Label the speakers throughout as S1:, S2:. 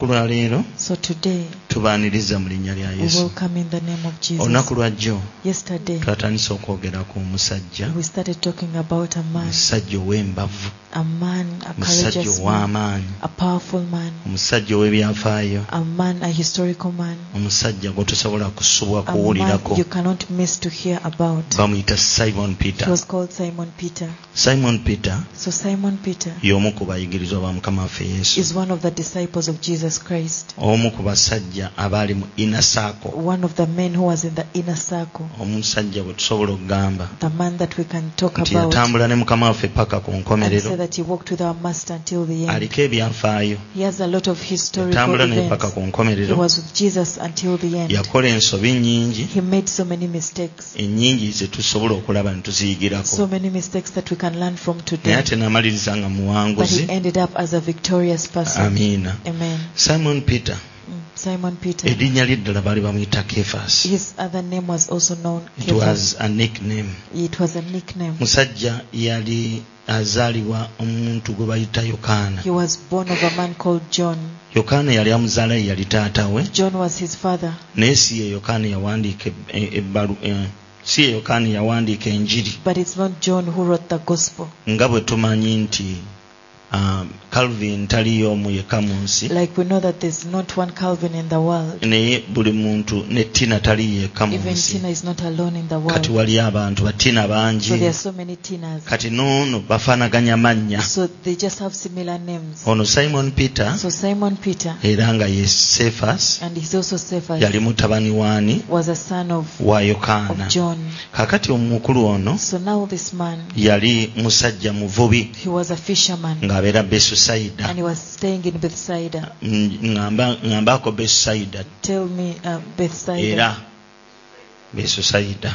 S1: ku lwaleero
S2: So today,
S1: tubaaniriza mu linnya lya
S2: we
S1: yesu
S2: welcome in the name of Jesus.
S1: olunaku lwajjo
S2: Yesterday,
S1: twatandise okwogera ku musajja
S2: we started talking about a man,
S1: omusajja ow'embavu
S2: a man, a
S1: omusajja
S2: courageous man,
S1: ow'amaanyi
S2: a powerful man,
S1: omusajja ow'ebyafaayo
S2: a man, a historical man,
S1: omusajja gwe tosobola kusubwa
S2: a man
S1: kuwulirako
S2: you cannot miss to hear about.
S1: bamuyita simon peter
S2: He was called Simon Peter.
S1: simon peter
S2: So Simon Peter
S1: y'omu ku bayigirizwa ba mukama waffe yesu
S2: is one of the disciples of Jesus Christ,
S1: omu ku basajja abaali mu inasaako
S2: one of the men who was in the inner circle,
S1: omusajja bwe tusobola okugamba
S2: the man that we can talk
S1: nti
S2: about
S1: yatambula ne mukama waffe paka ku
S2: and
S1: nkomerero
S2: say that he walked with our master until the end.
S1: aliko ebyafaayo
S2: He has a lot of historical
S1: yatambula naye paka
S2: events.
S1: ku
S2: He
S1: nkomerero
S2: was with Jesus until the end.
S1: yakola ensobi nyingi
S2: He made so many mistakes,
S1: ennyingi ze tusobola okulaba ne
S2: so
S1: tuziyigirako
S2: many mistakes that we can learn from
S1: naye
S2: today.
S1: ate n'amaliriza nga
S2: But
S1: muwanguzi
S2: he ended up as a victorious person.
S1: amiina
S2: Amen.
S1: simon peter
S2: Mm, Simon Peter.
S1: erinnya lye ddala baali bamuyita kefas
S2: His other name was also known.
S1: it
S2: Cephas.
S1: was a nickname
S2: It was a nickname.
S1: musajja yali azaalibwa omuntu gwe bayita yokaana
S2: He was born of a man called John.
S1: yokaana yali amuzaala ye yali taatawe
S2: John was his father.
S1: naye si ye yokaana yawandiika eb- e- ebbalu e- si ye yokaana yawandiika enjiri
S2: But it's not John who wrote the gospel.
S1: nga bwe tumanyi nti um, calvin taliyo omu yekka mu nsi
S2: Like we know that there's not one Calvin in the world.
S1: naye buli muntu ne tina tali yekka mu
S2: Even
S1: nsi
S2: Tina is not alone in the
S1: kati
S2: world.
S1: wali abantu batina bangi
S2: So there are so many Tinas.
S1: kati noono bafaanaganya mannya
S2: So they just have similar names.
S1: ono simon peter
S2: So Simon Peter,
S1: era nga ye sefas
S2: and he's also Cephas,
S1: yali mutabani waani
S2: was a son of,
S1: wa
S2: of
S1: yokaana
S2: John.
S1: kakati omukulu ono
S2: So now this man,
S1: yali musajja muvubi
S2: he was a fisherman,
S1: ng'abeera besusaida
S2: and he was staying in Bethsaida.
S1: ŋŋambaako besusaida
S2: Tell me, uh,
S1: era
S2: Bethsaida.
S1: besusaida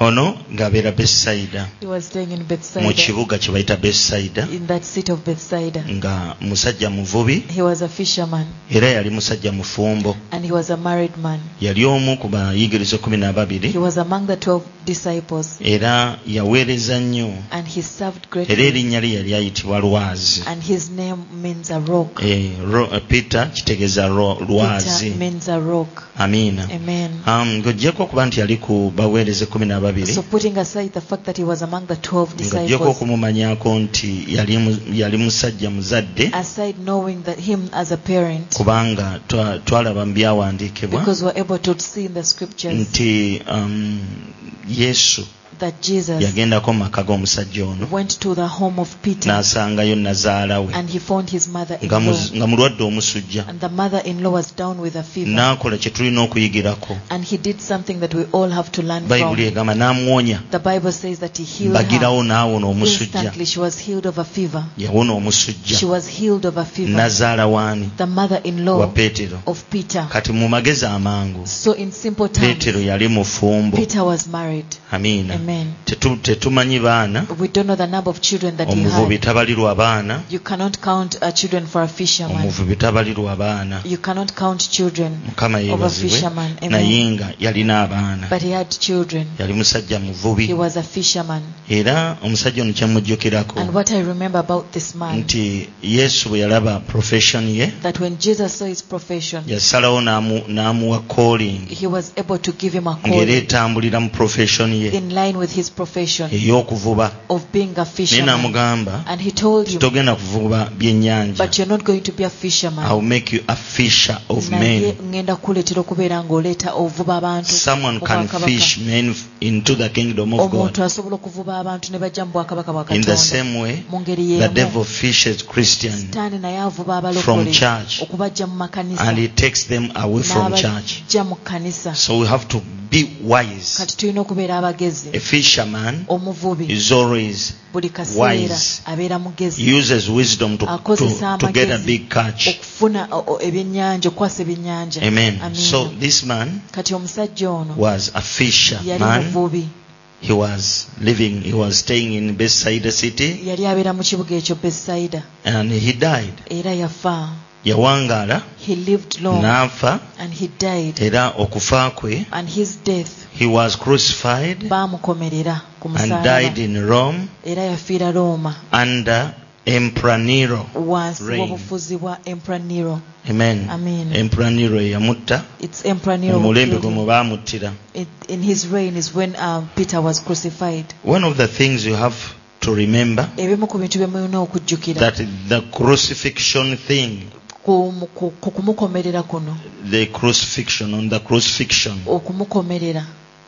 S1: ono ng'abeera besusaida
S2: He was staying in
S1: mu
S2: Bethsaida,
S1: kibuga kye bayita besusaida
S2: in that seat of Bethsaida.
S1: nga musajja muvubi
S2: He was a fisherman,
S1: era yali musajja mufumbo
S2: and he was a married man.
S1: yali omu ku bayigiriza kumi n'ababiri
S2: He was among the twelve disciples,
S1: era yaweereza nnyo
S2: and he served
S1: era
S2: greatly.
S1: erinnya lye yali ayitibwa lwazi
S2: And his name means a rock.
S1: Eh, ro- eh, peter kitegeeza ro- lwazi
S2: Peter means a rock.
S1: amiina
S2: Amen.
S1: Um, ng'oggyeko okuba nti yali ku baweereza kumi n'ababiri
S2: So putting aside the fact that he was among the twelve
S1: ng'oggyeko
S2: disciples,
S1: okumumanyako nti yali mu- yali musajja muzadde
S2: aside knowing that him as a parent,
S1: kubanga twa- twalaba mu byawandiikibwa
S2: because we're able to see in the scriptures
S1: nti um, yesu
S2: that Jesus
S1: yagendako mu maka g'omusajja ono
S2: went to the home of Peter
S1: n'asangayo nazaalawe
S2: and he found his mother-in-law,
S1: nga mu- nga mulwadde omusujja
S2: and the mother-in-law was down with a fever,
S1: n'akola kye tulina okuyigirako
S2: and he did something that we all have to learn
S1: bayibuli
S2: from.
S1: egamba n'amuwonya
S2: The Bible says that he healed her.
S1: mbagirawo n'awona omusujja
S2: Instantly, she was healed of a fever.
S1: yawona omusujja
S2: She was healed of a fever.
S1: nazaala waani
S2: The
S1: wa
S2: mother-in-law
S1: peetero
S2: of Peter.
S1: kati mu magezi amangu
S2: So in simple
S1: peetero
S2: terms,
S1: yali mufumbo
S2: Peter was married.
S1: amiina
S2: Amen.
S1: Tetu- tetumanyi baana
S2: We don't know the number of children that he
S1: omuvubi
S2: had.
S1: tabalirwa baana
S2: You cannot count uh, children for a fisherman.
S1: omuvubi tabalirwa baana
S2: You cannot count children
S1: mukama
S2: of a
S1: yeebazibwe
S2: fisherman.
S1: naye
S2: Amen.
S1: nga yalina abaana
S2: But he had children.
S1: yali musajja muvubi
S2: He was a fisherman.
S1: era omusajja ono kyemujjukirako
S2: And what I remember about this man,
S1: nti yesu bwe yalaba profession ye
S2: that when Jesus saw his profession,
S1: yasalawo n'amu- n'amuwa calling
S2: he was able to give him a call
S1: ng'era etambulira mu profession ye
S2: in line with his profession
S1: ey'okuvuba
S2: of being a
S1: naye
S2: fisherman.
S1: n'amugamba
S2: And he told him,
S1: togenda kuvuba byennyanja
S2: but you're not going to be a fisherman.
S1: ill make you a fisher of men
S2: Naye ŋŋenda kukuleetera okubeera ng'oleeta ovuba abantu
S1: someone
S2: mu
S1: can
S2: bwakabaka.
S1: fish men f- into the kingdom of
S2: omuntu
S1: god
S2: asobola okuvuba abantu ne bajja mu bwakabaka bwa
S1: in the
S2: katonda
S1: same way
S2: mu ngeri
S1: the devil
S2: y'emu
S1: fishes christian
S2: sitaani naye avuba
S1: from
S2: abalokole
S1: church
S2: okubajja mu makanisa
S1: and he takes them away from church
S2: n'abajja mu kkanisa
S1: so we have to be wise
S2: kati tulina okubeera abagezi
S1: a fisherman
S2: omuvubi
S1: is always
S2: buli kaseera
S1: wise.
S2: abeera mugezi
S1: uses wisdom to, to,
S2: akozesa
S1: to get a
S2: amagezi
S1: big catch
S2: okufuna o- o- ebyennyanja okukwasa ebyennyanja
S1: amen
S2: Amina.
S1: so this man
S2: kati omusajja ono
S1: was a
S2: yali
S1: fisherman
S2: muvubi
S1: he was living he was staying in bethsaida city
S2: yali abeera mu kibuga ekyo besaida
S1: and he died
S2: era yafa
S1: yawangaala
S2: he lived long
S1: n'afa
S2: and he died
S1: era okufa kwe
S2: and his death
S1: he was crucified
S2: baamukomerera ku
S1: and
S2: musalaba
S1: died in rome
S2: era yafiira roma
S1: under emperor nero
S2: wansi
S1: Reign.
S2: w'obufuzi bwa emperor nero
S1: amen,
S2: Amen.
S1: emperor nero eyamutta
S2: it's emperor nero who
S1: omulembe
S2: killed
S1: gwe
S2: him.
S1: mwe baamuttira
S2: It, in his reign is when um, peter was crucified
S1: one of the things you have to remember
S2: ebimu ku bintu bye mulina okujjukira
S1: that the crucifixion thing
S2: ku mu- ku- ku kumukomerera kuno
S1: the crucifixion on the crucifixion
S2: okumukomerera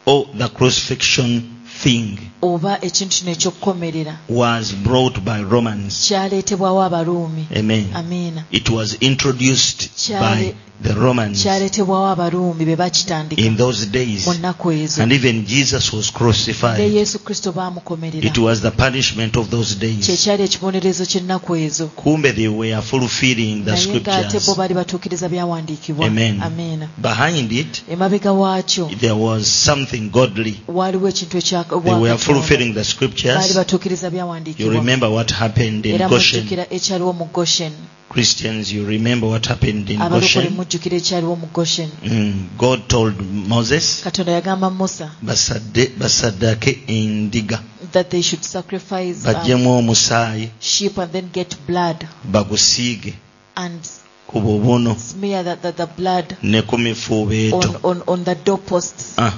S1: or the crucifixion thing
S2: oba ekintu kino eky'okukomerera
S1: was brought by romans
S2: kyaleetebwawo abaruumi
S1: amen
S2: amiina
S1: it was introduced
S2: Kyale-
S1: by the romans
S2: kyaleetebwawo abaruumi be
S1: in
S2: bakitandika
S1: those days
S2: mu nnaku ezo
S1: and even jesus was
S2: ne
S1: crucified
S2: yesu kristo baamukomerera
S1: it was the punishment of those days
S2: kyekyali ekibonerezo ky'ennaku ezo
S1: kumbe they were fulfilling the
S2: naye ng'ate bo
S1: scriptures
S2: baali batuukiriza byawandiikibwa
S1: Amen.
S2: amiina
S1: behind it
S2: emabega waakyo
S1: there was something godly
S2: waaliwo ekintu ekya-
S1: they were
S2: obwa-
S1: fulfilling the
S2: baali
S1: scriptures
S2: batuukiriza
S1: You
S2: byawandiikibwa
S1: remember what happened in
S2: era
S1: Goshen.
S2: mujjukira ekyaliwo mu goshen
S1: Christians, you remember what happened in
S2: abalokole
S1: Goshen.
S2: mujjukira ekyaliwo mu goshen
S1: Mm, God told Moses,
S2: katonda yagamba musa
S1: "Basade- basadake endiga
S2: that they should sacrifice um,
S1: bajjemu omusaayi
S2: sheep and then get blood
S1: bagusiige
S2: and
S1: ku bubuno
S2: smear the, the, the blood
S1: ne ku mifuubo
S2: on,
S1: eto
S2: on, on the doorposts
S1: Ah,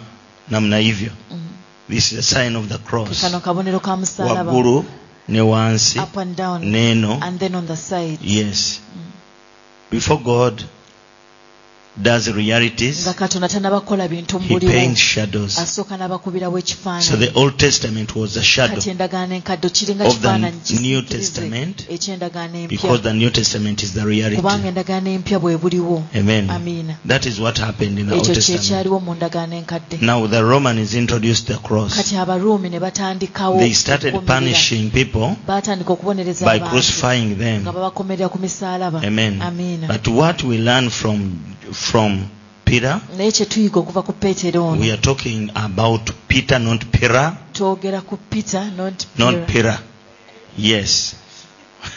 S1: namna hivyo this is a sign of the cross
S2: kano kabonero ka musalaba
S1: waggulu ne wansi
S2: up and down
S1: n'eno
S2: and then on the side
S1: yes before God does realities
S2: nga katonda tanabakola bintu
S1: he
S2: mubuliwo
S1: paints shadows
S2: asooka n'abakubirawo
S1: So
S2: ekifaananyi
S1: the Old Testament was a shadow
S2: kati endagaano enkaddo kiringa
S1: of the
S2: kifaananyi
S1: New
S2: kisikirize
S1: Testament
S2: ekyendagaano empya
S1: because the New Testament is the
S2: kubanga
S1: reality.
S2: endagaano empya bwe buliwo
S1: Amen.
S2: amiina
S1: That is what happened in the Old
S2: ekyo
S1: Testament.
S2: kyekyaliwo mu ndagaano enkadde
S1: Now the Romans introduced the cross.
S2: kati abaruumi ne batandikawo
S1: They started
S2: okukomerera.
S1: punishing people
S2: baatandika okubonereza
S1: by
S2: abantu
S1: crucifying
S2: nga
S1: them.
S2: babakomerera ku misaalaba
S1: Amen.
S2: amiina
S1: But what we learn from from Peter,
S2: naye kye tuyiga okuva ku peetero ono
S1: we are talking about Peter, not Pira,
S2: twogera ku peter not
S1: not
S2: Pira.
S1: Pira. Yes.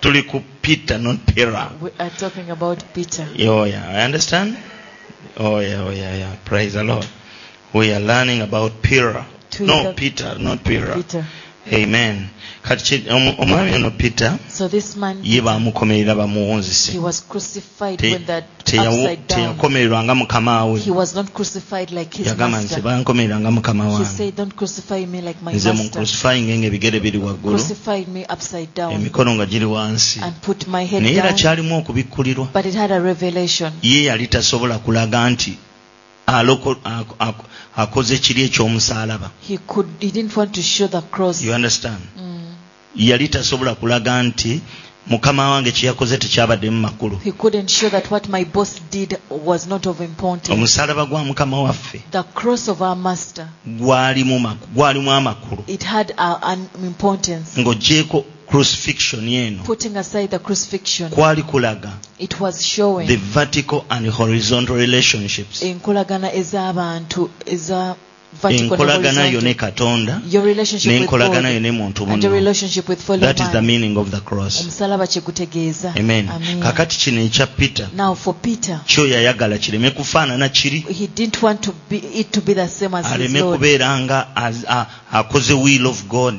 S1: Tuli ku Peter, not Pira.
S2: we are talking about peter
S1: Oh yeah, I understand. Oh yeah, oh yeah, yeah. Praise the Lord. We are learning about Peter.
S2: To
S1: No,
S2: the-
S1: Peter, not Peter.
S2: peter
S1: Amen. Kati ki- omu- omwami ono Peter
S2: so this man
S1: ye baamukomerera
S2: he
S1: bamuwunzise.
S2: was crucified
S1: Te-
S2: when that
S1: teyawo-
S2: upside down
S1: Teyakomererwanga mukama
S2: he
S1: we.
S2: was not crucified like his
S1: Yagamba nti
S2: master
S1: bankomereranga mukama
S2: he
S1: wange.
S2: said don't crucify me like my
S1: Nze mu
S2: master
S1: crucifying ng'ebigere biri waggulu,
S2: crucified me upside down
S1: emikono nga giri wansi.
S2: and put my head
S1: Naye era
S2: down
S1: kyalimu okubikkulirwa.
S2: but it had a revelation
S1: ye yali tasobola kulaga nti aloko- ako- ako- akoze kiri eky'omusaalaba
S2: he could he didn't want to show the cross
S1: you understand
S2: Mm.
S1: yali tasobola kulaga nti mukama wange kyeyakoze tekyabadde mu makulu
S2: he couldn't show that what my boss did was not of importance
S1: omusaalaba gwa mukama waffe
S2: the cross of our master
S1: gwalimu maku- gwalimu amakulu
S2: it had uh, an importance
S1: ng'oggyeko crucifixion eno
S2: putting aside the crucifixion
S1: kwali kulaga
S2: it was
S1: the
S2: showing
S1: vertical and horizontal relationships
S2: enkolagana ez'abantu eza Eh, vertical ne
S1: enkolagana yo ne
S2: horizontal.
S1: katonda
S2: your relationship with
S1: n'enkolagana yo
S2: God
S1: ne muntu
S2: and your
S1: muno
S2: relationship with fellow
S1: that is the
S2: man.
S1: meaning of the cross
S2: omusalaba kyekutegeeza
S1: amen
S2: Amen.
S1: kakati kino ekya peter
S2: now for peter
S1: kyo yayagala kireme kufaanana kiri
S2: he didn't want to be, it to be the same as his
S1: aleme
S2: lord
S1: kubeera nga az- a- akoze will of god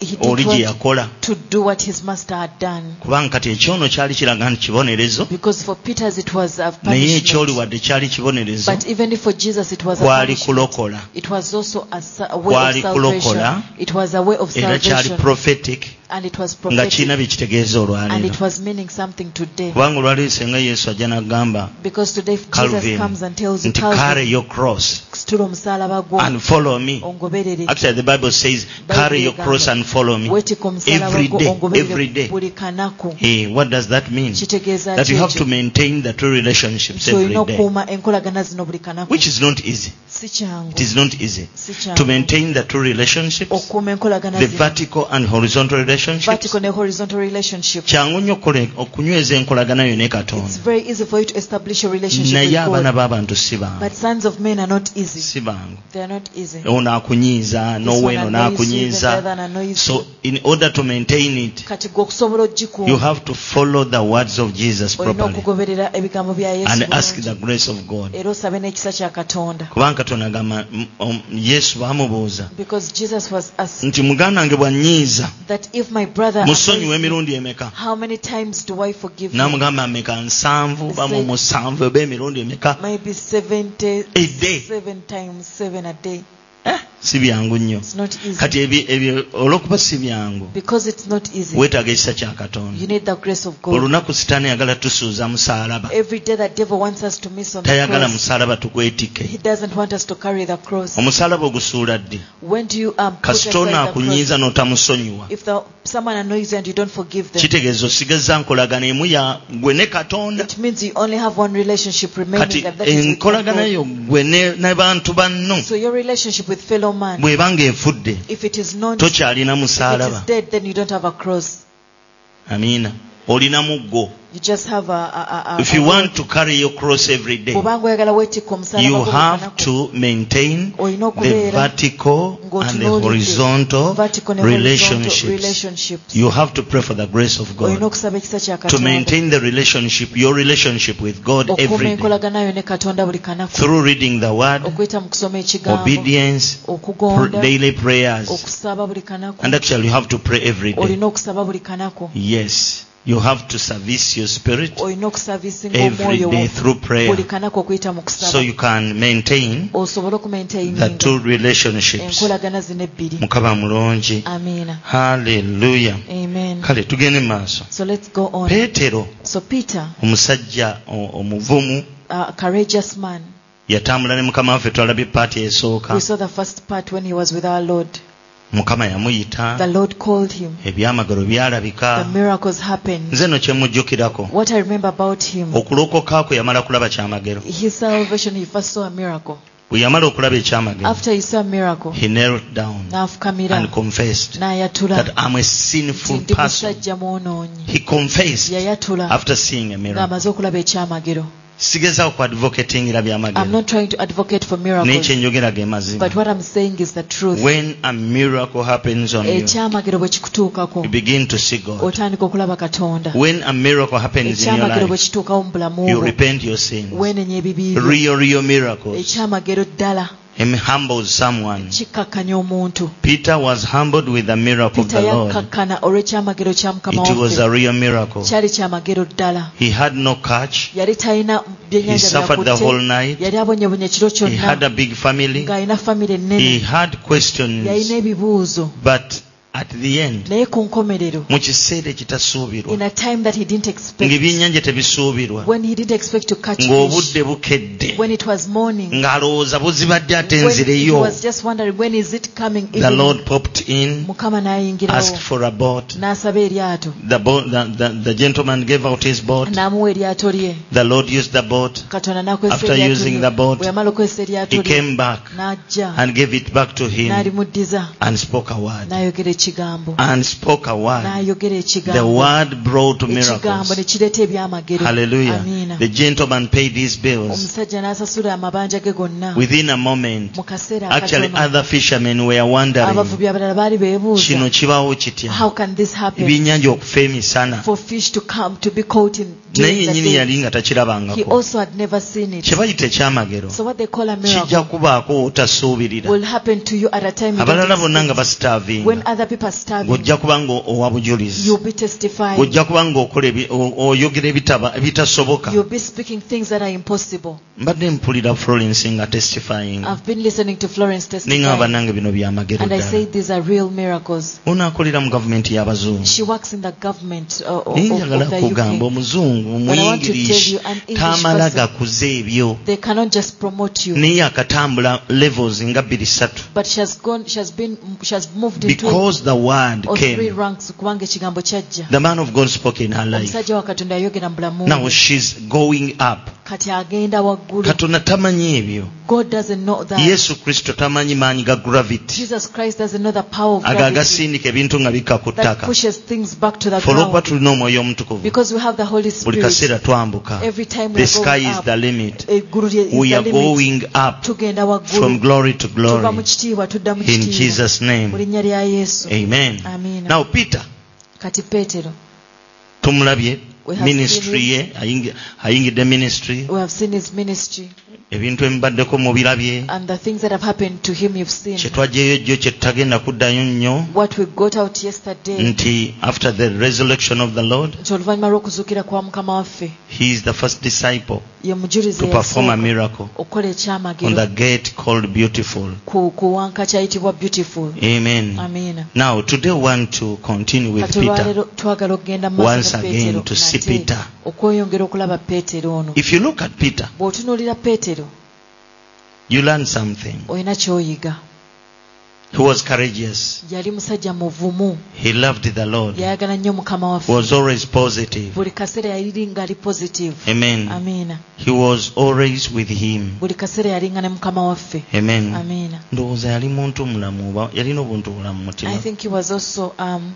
S2: he didn't
S1: oli gye
S2: want
S1: yakola
S2: to do what his master had done
S1: kubanga kati ekyono kyali kiraga nti kibonerezo
S2: because for peter's it was a
S1: naye
S2: punishment
S1: ekyoli wadde kyali kibonerezo
S2: but even for jesus it was a
S1: kwali
S2: punishment
S1: kulokola
S2: it was also a, sa- a way of
S1: Kwali
S2: salvation
S1: kulokola.
S2: it was a way of
S1: era kyali
S2: salvation
S1: prophetic
S2: and it was
S1: nga
S2: prophetic
S1: kirina bye kitegeeza
S2: and
S1: olwaleero
S2: it was meaning something today
S1: kubanga olwaleero senga yesu ajja n'agamba
S2: because today if jesus
S1: Calvin,
S2: comes and tells you
S1: nti
S2: Calvin,
S1: carry your cross
S2: situla omusalaba gwo
S1: and follow me
S2: ongoberere
S1: actually the bible says carry your cross and follow me
S2: weetika omusalaba
S1: Mm. every
S2: gwo
S1: day, every
S2: ongoberere
S1: day.
S2: buli kanaku
S1: Eh, what does that mean
S2: kitegeeza
S1: that you have to
S2: kyekyo.
S1: maintain the two relationships
S2: So olina
S1: every day
S2: okukuuma enkolagana zino buli kanaku
S1: which is not easy
S2: si kyangu
S1: it is not easy
S2: si
S1: to
S2: kyangu
S1: maintain the two relationships
S2: okukuuma enkolagana
S1: the
S2: zino
S1: vertical and horizontal relationships
S2: vertical ne horizontal relationship
S1: kyangu nnyo okukola- okunyweza enkolagana yo ne
S2: it's
S1: katonda
S2: very easy for you to establish a relationship
S1: naye
S2: with
S1: abaana
S2: God.
S1: b'abantu si bangu
S2: but sons of men are not easy
S1: si bangu
S2: they are not easy
S1: ono akunyiiza
S2: This one
S1: n'oweeno
S2: annoys you, then the
S1: n'akunyiiza
S2: other one annoys you.
S1: so in order to maintain it
S2: kati gwe okusobola
S1: you
S2: ogikuuma
S1: have to follow the words of jesus
S2: olina
S1: properly
S2: okugoberera ebigambo bya yesu
S1: and ask
S2: bulungi.
S1: the grace of god
S2: era osabe n'ekisa kya katonda
S1: kubanga katonda agamba mm, um, yesu baamubuuza
S2: because jesus was asked
S1: nti muganda wange bwanyiiza
S2: that if forgive my brother.
S1: musonyiwa
S2: against me.
S1: emirundi emeka
S2: How many times do I forgive him?
S1: namugamba meka nsanvu bamu musanvu oba emirundi emeka
S2: Maybe 70,
S1: A day.
S2: seven times, seven a day.
S1: si byangu nnyo
S2: It's not easy.
S1: kati ebyo- ebyo olwokuba si byangu
S2: Because it's not easy.
S1: weetaaga ekisa kya
S2: You
S1: katonda
S2: need the grace of God.
S1: olunaku sitaani yagala tusuuza musaalaba
S2: Every day the devil wants us to miss on the
S1: tayagala
S2: cross.
S1: musaalaba tugwetike
S2: He doesn't want us to carry the cross.
S1: omusaalaba ogusuula ddi
S2: When do you um, put
S1: kasita ono
S2: aside the
S1: akunyiiza
S2: cross?
S1: n'otamusonyiwa
S2: If the, someone annoys you and you don't forgive them,
S1: kitegeeza osigazza nkolagana emu ya gwe ne katonda
S2: it means you only have one relationship remaining.
S1: kati
S2: And that is with
S1: enkolagana
S2: God.
S1: yo gwe ne- ne bantu banno
S2: So your relationship with fellow man,
S1: bw'eba ng'efudde
S2: if it is not, if
S1: tokyalina
S2: it is
S1: musaalaba
S2: dead, then you don't have a cross.
S1: amiina olina muggo
S2: You just have a. a, a, a
S1: if you want to carry your cross every day
S2: bw'obanga oyagala weetikka omusalaba
S1: you
S2: gwo
S1: have
S2: olunaku,
S1: to maintain
S2: olina
S1: the
S2: okubeera
S1: vertical and the
S2: ng'otunuulidde
S1: horizontal
S2: vertical ne horizontal
S1: relationships
S2: relationships.
S1: you have to pray for the grace of
S2: olina
S1: god
S2: okusaba ekisa kya
S1: to
S2: katonda
S1: maintain the relationship your relationship with god
S2: okuuma
S1: every day
S2: enkolaganayo ne katonda buli kanaku
S1: through reading the word
S2: okuyita mu kusoma ekigambo
S1: obedience pr-
S2: okugonda
S1: daily prayers
S2: okusaba buli kanaku
S1: and actually you have to pray every day
S2: olina okusaba buli kanaku
S1: yes you have to service your spirit
S2: olina okusavisinga
S1: every
S2: omwoyo wo
S1: day through prayer
S2: buli kanaku okuyita mu
S1: so
S2: kusaba
S1: you can maintain
S2: osobole okumaintaininga
S1: the two relationships
S2: enkolagana zino ebbiri
S1: mukama mulungi
S2: amiina
S1: haleluya
S2: amen
S1: kale tugende mu maaso
S2: so let's go on
S1: peetero
S2: so peter
S1: omusajja o- omuvumu
S2: a courageous man
S1: yatambula ne mukama waffe twalabye paati esooka
S2: we saw the first part when he was with our lord
S1: mukama yamuyita
S2: the lord called him
S1: ebyamagero
S2: the
S1: byalabika
S2: miracles happened
S1: Ah. nze Oh. no kyemujjukirako
S2: what i remember about him
S1: okulokoka kwe yamala kulaba kyamagero
S2: his salvation he first saw a miracle
S1: bwe yamala okulaba ekyamagero
S2: after he saw a miracle
S1: he knelt down
S2: n'afukamira
S1: and confessed that
S2: n'ayatula
S1: I'm a
S2: nti
S1: sinful
S2: ndi
S1: person
S2: musajja mwonoonyi
S1: he confessed
S2: yayatula
S1: after seeing a miracle
S2: ng'amaze okulaba ekyamagero
S1: sigezaako ku advocatingira
S2: i'm
S1: byamagero
S2: not trying to advocate for miracles
S1: n'ekyenjogera ge mazima
S2: but what i'm saying is the truth
S1: when a miracle happens
S2: Eh,
S1: on you
S2: ekyamagero bwe kikutuukako
S1: you begin to see God.
S2: otandika okulaba katonda
S1: When a miracle happens in your
S2: ekyamagero bwe
S1: life,
S2: kituukawo mu bulamu
S1: you
S2: bwo
S1: repent your sins.
S2: weenenya ebibi byo.
S1: Real, real miracles.
S2: ekyamagero ddala
S1: Him humbles
S2: Eh,
S1: someone.
S2: kikkakkanya omuntu
S1: Peter was humbled with the miracle of
S2: peter
S1: the Lord.
S2: yakkakkana olw'ekyamagero kya mukama
S1: It was
S2: waffe
S1: a real miracle.
S2: kyali kyamagero ddala
S1: He had no catch.
S2: yali talina
S1: He
S2: byennyanja
S1: suffered the whole
S2: byakutte
S1: night.
S2: yali abonyeebonye ekiro
S1: He had
S2: kyonna
S1: a big family.
S2: ng'alina famire
S1: He
S2: ennene
S1: had
S2: yalina
S1: questions.
S2: ebibuuzo
S1: But at the end,
S2: naye ku nkomerero
S1: mu kiseera
S2: in
S1: ekitasuubirwa
S2: a time that he didn't expect
S1: ng'ebyennyanja tebisuubirwa
S2: when he didn't expect to catch fish
S1: ng'obudde bukedde
S2: when it was morning
S1: ng'alowooza buzibadde ate
S2: when he
S1: nzireyo
S2: was just wondering when is it coming
S1: the
S2: evening,
S1: Lord popped in,
S2: mukama
S1: asked
S2: n'ayingirawo
S1: for a boat.
S2: n'asaba eryato
S1: The, bo- the, the, the gentleman gave out his boat.
S2: n'amuwa eryato lye
S1: The Lord used the boat.
S2: katonda n'akozesa
S1: After
S2: eryato
S1: using
S2: lye.
S1: the boat,
S2: bwe yamala okukozesa eryato
S1: He
S2: lye
S1: came back
S2: n'ajja
S1: and gave it back to him
S2: n'alimuddiza
S1: and spoke a word.
S2: n'ayogera ekigambo
S1: And spoke a word.
S2: n'ayogera
S1: The
S2: ekigambo
S1: word brought
S2: ekigambo ne
S1: miracles.
S2: kireeta ebyamagero
S1: Hallelujah.
S2: amiina
S1: The gentleman paid his bills
S2: omusajja n'asasula amabanja ge gonna
S1: within a moment.
S2: mu kaseera
S1: Actually,
S2: akatono
S1: other fishermen were wondering
S2: abavubi abalala baali
S1: kino
S2: beebuuza
S1: kibawo kitya
S2: how can this happen
S1: ebyennyanja okufa emisana
S2: for fish to come to be caught in
S1: naye
S2: during the
S1: yennyini
S2: day.
S1: yali nga
S2: He
S1: takirabangako
S2: also had never seen it.
S1: kye bayita ekyamagero
S2: So what they call a
S1: kijja
S2: miracle
S1: kubaako wotasuubirira
S2: will happen to you at a time you
S1: abalala
S2: don't
S1: bonna nga
S2: expect. when
S1: basitaavinga
S2: other people are starving,
S1: ojja kuba nga owa bujulizi
S2: you'll be testifying.
S1: ojja kuba nga okola ebi- o- oyogera ebitaba- ebitasoboka
S2: You'll be speaking things that are impossible.
S1: mbadde mpulira florence nga testifying
S2: I've been listening to Florence
S1: ninga
S2: testify,
S1: bannange bino byamagero
S2: and I say
S1: ddala
S2: these are real miracles.
S1: onaakolera mu gavumenti y'abazungu
S2: She works in the government uh, of, of
S1: naye njagala
S2: of
S1: kugamba
S2: the UK.
S1: omuzungu
S2: But I want to tell
S1: muingirishi
S2: you, an English
S1: taamala
S2: person,
S1: gakuza ebyo
S2: they cannot just promote you,
S1: naye akatambula levels nga bbiri satu
S2: but she has gone, she has been, she has moved into
S1: because the word
S2: or three
S1: came
S2: ranks kubanga ekigambo kyajja
S1: the man of god spoke in her life
S2: omusajja wa katonda yayogera mu bulamu
S1: now
S2: bwe.
S1: she's going up
S2: kati agenda waggulu
S1: katonda tamanyi ebyo
S2: god doesn't know that
S1: yesu kristo tamanyi maanyi ga gravity
S2: jesus christ doesn't know the power of
S1: ago
S2: gravity
S1: agasindika ebintu nga bikka ku
S2: that
S1: ttaka
S2: pushes things back to the
S1: Ffe olwokuba
S2: ground
S1: tulina omwoyo omutukuvu
S2: because we have the holy
S1: buli
S2: spirit
S1: kaseera twambuka
S2: every time we
S1: the
S2: are
S1: sky
S2: going
S1: is
S2: up
S1: the limit
S2: eggulu lye- is
S1: we
S2: the
S1: are
S2: limit
S1: going up
S2: tugenda
S1: from
S2: waggulu
S1: glory to
S2: tuva mu
S1: glory
S2: kitiibwa tudda mu
S1: in
S2: kitiibwa
S1: jesus
S2: mu
S1: name
S2: linnya lya yesu
S1: amen
S2: Amina.
S1: now peter
S2: kati peetero
S1: tumulabye
S2: We have
S1: ministry
S2: seen
S1: ye ayingi- ayingidde ministry
S2: we have seen his ministry
S1: ebintu ebibaddeko mubirabye
S2: and the things that have happened to him you've seen.
S1: kyetwajeeyo jjo kyetutagenda kuddayo nnyo
S2: What we got out yesterday,
S1: nti after the resurrection of the lord
S2: nti oluvannyuma lw'okuzuukira kwa mukama waffe
S1: he is the first disciple
S2: ye
S1: to
S2: mujulirize
S1: perform a
S2: eyasooka
S1: miracle
S2: okukola
S1: on the
S2: ekyamagero
S1: gate called beautiful
S2: ku ku wanka kyayitibwa beautiful
S1: Mm. amen
S2: amiina
S1: now today we want to continue with
S2: kati
S1: peter
S2: olwaleero twagala okugenda mu
S1: Once
S2: maaso ga
S1: again
S2: Peetero
S1: to see
S2: nate
S1: Peter.
S2: okweyongera okulaba peetero ono
S1: if you look at peter
S2: bw'otunuulira peetero
S1: you learn something
S2: olina ky'oyiga
S1: he was courageous
S2: yali musajja muvumu
S1: he loved the lord
S2: yayagala nnyo mukama waffe
S1: was always positive
S2: buli kaseera yali ngaali positive
S1: amen
S2: amiina
S1: he was always with him
S2: buli kaseera yalinga ne mukama waffe
S1: amen
S2: amiina
S1: ndowooza yali muntu mulamu oba yalina obuntu bulamu mu mutima
S2: i think he was also um,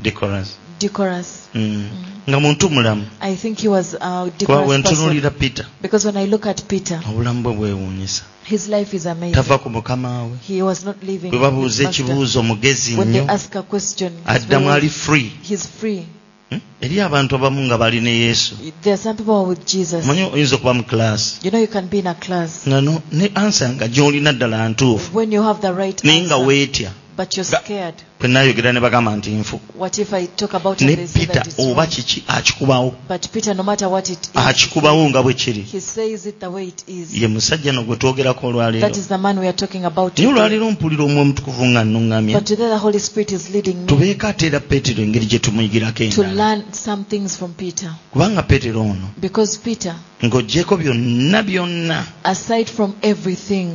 S1: decorous
S2: decorous
S1: Mm. nga muntu mulamu
S2: i think he was a
S1: kuba
S2: decorous person
S1: wentunuulira peter
S2: because when i look at peter
S1: obulamu bwe bwewuunyisa
S2: his life is amazing
S1: tava ku mukama we
S2: he was not living
S1: bwe babuuza
S2: his master.
S1: ekibuuzo mugezi
S2: when they
S1: nnyo
S2: ask a question he's,
S1: addamu ali
S2: very,
S1: free
S2: he's free
S1: Hmm? eri abantu abamu nga bali ne yesu
S2: there are some people who are with jesus
S1: omanyi oyinza okuba mu class
S2: you know you can be in a class
S1: nga no- ne ansa nga gy'olina ddala ntuufu
S2: when you have the right
S1: naye nga
S2: answer,
S1: weetya
S2: but you're
S1: Ga-
S2: scared
S1: kwe naayogera ne bagamba nti nfu
S2: what if i talk about it
S1: ne
S2: and they say
S1: peter oh,
S2: that it's
S1: oba
S2: wrong?
S1: kiki akikubawo
S2: but peter no matter what it
S1: Ah,
S2: is
S1: akikubawo nga bwe kiri
S2: he says it the way it is
S1: ye musajja no gwe twogerako
S2: that
S1: olwaleero
S2: is the man we are talking about
S1: naye
S2: today.
S1: olwaleero mpulira omwe omutukuvu nga nnuŋŋamya
S2: But today the Holy Spirit is leading me
S1: tubeeko ate era peetero engeri gye tumuyigirako
S2: to
S1: endala
S2: learn some things from Peter.
S1: kubanga peetero ono
S2: Because Peter,
S1: ng'oggyeko byonna byonna
S2: aside from everything,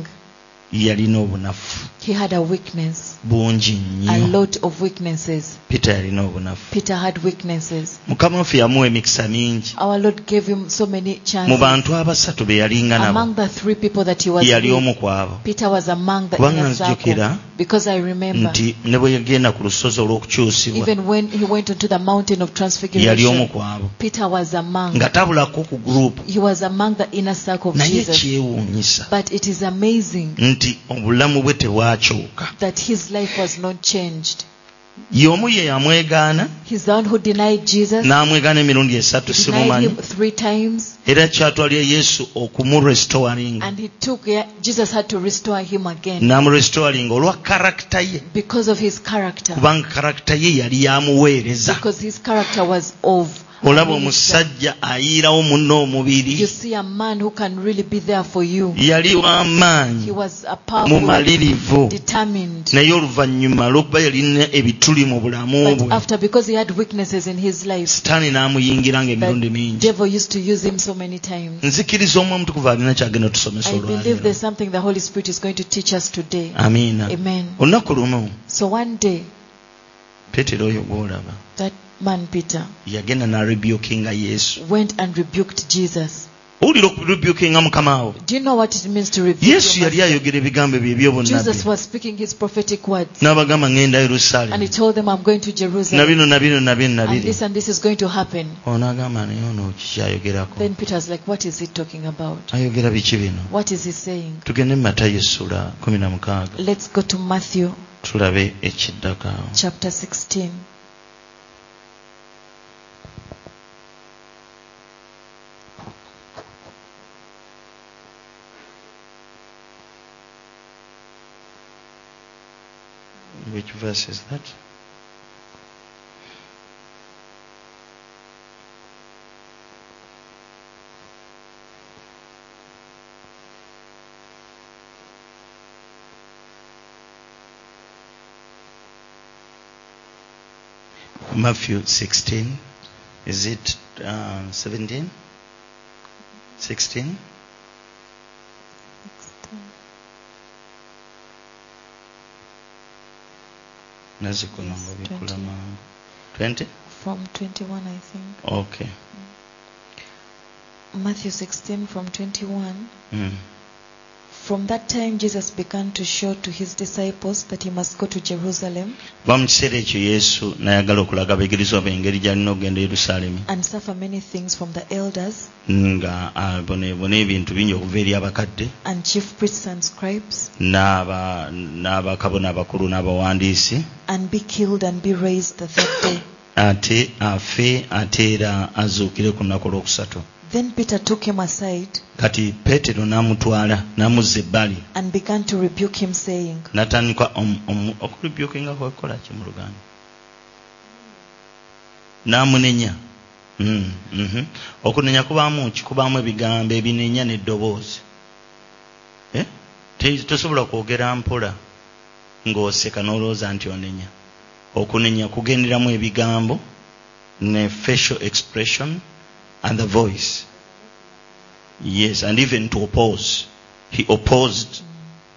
S1: yalina obunafu
S2: he had a weakness,
S1: bungi
S2: a
S1: nnyo
S2: lot of weaknesses.
S1: peter yalina obunafu
S2: Peter had weaknesses.
S1: mukama waffe yamuwa emikisa mingi
S2: Our Lord gave him so many
S1: mu
S2: chances.
S1: bantu abasatu be yalinga nabo
S2: Among the three people that he was
S1: yali
S2: with,
S1: omu ku abo
S2: Peter was among the
S1: Kubanga
S2: inner circle.
S1: nzijukira
S2: Because I remember,
S1: nti ne bwe yagenda ku lusozi olw'okukyusibwa
S2: even when he went onto the mountain
S1: yali
S2: of
S1: omu
S2: transfiguration,
S1: ku abo
S2: Peter was among.
S1: nga tabulako ku gurupu
S2: He was among the inner circle of
S1: naye
S2: Oh, Jesus.
S1: kyewuunyisa
S2: But it is amazing
S1: nti obulamu bwe tebwakyuka
S2: that his life was not changed.
S1: y'omu ye yamwegaana
S2: He's the one who denied Jesus,
S1: n'amwegaana emirundi esatu
S2: denied
S1: simumanyi
S2: him three times,
S1: era kyatwalira yesu okumurestowalinga
S2: and he took, yeah, Jesus had to restore him again
S1: n'amurestowalinga olwa karakita ye
S2: because of his character.
S1: kubanga karakita ye yali yamuweereza
S2: Because his character was of. a
S1: olaba
S2: minister.
S1: omusajja ayiirawo munne omubiri
S2: You see a man who can really be there for you.
S1: yali
S2: He
S1: w'amaanyi
S2: was a powerful,
S1: mumalirivu
S2: determined.
S1: naye oluvannyuma lw'okuba yalina ebituli mu bulamu
S2: But
S1: bwe
S2: after, because he had weaknesses in his life,
S1: sitaani n'amuyingira nga emirundi
S2: the
S1: mingi
S2: devil used to use him so many
S1: Mm,
S2: times.
S1: nzikiriza omwe omutukuvu alina kyagenda otusomesa
S2: I believe
S1: olwaleero
S2: there's something the Holy Spirit is going to teach us today.
S1: amiina
S2: Amen.
S1: olunaku lumu
S2: So one day,
S1: peetero oyo gwolaba
S2: that man Peter
S1: yagenda n'arebukinga yesu
S2: went and rebuked Jesus.
S1: owulira okurebukinga mukamawo
S2: Do you know what it means to rebuke?
S1: yesu
S2: your
S1: yali
S2: master?
S1: ayogera ebigambo ebyo eby'obunabbi
S2: Jesus was speaking his prophetic words
S1: n'abagamba ŋŋenda
S2: and he
S1: yerusaalemu
S2: told them, I'm going to Jerusalem
S1: nabino nabino nabino
S2: and
S1: nabiri
S2: this and this is going to happen.
S1: ono agamba naye ono kikyayogerako
S2: Then Peter's like, What is he talking about?
S1: ayogera biki bino
S2: What is he saying?
S1: tugende mu matayo essula 16
S2: Let's go to Matthew
S1: tulabe ekiddakaawo
S2: chapter 16.
S1: which verse is that Matthew 16 is it uh, 17 16 nazikuno
S2: Yes,
S1: ngabikula mangu 20
S2: From 21, I think.
S1: uh, okay
S2: Matthew 16, from 21.
S1: mm.
S2: From that time, Jesus began to show to his disciples that he must go to Jerusalem
S1: kuba mu kiseera ekyo yesu n'ayagala okulaga abayigirizwa be engeri gy'alina okugenda e yerusaalemi
S2: and suffer many things from the elders
S1: nga aboneebona ebintu bingi okuva eri abakadde
S2: and chief priests and scribes,
S1: n'aba- n'abakabona abakulu n'abawandiisi
S2: and be killed and be raised the third day.
S1: ate afe ate era azuukire ku lunaku olwokusatu
S2: Then Peter took him aside
S1: kati peetero n'amutwala n'amuzza ebbali
S2: and began to rebuke him, saying,
S1: n'atandika omu- omu- okulibyukinga kwekukola ki mu luganda n'amunenya Mm, mhm. okunenya kubaamu ki kubaamu ebigambo ebinenya n'eddoboozi Eh? Te- tosobola kwogera mpola ng'oseka n'olowooza nti onenya okunenya kugenderamu ebigambo ne facial expression and the voice yes and even to oppose he opposed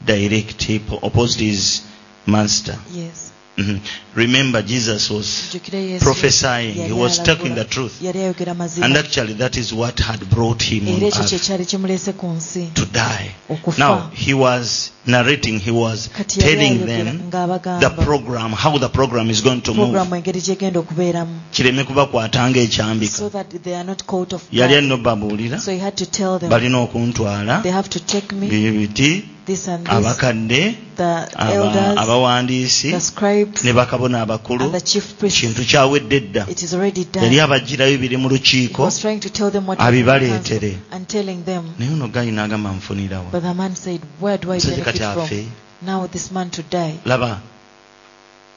S1: direct he po- opposed his master
S2: Yes.
S1: Mhm. remember jesus was
S2: Jjukira Yesu.
S1: prophesying he
S2: Yali
S1: was
S2: alabula.
S1: talking the truth
S2: Yali ayogera mazima.
S1: and actually that is what had brought him on
S2: Era ekyo kye
S1: earth
S2: kyali kimuleese ku nsi
S1: to die now
S2: okufa.
S1: he was narrating he was
S2: Kati yali
S1: telling
S2: ayogera
S1: them the
S2: ng'abagamba
S1: program how the program is going to move
S2: puroguramu engeri gyegenda okubeeramu
S1: kireme kubakwatanga ekyambika
S2: so that they are not caught off
S1: yali
S2: guard.
S1: alina obabuulira
S2: So he had to tell them,
S1: balina okuntwala
S2: they have to take me,
S1: bye biti
S2: this and this,
S1: abakadde
S2: the
S1: aba-
S2: elders,
S1: abawandiisi
S2: the scribes,
S1: ne bakabona abakulu
S2: and the chief priests.
S1: kintu kyawedde edda
S2: It is already
S1: yali
S2: done.
S1: abagirayo biri mu
S2: He
S1: lukiiko
S2: was trying to tell them what he had
S1: abibaleetere.
S2: cancelled and telling them.
S1: naye ono gayi n'agamba nfunirawa
S2: But the man said, Where do I
S1: musajja
S2: benefit
S1: kati afe
S2: from? Now this man to die.
S1: laba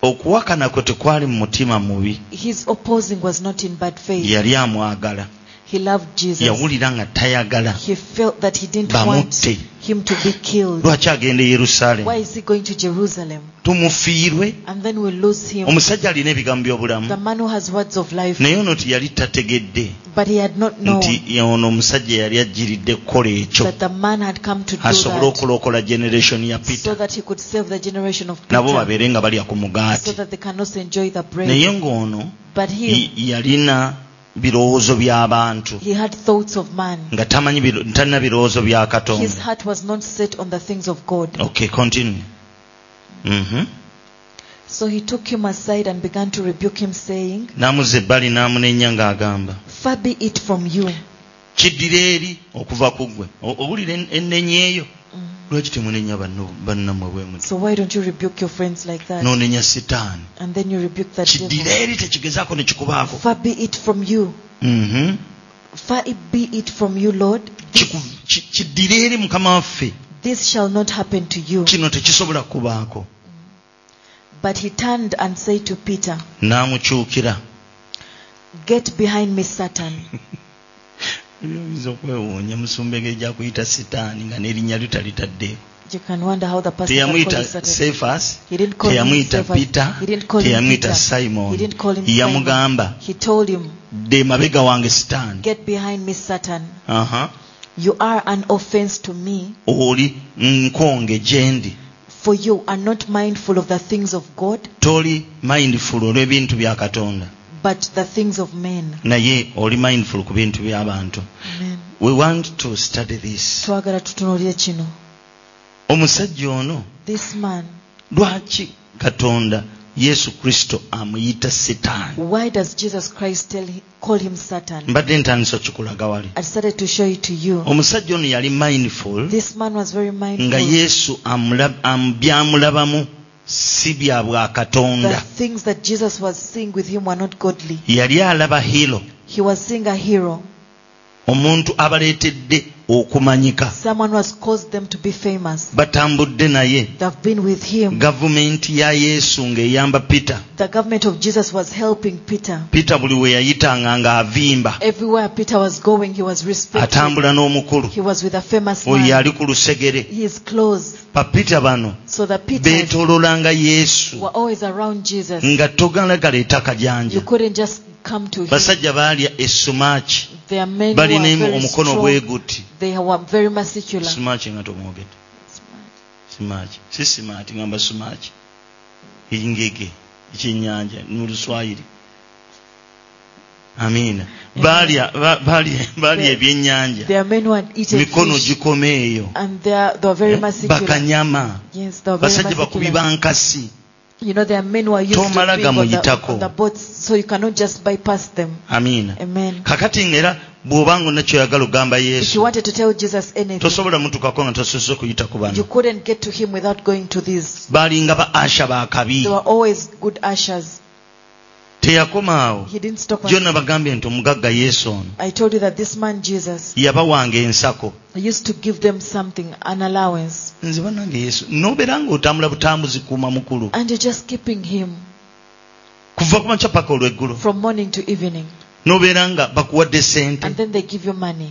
S1: okuwakana kwe tekwali mu mutima mubi
S2: His opposing was not in bad faith.
S1: yali amwagala
S2: He loved Jesus.
S1: yawulira nga tayagala
S2: He felt that he didn't want
S1: bamutte
S2: him to be killed.
S1: lwaki agenda e yerusaalemu
S2: Why is he going to Jerusalem?
S1: tumufiirwe
S2: And then we lose him.
S1: omusajja alina ebigambo by'obulamu
S2: The man who has words of life,
S1: naye ono tiyali tategedde
S2: but he had not known
S1: nti ono omusajja yali ajjiridde kukola ekyo
S2: that the man had come to do
S1: asobole
S2: that
S1: okulokola generation ya
S2: so
S1: peter
S2: that he could save the generation of
S1: nabo
S2: Peter,
S1: babeere nga balya ku
S2: so
S1: mugaati
S2: that they can also enjoy the
S1: naye
S2: bread.
S1: ng'ono
S2: But
S1: y-
S2: he,
S1: yalina birowoozo by'abantu
S2: he had thoughts of man.
S1: nga tamanyi biro- talina birowoozo bya
S2: His
S1: katonda
S2: heart was not set on the things of God.
S1: okay continue Mhm.
S2: So he took him aside and began to rebuke him, saying,
S1: n'amuzza ebbali n'amunenya ng'agamba
S2: Far be it from you.
S1: kiddira eri okuva ku ggwe O- owulira en- ennenya eyo
S2: Mm.
S1: lwaki temunenya banno- bannammwe bwe muti
S2: So why don't you rebuke your friends like that?
S1: n'onenya sitaani
S2: And then you rebuke that
S1: kiddira
S2: devil.
S1: eri tekigezaako ne kikubaako
S2: Far be it from you.
S1: Mhm.
S2: Far it be it from you, Lord.
S1: Kiku- ki- kiddira eri mukama waffe
S2: This shall not happen to you.
S1: kino tekisobola kubaako
S2: But he turned and said to Peter,
S1: n'amukyukira
S2: Get behind me, Satan.
S1: oyinza okwewuunya musumbege gyakuyita sitaani nga n'erinnya lyo talitaddeeko
S2: You can wonder how the person got called
S1: teyamuyita
S2: Satan.
S1: sefas
S2: He didn't call him
S1: teyamuyita
S2: Satan.
S1: peter
S2: He didn't call him
S1: teyamuyita
S2: Peter.
S1: simon
S2: He didn't call him Simon.
S1: yamugamba
S2: He told him,
S1: dde mabega wange sitaani
S2: Get behind me, Satan.
S1: Aha.
S2: You are an offense to me,
S1: oli nkonge gye ndi
S2: for you are not mindful of the things of God,
S1: toli mindful olw'ebintu bya katonda
S2: but the things of men.
S1: naye oli mindful ku bintu by'abantu
S2: Amen.
S1: we want to study this
S2: twagala tutunuulire kino
S1: omusajja ono
S2: this man
S1: lwaki katonda yesu kristo amuyita sitaani
S2: why does jesus christ tell, call him satan
S1: mbadde ntandisa okikulaga wali
S2: i started to show it to you
S1: omusajja ono yali mindful
S2: this man was very
S1: Um, nga
S2: mindful
S1: yesu amula- am- byamulabamu si bya bwa
S2: the
S1: katonda
S2: things that jesus was seeing with him were not godly
S1: yali alaba hiro
S2: he was seeing a hero
S1: omuntu abaleetedde okumanyika
S2: someone who has caused them to be famous
S1: batambudde naye
S2: they've been with him
S1: gavumenti ya yesu ng'eyamba peter
S2: the government of jesus was helping peter
S1: peter buli we yayitanga ng'avimba
S2: everywhere peter was going he was respected
S1: atambula Oh, n'omukulu
S2: he was with a famous
S1: oyo
S2: man
S1: ali ku lusegere
S2: his clothes
S1: bapita bano
S2: so the peters
S1: beetoololanga yesu
S2: were always around jesus
S1: nga togalagala ettaka
S2: you
S1: janja
S2: couldn't just come to him
S1: basajja baalya esumaaki
S2: There are men who are
S1: balina emu-
S2: very
S1: omukono
S2: strong.
S1: bweguti
S2: They were very muscular.
S1: sumaaki nga tomwogedde sumaaki si simaati ngamba sumaaki engege ekyennyanja mu luswayiri amiina baalya ba- baalya- baalya ebyennyanja
S2: There are men who had eaten
S1: mikono
S2: fish,
S1: gikome eyo
S2: and they are, they are very muscular.
S1: bakanyama
S2: Yes, they are very
S1: basajja bakubi
S2: muscular.
S1: bankasi
S2: You know, there are men who are used to being
S1: Tomalaga
S2: on the,
S1: muyitako.
S2: on the boats, so you cannot just bypass them.
S1: amiina
S2: Amen.
S1: kakati ngera bw'obanga olina kyoyagala ogamba
S2: If you
S1: yesu
S2: wanted to tell Jesus anything,
S1: tosobola mutukako nga tosoose kuyita ku
S2: you
S1: bano
S2: couldn't get to him without going to these.
S1: baalinga ba asha bakabi
S2: They were always good ushers.
S1: teyakoma awo
S2: He didn't stop
S1: gyo
S2: us.
S1: nabagambye nti omugagga yesu ono
S2: I told you that this man Jesus
S1: yabawanga ensako
S2: used to give them something, an allowance,
S1: nze banange yesu nobeera ng'otambula butambuzi kuuma mukulu
S2: and you're just keeping him
S1: kuva ku makya paka olweggulo
S2: from morning to evening,
S1: nobeera nga bakuwadde sente
S2: and then they give you money,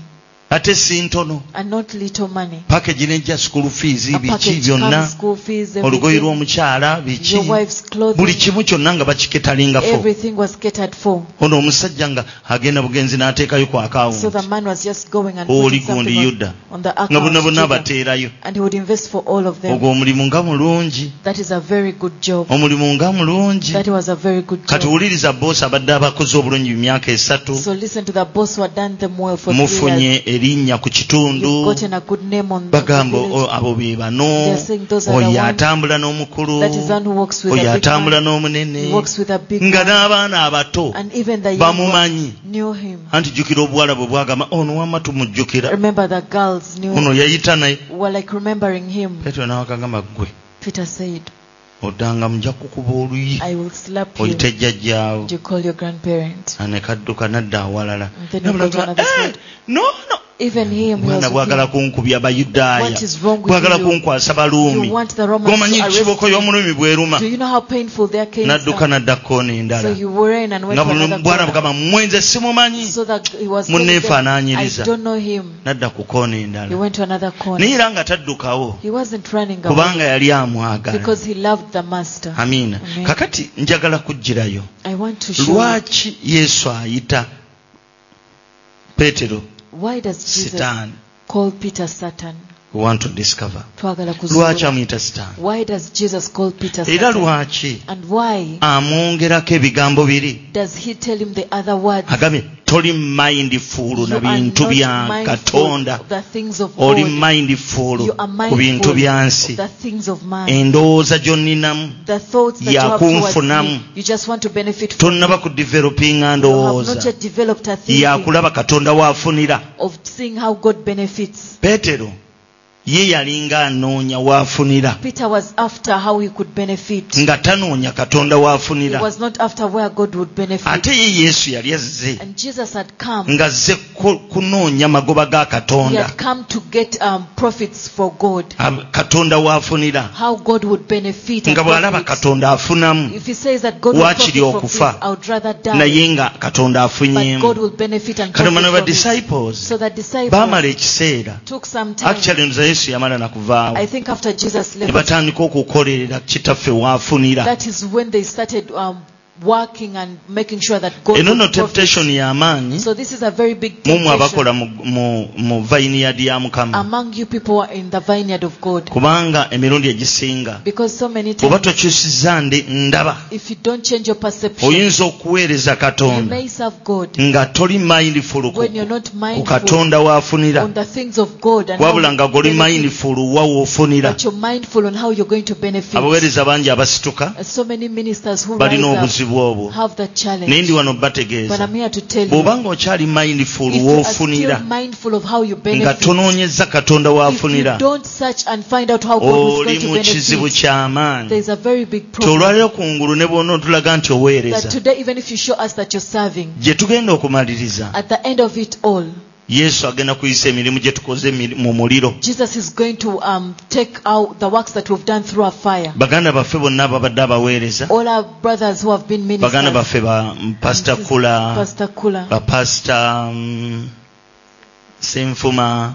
S1: ate si ntono
S2: and not little money.
S1: pakagi nejja school fees
S2: A
S1: biki
S2: package,
S1: byonna
S2: cars, school fees,
S1: olugoyi
S2: everything,
S1: lw'omukyala biki
S2: your wife's
S1: buli
S2: clothing,
S1: kimu kyonna nga bakiketalingako
S2: everything was catered for.
S1: ono omusajja nga agenda bugenzi n'ateekayo ku
S2: So the
S1: akawunti
S2: man was just going and
S1: Oli
S2: putting
S1: gundi
S2: something on,
S1: Yuda.
S2: on the
S1: nga bonna bonna
S2: account, Judah,
S1: abateerayo
S2: and he would invest for all of them.
S1: ogwo omulimu nga mulungi
S2: That is a very good job.
S1: omulimu nga mulungi
S2: That was a very good
S1: kati
S2: job.
S1: wuliriza boosi abadde abakoze obulungi mu myaka esatu
S2: So listen to the boss who had done them well for three
S1: mufunye
S2: years.
S1: erinnya ku kitundu
S2: You've gotten a good name on the
S1: bagamba
S2: village.
S1: "O, abo be bano
S2: They are saying those are the
S1: oyo
S2: ones.
S1: atambula n'omukulu
S2: That is one who works with
S1: oyo
S2: a big
S1: atambula
S2: man.
S1: n'omunene
S2: He works with a big
S1: nga
S2: man.
S1: n'abaana abato
S2: And even the young ones
S1: bamumanyi
S2: knew him.
S1: anti jjukira obuwala bwe bwagamba ono wama tumujjukira
S2: Remember the girls knew
S1: ono
S2: him.
S1: yayita naye
S2: Were like remembering him.
S1: petero n'awakagamba ggwe
S2: Peter said,
S1: oddanga mujja kukuba oluyi
S2: I will slap you.
S1: oyite jjajjaawo
S2: You call your grandparent.
S1: anekadduka n'adda awalala
S2: And then you
S1: Nabula
S2: go to
S1: tula,
S2: another
S1: "Eh,
S2: side.
S1: noono
S2: Even him, he
S1: omwana
S2: was with
S1: bwagala
S2: him.
S1: kunkubya abayudaaya
S2: What is wrong with
S1: bwagala
S2: you?
S1: kunkwasa
S2: You
S1: baluumi
S2: want the Romans
S1: gomanyi
S2: to arrest
S1: ekiboko
S2: you.
S1: y'omulumi bweruma
S2: Do you know how painful their case
S1: n'adduka n'adda koona endala
S2: So you ran and went
S1: nga
S2: to another
S1: bwana
S2: corner.
S1: bugamba mwenze simumanyi
S2: So that he was
S1: Munne
S2: telling them, I
S1: nfaanaanyiriza."
S2: don't know him.
S1: n'adda ku koona endala
S2: He went to another corner.
S1: naye era nga taddukawo
S2: He wasn't running away
S1: kubanga yali amwagala
S2: because he loved the master.
S1: amiina
S2: Amen.
S1: kakati njagala kujjirayo
S2: I want to show you
S1: lwaki yesu ayita peetero
S2: why does Jesus
S1: sitaani
S2: call Peter Satan?
S1: we want to discover
S2: Twagala
S1: lwaki
S2: kuzuula.
S1: amuyita sitaani
S2: Why does Jesus call Peter
S1: era
S2: Satan?
S1: lwaki
S2: And why
S1: amwongerako ebigambo biri
S2: does he tell him the other words?
S1: agambye toli mindful
S2: You
S1: na
S2: are
S1: bintu bya
S2: not mindful
S1: katonda
S2: of the things of
S1: oli
S2: God.
S1: mindful
S2: You are
S1: ku bintu
S2: mindful
S1: byansi
S2: of the things of man.
S1: endowooza gyonninamu
S2: The thoughts that you have towards
S1: yakunfunamu.
S2: me, you just want to benefit from.
S1: tonnaba ku developinga
S2: You have not
S1: ndowooza
S2: yet developed a thinking
S1: yakulaba katonda waafunira
S2: of seeing how God benefits.
S1: peetero ye yalinga anoonya waafunira
S2: Peter was after how he could benefit.
S1: nga tanoonya katonda
S2: He
S1: waafunira
S2: was not after where God would benefit.
S1: ate ye yesu yali azze
S2: And Jesus had come.
S1: ng'azze ku- kunoonya magoba ga
S2: He
S1: katonda
S2: had come to get um, profits for God.
S1: Ab- katonda waafunira
S2: How God would benefit. and
S1: nga bw'alaba
S2: profit.
S1: katonda afunamu
S2: If he says that God will profit
S1: Waakiri
S2: from this,
S1: okufa.
S2: I would rather die.
S1: naye nga katonda
S2: But God
S1: afunyeemu
S2: will benefit and
S1: kati
S2: profit
S1: omana
S2: from it.
S1: badisciples
S2: So the disciples
S1: baamala ekiseera
S2: took some time.
S1: actually nza yesu yamala
S2: I
S1: nakuvaawo
S2: think after Jesus
S1: ne
S2: left,
S1: batandika okukolerera kitaffe waafunira
S2: that is when they started um, working and making sure that God
S1: eno no
S2: would profit.
S1: temptation y'amaanyi
S2: So this is a very big
S1: mumwe
S2: temptation
S1: abakola mu- mu- mu vineyard ya mukama
S2: among you people who are in the vineyard of God.
S1: kubanga emirundi egisinga
S2: Because so many
S1: oba
S2: times,
S1: tokyusizza ndi ndaba
S2: if you don't change your perception,
S1: oyinza okuweereza
S2: you
S1: katonda
S2: may serve God
S1: nga toli mindful ku-
S2: when you're not
S1: ku
S2: mindful
S1: katonda waafunira
S2: on the things of God and
S1: wabula nga
S2: how
S1: goli
S2: you benefit,
S1: mindful wa woofunira
S2: but you're mindful on how you're going to benefit.
S1: abaweereza bangi abasituka
S2: And So many ministers who
S1: balina
S2: rise
S1: obuzibu obwo
S2: up have that
S1: naye ndi
S2: challenge.
S1: wano
S2: But
S1: bategeeza
S2: I'm here to tell you,
S1: bw'obanga okyali mindful
S2: if you are
S1: woofunira
S2: still mindful of how you
S1: nga
S2: benefit,
S1: tonoonyeza katonda
S2: if you
S1: waafunira
S2: don't search and find out how God was
S1: oli
S2: going to
S1: mu kizibu
S2: benefit,
S1: ky'amaanyi
S2: there's a very big problem.
S1: kyolwaliro kungulu ne bwona otulaga nti
S2: That
S1: oweereza
S2: today, even if you show us that you're serving,
S1: gye tugenda okumaliriza
S2: at the end of it all,
S1: yesu agenda kuyisa emirimu gye tukoze emiri- mu muliro
S2: Jesus is going to um, take out the works that we've done through our fire.
S1: baganda baffe bonna ababadde abaweereza
S2: All our brothers who have been ministers,
S1: baganda baffe ba pasita
S2: Sis-
S1: kula
S2: Pastor Kula,
S1: bapasita mm, senfuma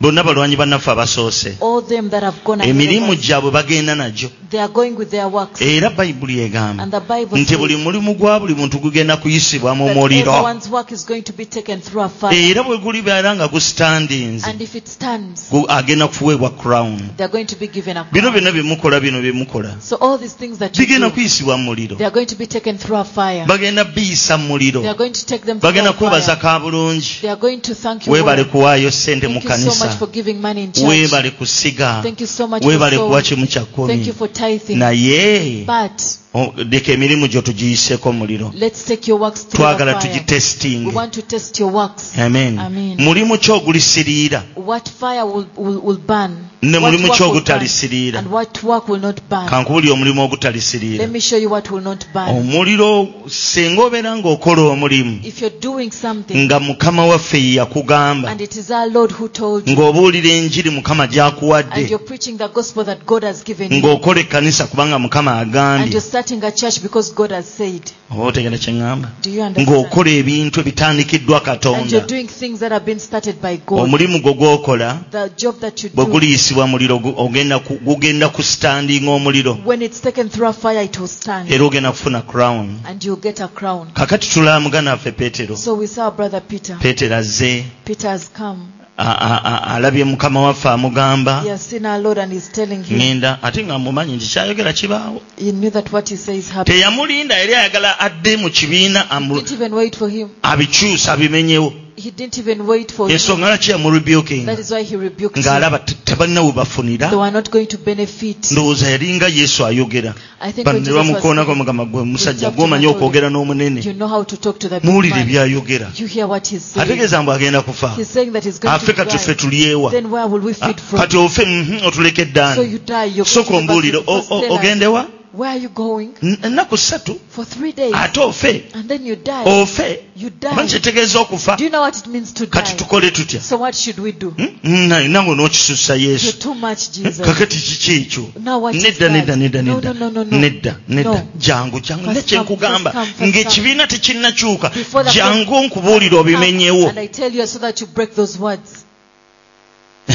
S1: bonna balwanyi bannaffe abasoose
S2: all them that have
S1: Eh,
S2: gone ahead of
S1: emirimu
S2: us,
S1: gyabwe bagenda najjo
S2: they are going with their works.
S1: era bayibuli egamba
S2: And the Bible
S1: nti buli
S2: says
S1: mulimu gwa buli muntu gugenda kuyisibwa mu
S2: that
S1: muliro
S2: everyone's work is going to be taken through a fire.
S1: era bwe gulibeera nga gustandinze
S2: And if it stands,
S1: gu- agenda kuweebwa crown
S2: they're going to be given up.
S1: bino byonna bye mukola bino bye mukola
S2: So all these things that you
S1: bigenda
S2: do,
S1: kuyisibwa mu muliro
S2: they are going to be taken through a fire.
S1: bagenda biyisa mu muliro
S2: They are going to take them through
S1: bagenda
S2: a
S1: kwebaza
S2: fire.
S1: ka bulungi
S2: They are going to thank you.
S1: weebale
S2: Lord.
S1: kuwaayo ssente mu
S2: Thank you so much
S1: kanisa
S2: for giving money in church.
S1: weebale kusiga
S2: Thank you so much for
S1: weebale kuwa
S2: sowing.
S1: kimu kya
S2: Thank you
S1: kkumi
S2: for tithing.
S1: naye
S2: But
S1: O- leka emirimu gyo tugiyiseeko muliro
S2: Let's take your works through
S1: twagala
S2: the fire. We
S1: tugitestinge
S2: want to test your works.
S1: amen
S2: Amen.
S1: mulimu ki ogulisiriira
S2: What fire will, will, will burn?
S1: ne
S2: What
S1: mulimu
S2: work
S1: ki
S2: will burn?
S1: ogutalisiriira
S2: And what work will not burn?
S1: kankubulya omulimu
S2: Let
S1: ogutalisiriira
S2: me show you what will not
S1: Oh,
S2: burn.
S1: omuliro singa obeera ng'okola omulimu
S2: If you're doing something
S1: nga mukama waffe ye yakugamba
S2: and it is our Lord who told you
S1: ng'obuulira enjiri mukama
S2: and you're
S1: gy'akuwadde
S2: preaching the gospel that God has given you
S1: ng'okola ekkanisa kubanga mukama
S2: and
S1: agambye
S2: you're starting a church because God has said.
S1: oba otegera kye ŋŋamba
S2: Do you understand?
S1: ng'okola ebintu ebitandikiddwa
S2: And you're
S1: katonda
S2: doing things that have been started by God.
S1: omulimu gwo gw'okola
S2: The job that you
S1: bwe
S2: do,
S1: guliyisibwa muliro gu- ogenda ku- gugenda kusitandinga omuliro
S2: when it's taken through a fire, it will stand
S1: era ogenda kufuna crown
S2: and you'll get a crown.
S1: kakati tulaba mugana waffe peetero
S2: So we saw our brother Peter.
S1: peetero azze
S2: Peter has come.
S1: a- a- a- alabye mukama waffe amugamba
S2: He has seen our Lord and he's telling him.
S1: ŋŋenda ate nga mumanyi nti kyayogera kibaawo
S2: He knew that what he says happened.
S1: teyamulinda yali ayagala adde mu kibiina
S2: He
S1: amu-
S2: didn't even wait for him.
S1: abikyusa abimenyewo
S2: He didn't even wait for him.
S1: ensonga lwaki
S2: That
S1: yamurebuking
S2: is why he rebuked him.
S1: ng'alaba te- tebalina we bafunira
S2: They were not going to benefit.
S1: ndowooza yalinga yesu ayogera
S2: I think when
S1: banne
S2: Jesus was
S1: bamukoonako
S2: saying,
S1: mugamba gwe musajja
S2: Exactly,
S1: gwomanyi
S2: Matthew.
S1: okwogera n'omunene
S2: you know how to talk to the big
S1: muwulire
S2: man.
S1: byayogera
S2: You hear what he's saying.
S1: ategeeza mbu agenda kufa
S2: He's saying that he's going to
S1: afe kati ffe
S2: die.
S1: tulyewa
S2: Then where will we
S1: Ah,
S2: feed from?
S1: kati ofe mhm, otuleke
S2: So
S1: eddaani
S2: you die. You're going
S1: soka
S2: to
S1: ombuulire
S2: never see-
S1: o- o-
S2: First tell us,
S1: ogendewa
S2: Where are you going?
S1: N- ennaku ssatu
S2: For three days.
S1: ate ofe
S2: And then you die.
S1: ofe
S2: You
S1: omanyi
S2: die.
S1: kyetegeeza okufa
S2: Do you know what it means to
S1: kati Hmm?
S2: die?
S1: tukole tutya
S2: So what should we do?
S1: nange n'okisussa
S2: You're
S1: yesu
S2: too much,
S1: Hmm?
S2: Jesus.
S1: kakati kiki ekyo
S2: Now what is
S1: nedda
S2: that?
S1: nedda nedda
S2: No,
S1: nedda
S2: no, no, no, no.
S1: nedda nedda
S2: No.
S1: jangu jangu
S2: First
S1: ne kyenkugamba
S2: come, first come, first
S1: ng'ekibiina tekinnakyuka
S2: Before the first-
S1: jangu nkubuulira obimenyewo
S2: And I tell you so that you break those words.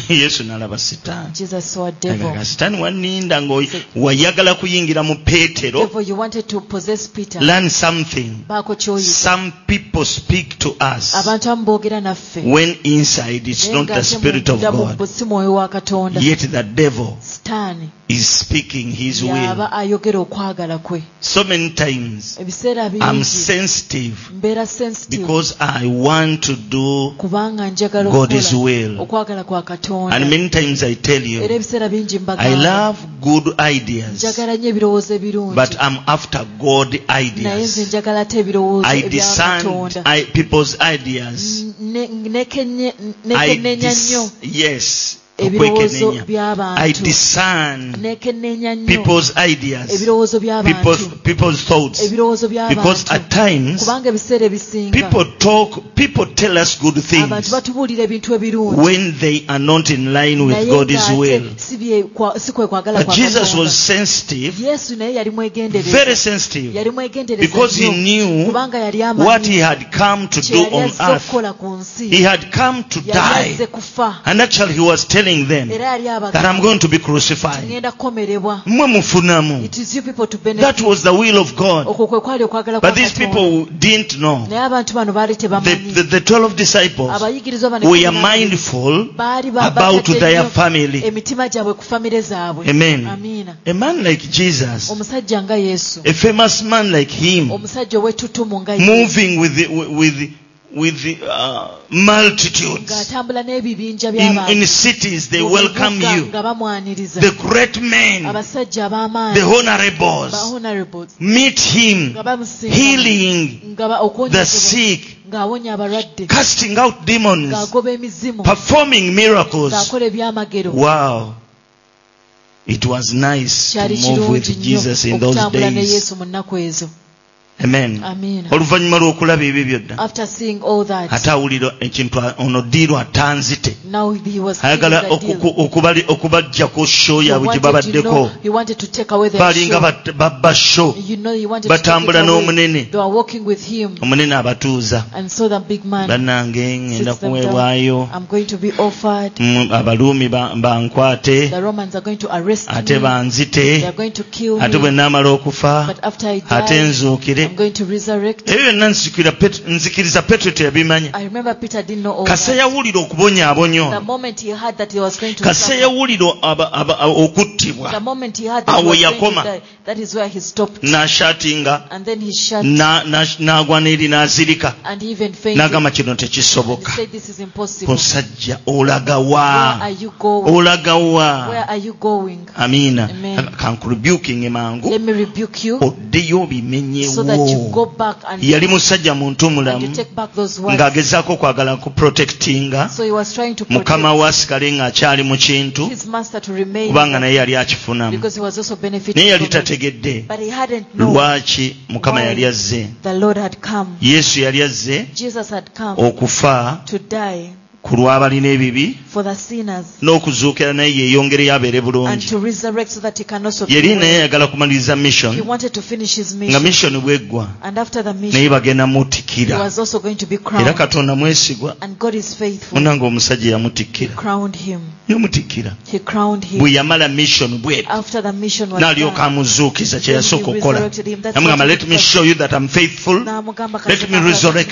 S1: yesu n'alaba sitaani
S2: Jesus saw a devil.
S1: Aga, sitaani waninda ng'oyagala kuyingira mu peetero
S2: Devil, you wanted to possess Peter.
S1: learn something
S2: Baako kyoyi.
S1: some people speak to us
S2: Abantu abamu boogera naffe.
S1: when inside it's
S2: Naye
S1: not the
S2: ng'ate
S1: spirit of
S2: munda mu bo
S1: god
S2: si mwoyo wa Katonda.
S1: yet the devil
S2: Sitaani
S1: is speaking his will
S2: y'aba ayogera okwagala kwe.
S1: so many times
S2: Ebiseera
S1: i'm
S2: bingi
S1: sensitive
S2: mbeera sensitive
S1: because i want to do
S2: kubanga njagala
S1: God's
S2: okukola
S1: will.
S2: okwagala kwa Katonda.
S1: and many times i tell
S2: Era
S1: you
S2: ebiseera bingi
S1: i
S2: mbagamba
S1: love good ideas
S2: njagala nnyo ebirowoozo
S1: but
S2: ebirungi
S1: i'm after god
S2: naye nze
S1: ideas
S2: njagala ate ebirowoozo
S1: i
S2: ebya
S1: discern
S2: Katonda.
S1: I, people's ideas
S2: Ne- nekenye-
S1: I
S2: nekenenya
S1: dis-
S2: nnyo
S1: yes
S2: ebirowoozo
S1: okwekenneenya. i
S2: by'abantu
S1: discern
S2: nekenneenya nnyo
S1: people's ideas
S2: ebirowoozo
S1: people's,
S2: by'abantu
S1: people's thoughts
S2: ebirowoozo
S1: because
S2: by'abantu
S1: at times
S2: kubanga ebiseera ebisinga
S1: people talk people tell us good
S2: abantu
S1: things
S2: batubuulira ebintu ebirungi
S1: when they are not in line with
S2: naye
S1: god's will
S2: ng'ate si bye kwa- si kwe kwagala
S1: but
S2: kwa
S1: jesus
S2: Katonda.
S1: was sensitive
S2: yesu naye yali mwegendereza
S1: very sensitive
S2: yali mwegendereza
S1: because he
S2: nnyo,
S1: knew
S2: kubanga yali
S1: what he
S2: amanyi
S1: had come to
S2: kye
S1: do
S2: yali
S1: on
S2: azze
S1: earth
S2: okukola ku
S1: he
S2: nsi
S1: had come to
S2: yali azze
S1: die
S2: kufa
S1: and actually he was telling them
S2: era yali
S1: that i'm
S2: abagenda
S1: going to be crucified
S2: kukomerebwa
S1: mwe mufunamu
S2: It Oh, is you people to benefit.
S1: Mm. That was the will of God.
S2: okwo kwe kwali okwagala kwa
S1: But these
S2: Katonda.
S1: people didn't know.
S2: naye abantu bano baali
S1: The, the,
S2: tebamanyi
S1: the 12 disciples
S2: abayigirizwa bano
S1: were
S2: ekkumi n'abiri
S1: mindful
S2: baali ba-
S1: about
S2: batadde
S1: their
S2: nnyo
S1: family.
S2: emitima gyabwe ku famire zaabwe
S1: Amen.
S2: amiina
S1: A man like
S2: Oh,
S1: Jesus,
S2: omusajja nga yesu
S1: a famous man like him,
S2: omusajja ow'ettutumu nga yesu
S1: moving with the, with, with the, uh, multitudes
S2: ng'atambula n'ebibinja
S1: in,
S2: by'abantu
S1: in cities, they
S2: mu
S1: welcome
S2: bibuga
S1: you.
S2: nga bamwaniriza
S1: The great men, the
S2: abasajja ab'amaanyi ba
S1: honorables,
S2: honorables
S1: meet
S2: nga
S1: him,
S2: bamusinga
S1: healing
S2: nga ba-
S1: the
S2: okuwonyezebwa
S1: sick,
S2: ng'awonya abalwadde
S1: casting out demons,
S2: ng'agoba emizimu
S1: performing miracles.
S2: ng'akola ebyamagero
S1: Wow. It was nice to
S2: kyali
S1: move
S2: kirungi
S1: with
S2: nnyo
S1: Jesus in those
S2: okutambula ne
S1: days.
S2: yesu mu nnaku ezo
S1: Amen.
S2: amiina
S1: Oluvannyuma lw'okulaba ebyo byonna
S2: after seeing all that
S1: ate awulira ekintu a- ono diirwa atanzite
S2: now he was
S1: ayagala
S2: feeling the deal.
S1: okuku- okubali- okubajja ku show
S2: He
S1: yaabwe gye
S2: wanted, you know,
S1: babaddeko
S2: he wanted to take away their
S1: balinga
S2: show.
S1: bat- babba show
S2: You know, he wanted to take it
S1: batambula
S2: away.
S1: n'omunene
S2: They were walking with him
S1: omunene abatuuza
S2: and saw the big man.
S1: bannange ngenda
S2: sits them down.
S1: kuweebwayo
S2: I'm going to be offered.
S1: mm, abaluumi ba- bankwate
S2: The Romans are going to arrest
S1: ate
S2: me. They are
S1: banzite
S2: going to kill
S1: ate bwe
S2: me.
S1: naamala okufa
S2: But after I
S1: ate Eh.
S2: die,
S1: nzuukire
S2: I'm going to resurrect.
S1: ebyo byonna nzikira Pet- nzikiriza petero teyabimanya
S2: I remember Peter didn't know all
S1: kasa
S2: that.
S1: yawulira okubonyaabonya
S2: The
S1: nnyo
S2: moment he heard that he was going to
S1: kase
S2: suffer,
S1: yawulira aba- aba- aba-
S2: the
S1: okuttibwa
S2: moment he heard that he
S1: Awo
S2: was going to
S1: yakoma.
S2: die, that is where he stopped.
S1: n'ashatinga
S2: And then he shut
S1: na- na- n'agwa n'eri n'azirika
S2: and he even fainted.
S1: n'agamba kino
S2: He
S1: tekisoboka
S2: said, This is impossible.
S1: musajja
S2: Where are
S1: olagawa
S2: you going? Where
S1: olagawa
S2: are you going?
S1: amiina
S2: Amen.
S1: kankurebuking
S2: Let
S1: mangu
S2: me rebuke you
S1: oddeyo
S2: so that you go
S1: obimenyewo
S2: back and,
S1: yali musajja muntu
S2: and you
S1: mulamu
S2: take back those words.
S1: ng'agezaako okwagala kuprotectinga
S2: So he was trying to
S1: mukama
S2: protect
S1: we asigale ng'akyali mu kintu
S2: his master to remain
S1: kubanga naye yali akifunamu
S2: because he was also benefiting.
S1: naye yali
S2: from it.
S1: tategedde
S2: But he hadn't known
S1: lwaki mukama yali azze
S2: the Lord had come.
S1: yesu yali azze
S2: Jesus had
S1: Oh.
S2: come
S1: okufa
S2: to die
S1: ku lw'abalina ebibi
S2: for the sinners
S1: n'okuzuukira naye yeeyongereyo abeere
S2: and
S1: bulungi
S2: to resurrect so that he can also
S1: yali
S2: well.
S1: naye yagala kumaliriza mission
S2: He wanted to finish his
S1: nga
S2: mission.
S1: mission bweggwa
S2: And after the
S1: naye
S2: mission,
S1: bagenda
S2: he
S1: mutikkira
S2: was also going to be
S1: era
S2: crowned.
S1: katonda mwesigwa
S2: And God is faithful.
S1: munange omusajja
S2: He
S1: yamutikkira
S2: crowned him.
S1: yomutikkira
S2: He crowned him.
S1: bwe yamala mission bwetu
S2: After the mission was
S1: n'alyoka
S2: done,
S1: amuzuukiza kye
S2: Then he
S1: yasooka okukola
S2: resurrected him. That's
S1: namugamba
S2: what he
S1: let me
S2: did.
S1: show you that I'm faithful
S2: n'amugamba
S1: Let me resurrect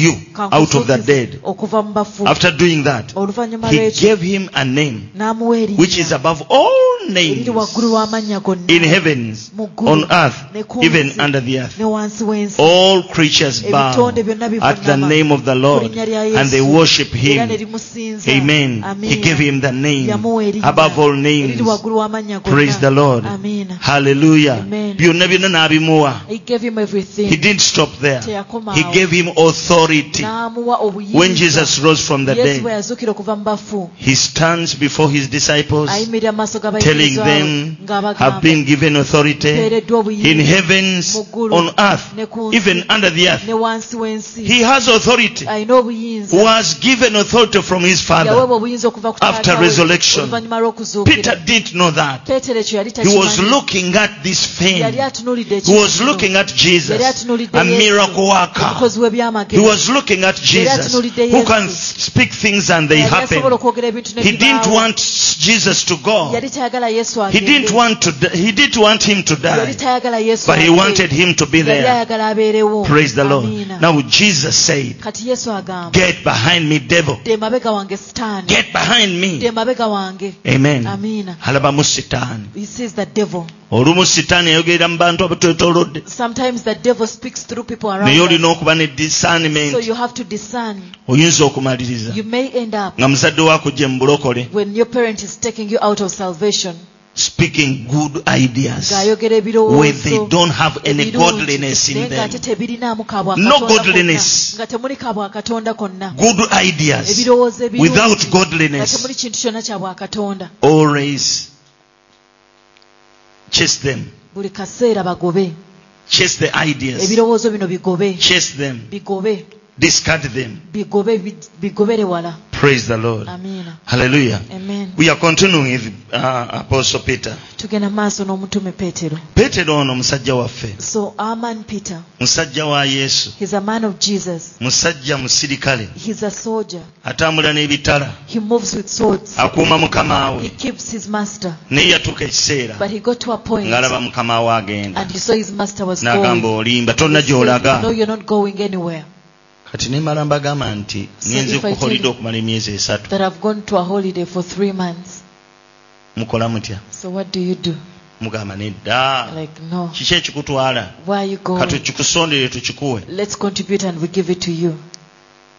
S1: you out of the dead."
S2: okuva mu bafu
S1: after doing that
S2: oluvannyuma
S1: he
S2: lwekyo
S1: gave him a name
S2: n'amuwa
S1: which is
S2: erinnya
S1: above all names
S2: eriri waggulu w'amannya gonna
S1: in heavens
S2: mu ggulu
S1: on earth
S2: ne ku
S1: even
S2: nsi,
S1: under the earth
S2: ne wansi w'ensi
S1: all creatures bow
S2: ebitonde byonna
S1: at the
S2: bivuunama
S1: name of the
S2: ku
S1: Lord
S2: linnya lya
S1: and they
S2: Yesu,
S1: worship
S2: era ne
S1: him
S2: limusinza
S1: amen he
S2: Amiina.
S1: gave him the name
S2: yamuwa erinnya
S1: above all names
S2: eriri waggulu w'amannya gonna
S1: praise the Lord
S2: Amiina.
S1: hallelujah
S2: Amen.
S1: byonna byonna n'abimuwa
S2: he gave him everything
S1: He didn't stop there.
S2: Teyakomaawo.
S1: He gave him authority.
S2: n'amuwa obuyinza
S1: When Jesus rose from the
S2: yesu bwe
S1: dead,
S2: yazuukira okuva mu bafu
S1: he stands before his disciples,
S2: ayimirira mu maaso
S1: telling
S2: g'abayigirizwa
S1: them, Have
S2: ng'abagamba
S1: been given authority
S2: mpeereddwa
S1: in
S2: obuyinza
S1: heavens,
S2: mu ggulu,
S1: on earth,
S2: ne ku nsi,
S1: even under the earth.
S2: ne wansi w'ensi
S1: He has authority,
S2: alina obuyinza
S1: was given authority from his father.
S2: yaweebwa obuyinza okuva ku
S1: After
S2: taata we
S1: resurrection,
S2: oluvannyuma
S1: Peter
S2: lw'okuzuukira
S1: didn't know that.
S2: peetero ekyo yali
S1: He was
S2: takimanyi
S1: looking at this
S2: yali
S1: fame.
S2: atunuulidde
S1: He was
S2: kino.
S1: looking at Jesus,
S2: Yali atunuulidde
S1: a
S2: Yesu,
S1: miracle worker.
S2: omukozi w'ebyamagezi
S1: He was looking at Jesus,
S2: atunuulidde
S1: who can
S2: Yesu.
S1: speak things and they
S2: yali
S1: happen.
S2: asobola okwogera ebintu ne
S1: He didn't
S2: bibaawo.
S1: want Jesus to go.
S2: yali tayagala yesu
S1: He
S2: agende.
S1: didn't want to. di- He didn't want him to
S2: yali
S1: die,
S2: tayagala yesu
S1: but he
S2: agende.
S1: wanted him to be
S2: yali
S1: there.
S2: ayagala abeerewo
S1: Praise the Lord.
S2: Amiina.
S1: Now Jesus said,
S2: kati yesu agamba
S1: "Get behind me, devil.
S2: dde mabega wange sitaani
S1: Get behind
S2: dde
S1: me."
S2: mabega wange
S1: Amen.
S2: amiina
S1: Halaba musitaani.
S2: he sees the devil
S1: Olumu sitaani yayogerera mu bantu abatwetoolodde.
S2: sometimes the devil speaks through people around
S1: Naye
S2: us.
S1: olina okuba ne
S2: so
S1: discernment.
S2: you have to discern
S1: Oyinza okumaliriza
S2: you may end up
S1: nga muzadde waako gye mulokole.
S2: when your parent is taking you out of salvation
S1: Speaking good ideas
S2: ng'ayogera
S1: where they
S2: ebirowoozo
S1: don't have any
S2: ebirungi,
S1: godliness in
S2: naye
S1: them.
S2: ng'ate tebirinamu ka bwa
S1: No
S2: Katonda konna,
S1: godliness.
S2: nga temuli ka bwa katonda konna
S1: Good ideas
S2: ebirowoozo ebirungi,
S1: without
S2: nga
S1: godliness.
S2: temuli kintu kyonna kya bwa katonda
S1: always chase them
S2: buli kaseera bagobe
S1: chase the ideas
S2: ebirowoozo bino bigobe
S1: chase them
S2: bigobe
S1: discard them
S2: bigobe bi- bigobere wala
S1: praise the lord
S2: amiina
S1: hallelujah
S2: amen
S1: we are continuing with uh, apostle peter
S2: tugenda mu maaso n'omutume peetero
S1: petero ono musajja waffe
S2: so aman peter
S1: musajja wa yesu
S2: he's a man of jesus
S1: musajja musirikale
S2: he's a soldier
S1: atambula n'ebitala
S2: he moves with swords
S1: akuuma mukama
S2: he
S1: we
S2: keeps his master
S1: naye yatuuka ekiseera
S2: but he got to a point
S1: ng'alaba mukama we agenda
S2: and he saw his master was
S1: n'agamba
S2: going
S1: olimba tolina
S2: He said, no
S1: gy'olaga
S2: you're not going anywhere
S1: kati nemala mbagamba nti
S2: So
S1: ngenze
S2: if I
S1: kuholidde
S2: tell-
S1: okumala emyezi esatu
S2: that I've gone to a holiday for three months
S1: mukola mutya
S2: so what do you do
S1: mugamba nedda
S2: like no
S1: kiki ekikutwala
S2: where are you going
S1: katukikusondere tukikuwe
S2: let's contribute and we give it to you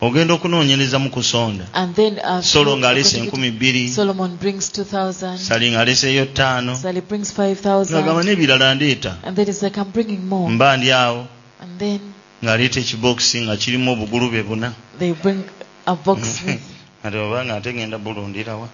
S1: ogenda okunoonyereza mu kusonda
S2: and then uh,
S1: solo ng'aleese
S2: contribute-
S1: enkumi bbiri
S2: Solomon brings 2,000.
S1: sali ng'aleeseeyo ttaano
S2: Sally brings
S1: ng'agamba
S2: 5,000.
S1: n'ebirala ndeeta
S2: And then it's like, I'm bringing more.
S1: mba ndi awo
S2: And then
S1: ng'aleeta ekibokisi nga kirimu obugulube buna
S2: they bring a box with,
S1: ate oba nga ate ngenda bulundirawa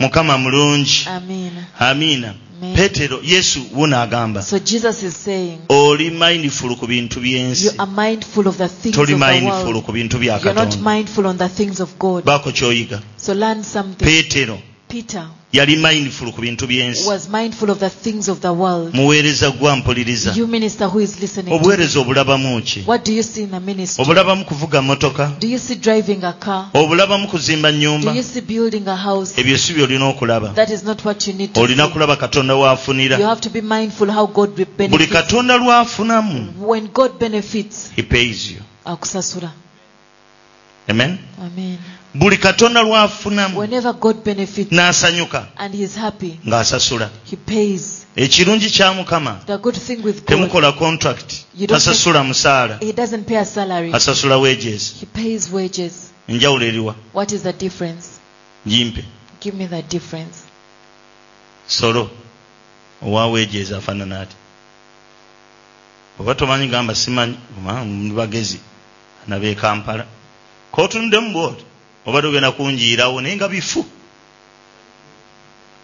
S1: mukama mulungi
S2: Amen.
S1: amiina
S2: Amen.
S1: peetero yesu wuno agamba
S2: So Jesus is saying,
S1: oli mindful ku bintu
S2: You
S1: by'ensi
S2: are mindful of the things of
S1: toli
S2: the
S1: mindful
S2: world.
S1: ku bintu bya
S2: You're not
S1: katonda
S2: mindful on the things of God.
S1: baako ky'oyiga
S2: So learn something.
S1: peetero
S2: Peter
S1: yali mindful ku bintu by'ensi
S2: was mindful of the things of the world.
S1: muweereza gwa mpuliriza
S2: You minister who is listening, to
S1: obuweereza obulabamu ki
S2: me, what do you see in the ministry?
S1: obulabamu kuvuga motoka
S2: Do you see driving a car?
S1: obulabamu kuzimba
S2: Do
S1: nnyumba
S2: you see building a house?
S1: ebyo si by'olina okulaba
S2: That is not what you need to
S1: olina
S2: see.
S1: kulaba katonda
S2: You
S1: w'afunira
S2: have to be mindful how God be-
S1: buli
S2: benefits.
S1: katonda lw'afunamu
S2: When God benefits,
S1: he pays you
S2: akusasula.
S1: amen
S2: Amen.
S1: buli katonda lwafunamu
S2: Whenever God benefits
S1: n'asanyuka
S2: and He's happy,
S1: ng'asasula
S2: He pays.
S1: ekirungi kya mukama
S2: The good thing with God,
S1: temukola contract
S2: You don't
S1: tasasula musaala
S2: He doesn't pay a salary,
S1: asasula wages
S2: He pays wages.
S1: enjawulo eriwa
S2: What is the difference?
S1: gimpe
S2: Give me the difference.
S1: solo owa wages afaanana ati oba tomanyi gamba simanyi omanyi bagezi anabe kampala kotunuddemu bwoti obadde ogenda kunjiirawo naye nga bifu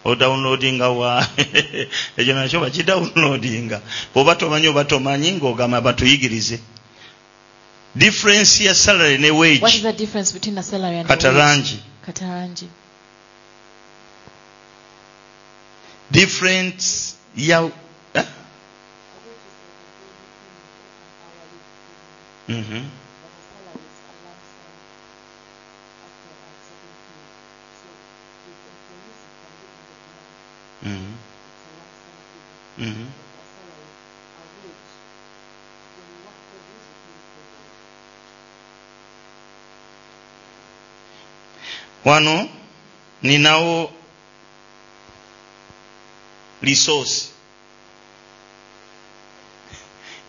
S1: odawunloadinga wa ekyo nakyo bakidawunloadinga oba tomanyi oba tomanyi ngaogamba batuyigirize difference ya salary ne
S2: What is
S1: wage
S2: the difference between a salary and
S1: kata
S2: a wage?
S1: langi
S2: Kataranji.
S1: difference ya eh? Mhm. Mhm. Mhm. wano ninawo resource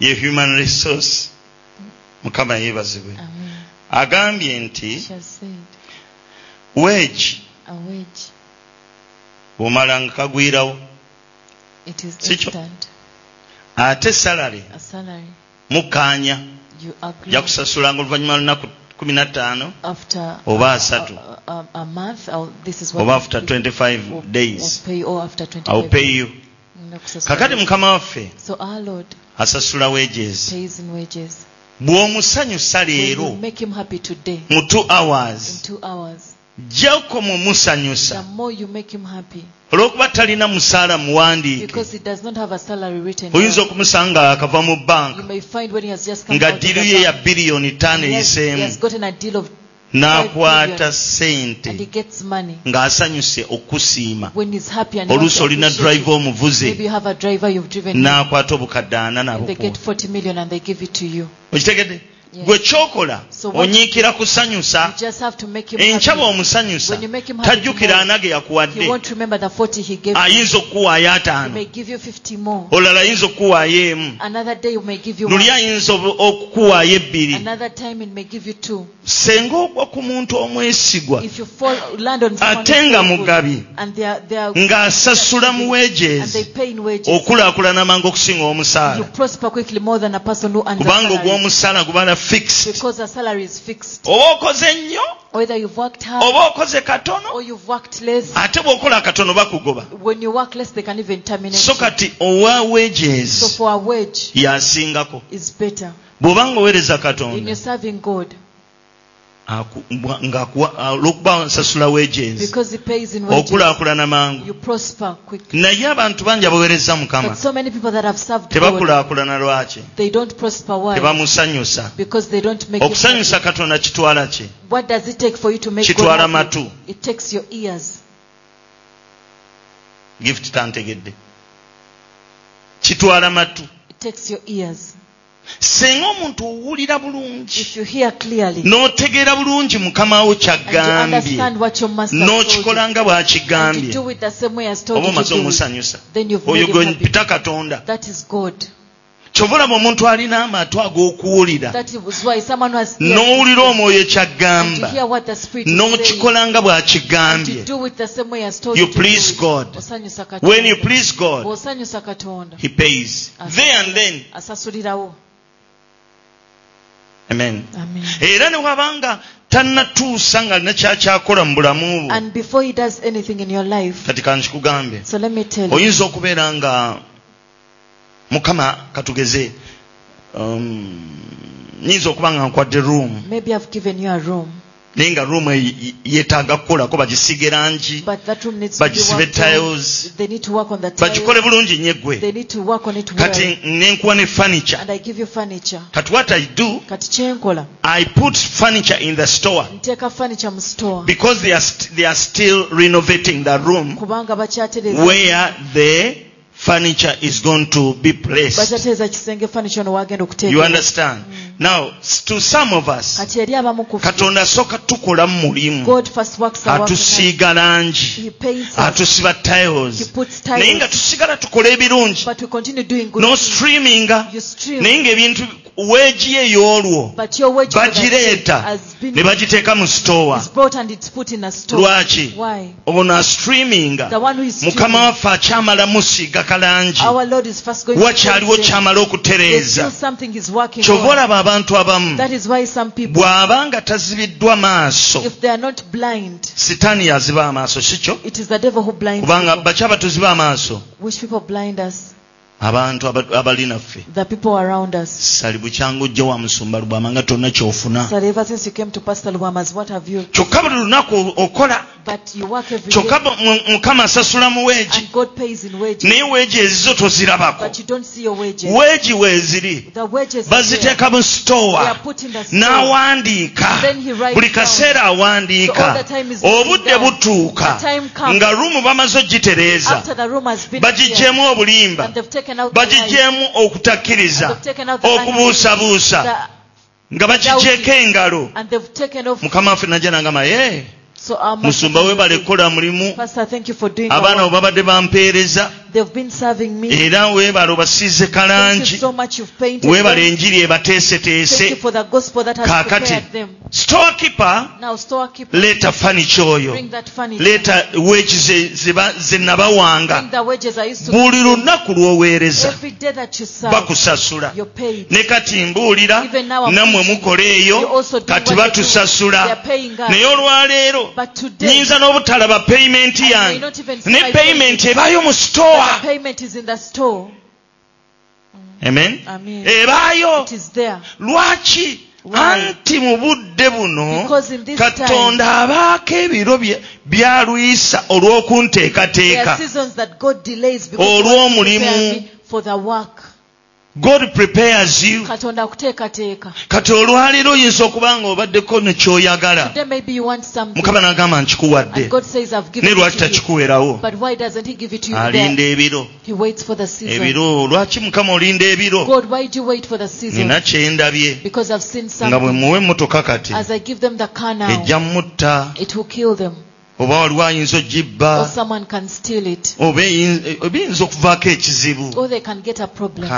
S1: ye human resource mukama yeebazibwe
S2: Amen.
S1: agambye nti
S2: She has said,
S1: wage
S2: a wage,
S1: bw'omala nga kagwirawo
S2: it is
S1: Sicho.
S2: instant.
S1: ate salary
S2: A salary,
S1: mukkaanya
S2: you agree
S1: ja kusasulanga oluvannyuma lunaku 15
S2: after
S1: oba
S2: a,
S1: asatu
S2: a, a, a month. I'll, this is what
S1: oba after
S2: we- we'll,
S1: 25 days
S2: we'll pay or after 25
S1: I'll pay you
S2: No, so sorry.
S1: kakati mukama waffe
S2: So our Lord
S1: asasula wages
S2: pays in wages.
S1: bw'omusanyusa
S2: When
S1: leero
S2: you make him happy today,
S1: mu 2
S2: in
S1: hours
S2: two hours,
S1: jako
S2: the
S1: mumusanyusa
S2: more you make him happy,
S1: olw'okuba talina musaala muwandiike
S2: because he does not have a salary written.
S1: oyinza
S2: down.
S1: okumusanga nga akava mu
S2: You
S1: banka
S2: may find when he has just come
S1: nga
S2: out of
S1: ddiru
S2: the
S1: ye ya
S2: bank,
S1: biliyoni ttaano
S2: he has, he
S1: eyiseemu
S2: has gotten a deal of
S1: n'akwata
S2: and he
S1: ssente
S2: gets money.
S1: ng'asanyuse okusiima
S2: When he's happy and
S1: oluusi
S2: also
S1: olina
S2: appreciative.
S1: drive omuvuze
S2: maybe you have a driver you've driven
S1: n'akwata obukadde ana
S2: and they
S1: nabukuwa
S2: get 40 million and they give it to you.
S1: okitegedde
S2: Yes.
S1: gwe kyokola
S2: So what-
S1: onyiikira kusanyusa
S2: You just have to make him
S1: enkya
S2: happy.
S1: bw'omusanyusa
S2: When you make him happy
S1: tajjukira
S2: tomorrow,
S1: ana ge yakuwadde
S2: He won't remember the 40 he gave you.
S1: ayinza okukuwaayo
S2: He
S1: ataano
S2: may give you 50 more.
S1: olala ayinza okukuwaayo emu
S2: Another day he may give you
S1: luli
S2: one.
S1: ayinza obu- okukuwaayo ebbiri
S2: Another time it may give you two.
S1: senga ogwa ku muntu omwesigwa
S2: If you fall, land on someone
S1: ate nga
S2: who's good
S1: Ah, mugabi
S2: and they are, they are
S1: ng'asasula mu
S2: and they
S1: wages
S2: pay in wages,
S1: okulaakulana mangu okusinga
S2: you
S1: omusaala
S2: prosper quickly more than a person who earns a
S1: Ah. kubanga
S2: salary
S1: ogw'omusaala gubala fixed
S2: because a salary is fixed.
S1: oba okoze ennyo
S2: Whether you've worked hard
S1: oba Ah. okoze katono
S2: or you've worked less,
S1: ate bw'okola akatono bakugoba
S2: when you work less, they can even terminate.
S1: so
S2: you.
S1: kati owa
S2: So
S1: wages
S2: for a wage
S1: yasingako
S2: is better.
S1: bw'oba ngaoweereza
S2: When you're
S1: katonda
S2: serving God,
S1: aku- mbwa- ng'akuwa- ah, olw'okuba nsasula wages
S2: because He pays in wages,
S1: okulaakulana mangu
S2: you prosper quickly.
S1: naye abantu bangi abaweereza
S2: But
S1: mukama
S2: so many people that have served God,
S1: tebakulaakulana lwaki
S2: they don't prosper. Why?
S1: tebamusanyusa
S2: Because they don't make Him
S1: okusanyusa katonda kitwala ki
S2: What does it take for you to make
S1: Kitwala
S2: God happy?
S1: matu.
S2: It takes your ears.
S1: gift tantegedde kitwala matu
S2: It takes your ears.
S1: singa omuntu owulira bulungi
S2: If you hear clearly
S1: n'otegeera bulungi mukama wo
S2: and you
S1: kyagambye
S2: understand what your master told you,
S1: n'okikola nga
S2: and you
S1: bw'akigambye
S2: do it the same way as told
S1: oba
S2: you to
S1: omaze
S2: do it,
S1: omusanyusa
S2: then you've
S1: oyo
S2: made
S1: gwe
S2: him happy.
S1: mpita katonda
S2: That is God.
S1: kyobulaba omuntu alina amatu ag'okuwulira
S2: That is why someone who has ears
S1: n'owulira omwoyo
S2: and you
S1: kyagamba
S2: hear what the Spirit is saying.
S1: n'okikola nga
S2: And
S1: bw'akigambye
S2: you do it the same way as told
S1: You
S2: you to do
S1: please
S2: it.
S1: God.
S2: Osanyusa Katonda.
S1: when you please god
S2: bw'osanyusa katonda
S1: he pays there and then
S2: asasulirawo
S1: amen
S2: Amen.
S1: era ne wabanga tannatuusa nga alina kyakyakola mu bulamu bwo
S2: and before he does anything in your life
S1: kati kankikugambe
S2: so let me tell you
S1: oyinza okubeera nga mukama katugeze um, nyinza okuba nga nkwadde ruumu
S2: maybe i've given you a room
S1: naye nga ruumu eyo yeetaaga kukolako bagisiige langi
S2: but that room needs to
S1: Bagisibe
S2: be worked
S1: tiles.
S2: on. they need to work on the tiles
S1: bagikole bulungi nnyo eggwe
S2: they need to work on it well
S1: kati nenkuwa ne furniture
S2: and i give you furniture
S1: kati what i do
S2: kati kyenkola
S1: i put furniture in the store
S2: nteeka furniture mu store
S1: because they are, st they are still renovating the room
S2: kubanga bakyatereza
S1: where the furniture is going to be placed
S2: bakyateeza kisenge fanicho ono wagenda
S1: you
S2: okuteeka
S1: understand now s- to some of us
S2: kati eri abamu ku ffe,
S1: katonda soka tukola mu mulimu
S2: god first works our work in us.
S1: atusiiga langi
S2: He paints us,
S1: atusiba
S2: He
S1: tiles
S2: puts
S1: naye nga
S2: tiles,
S1: tusigala tukola ebirungi
S2: but we continue doing good things.
S1: nostreaminga
S2: You stream,
S1: naye ngaebintu weegi ey'olwo
S2: but your wage for that thing
S1: bagireeta
S2: has
S1: ne
S2: been
S1: bagiteeka mu
S2: is
S1: stowa
S2: brought and it's put in a store.
S1: lwaki
S2: Why?
S1: ono astreaminga
S2: The one who is
S1: mukama
S2: streaming,
S1: waffe akyamala musiiga kalangi
S2: our Lord is first going
S1: wakyaliwo
S2: to
S1: kyamala
S2: There's still
S1: okutereeza
S2: something is working
S1: kyova
S2: on.
S1: olaba abantu abamu
S2: That is why some people,
S1: bw'abanga tazibiddwa maaso
S2: if they are not blind,
S1: sitaani yaziba amaaso sikyo
S2: it is the devil who blinds
S1: kubanga
S2: people.
S1: bakyaba tuziba amaaso
S2: Which people blind us?
S1: abantu aba- abali naffe
S2: The people around us.
S1: sali bukyanga ojja wa musumba lubwamanga tonna kyofuna
S2: So ever since you came to Pastor Luamas, what have you?
S1: kyokka buli lunaku okola
S2: But you work every
S1: kyokka
S2: day
S1: bu- mu- mukama asasula mu weegi
S2: and God pays in wages,
S1: naye weegi ezizo tozirabako
S2: but you don't see your wages.
S1: weegi weeziri
S2: The wages are there.
S1: baziteeka mu
S2: They are
S1: stowa
S2: put in the store.
S1: n'awandiika
S2: Then he writes
S1: buli
S2: down.
S1: kaseera
S2: So all
S1: awandiika
S2: the time is
S1: obudde
S2: written down.
S1: butuuka
S2: The time comes.
S1: nga rumu bamaze ogitereeza
S2: After the room has been cleared,
S1: bagigyemu obulimba
S2: and they've taken out the lies,
S1: bagigyemu okutakkiriza
S2: they've taken out the
S1: okubuusabuusa
S2: unbelief,
S1: nga bagigyeko engalo
S2: the- and they've taken off.
S1: mukama waffe najja nanga maye
S2: So our
S1: musumba webale kukola mulimu
S2: Pastor, thank you for doing
S1: abaana bwe
S2: that.
S1: babadde bampeereza
S2: They've been serving me.
S1: era weebale obasiize
S2: Thank you
S1: kalangi
S2: so much. You've painted
S1: weebale
S2: them.
S1: enjiri
S2: Thank you
S1: ebateeseteese
S2: for the gospel that has
S1: kaakati
S2: prepared them.
S1: stokipa
S2: Now, storekeeper,
S1: leeta fanica oyo
S2: bring that furniture.
S1: leeta weeki ze- ze ba- ze
S2: Bring
S1: nabawanga
S2: the wages I used to give
S1: buli lunaku lw'oweereza
S2: Every day that you serve,
S1: bakusasula
S2: you're paid.
S1: ne kati mbuulira
S2: Even now, I'm
S1: nammwe mukola
S2: You
S1: eyo
S2: also do
S1: kati
S2: what they do. They're
S1: batusasula
S2: paying
S1: naye
S2: us.
S1: olwaleero
S2: But today,
S1: nyinza n'obutalaba peyimenti
S2: I may
S1: yange
S2: not even see
S1: ne
S2: my
S1: peyimenti ebaayo mu
S2: but the
S1: sitowa
S2: payment is in the store.
S1: amen
S2: Amen.
S1: Eh. ebaayo
S2: It is there.
S1: lwaki
S2: Why?
S1: anti mu budde buno
S2: Because in this
S1: katonda abaako ebiro bye- byalwisa
S2: There are
S1: olw'okunteekateeka
S2: seasons that God delays because He wants to
S1: Olw'omulimu.
S2: prepare me for the work.
S1: god prepares you
S2: Katonda akuteekateeka.
S1: kati olwaleero oyinza okuba nga obaddeko ne kyoyagala
S2: Today maybe you want something.
S1: mukama n'agamba nkikuwadde
S2: And God says, I've
S1: ne
S2: given
S1: lwaki
S2: it to you.
S1: takikuwerawo
S2: But why doesn't He give it to you there?
S1: alinda ebiro
S2: He waits for the season.
S1: ebiro lwaki mukama olinda ebiro
S2: God, why do you wait for the season?
S1: nina kyendabye
S2: Because I've seen
S1: nga bwe
S2: something.
S1: muwa emmotoka kati
S2: As I give them the car now,
S1: ejja mutta
S2: it will kill them.
S1: oba waliwo ayinza
S2: Or
S1: ogibba
S2: someone can steal it.
S1: oba eyin- oba eyinza okuvaako ekizibu
S2: Or they can get a problem.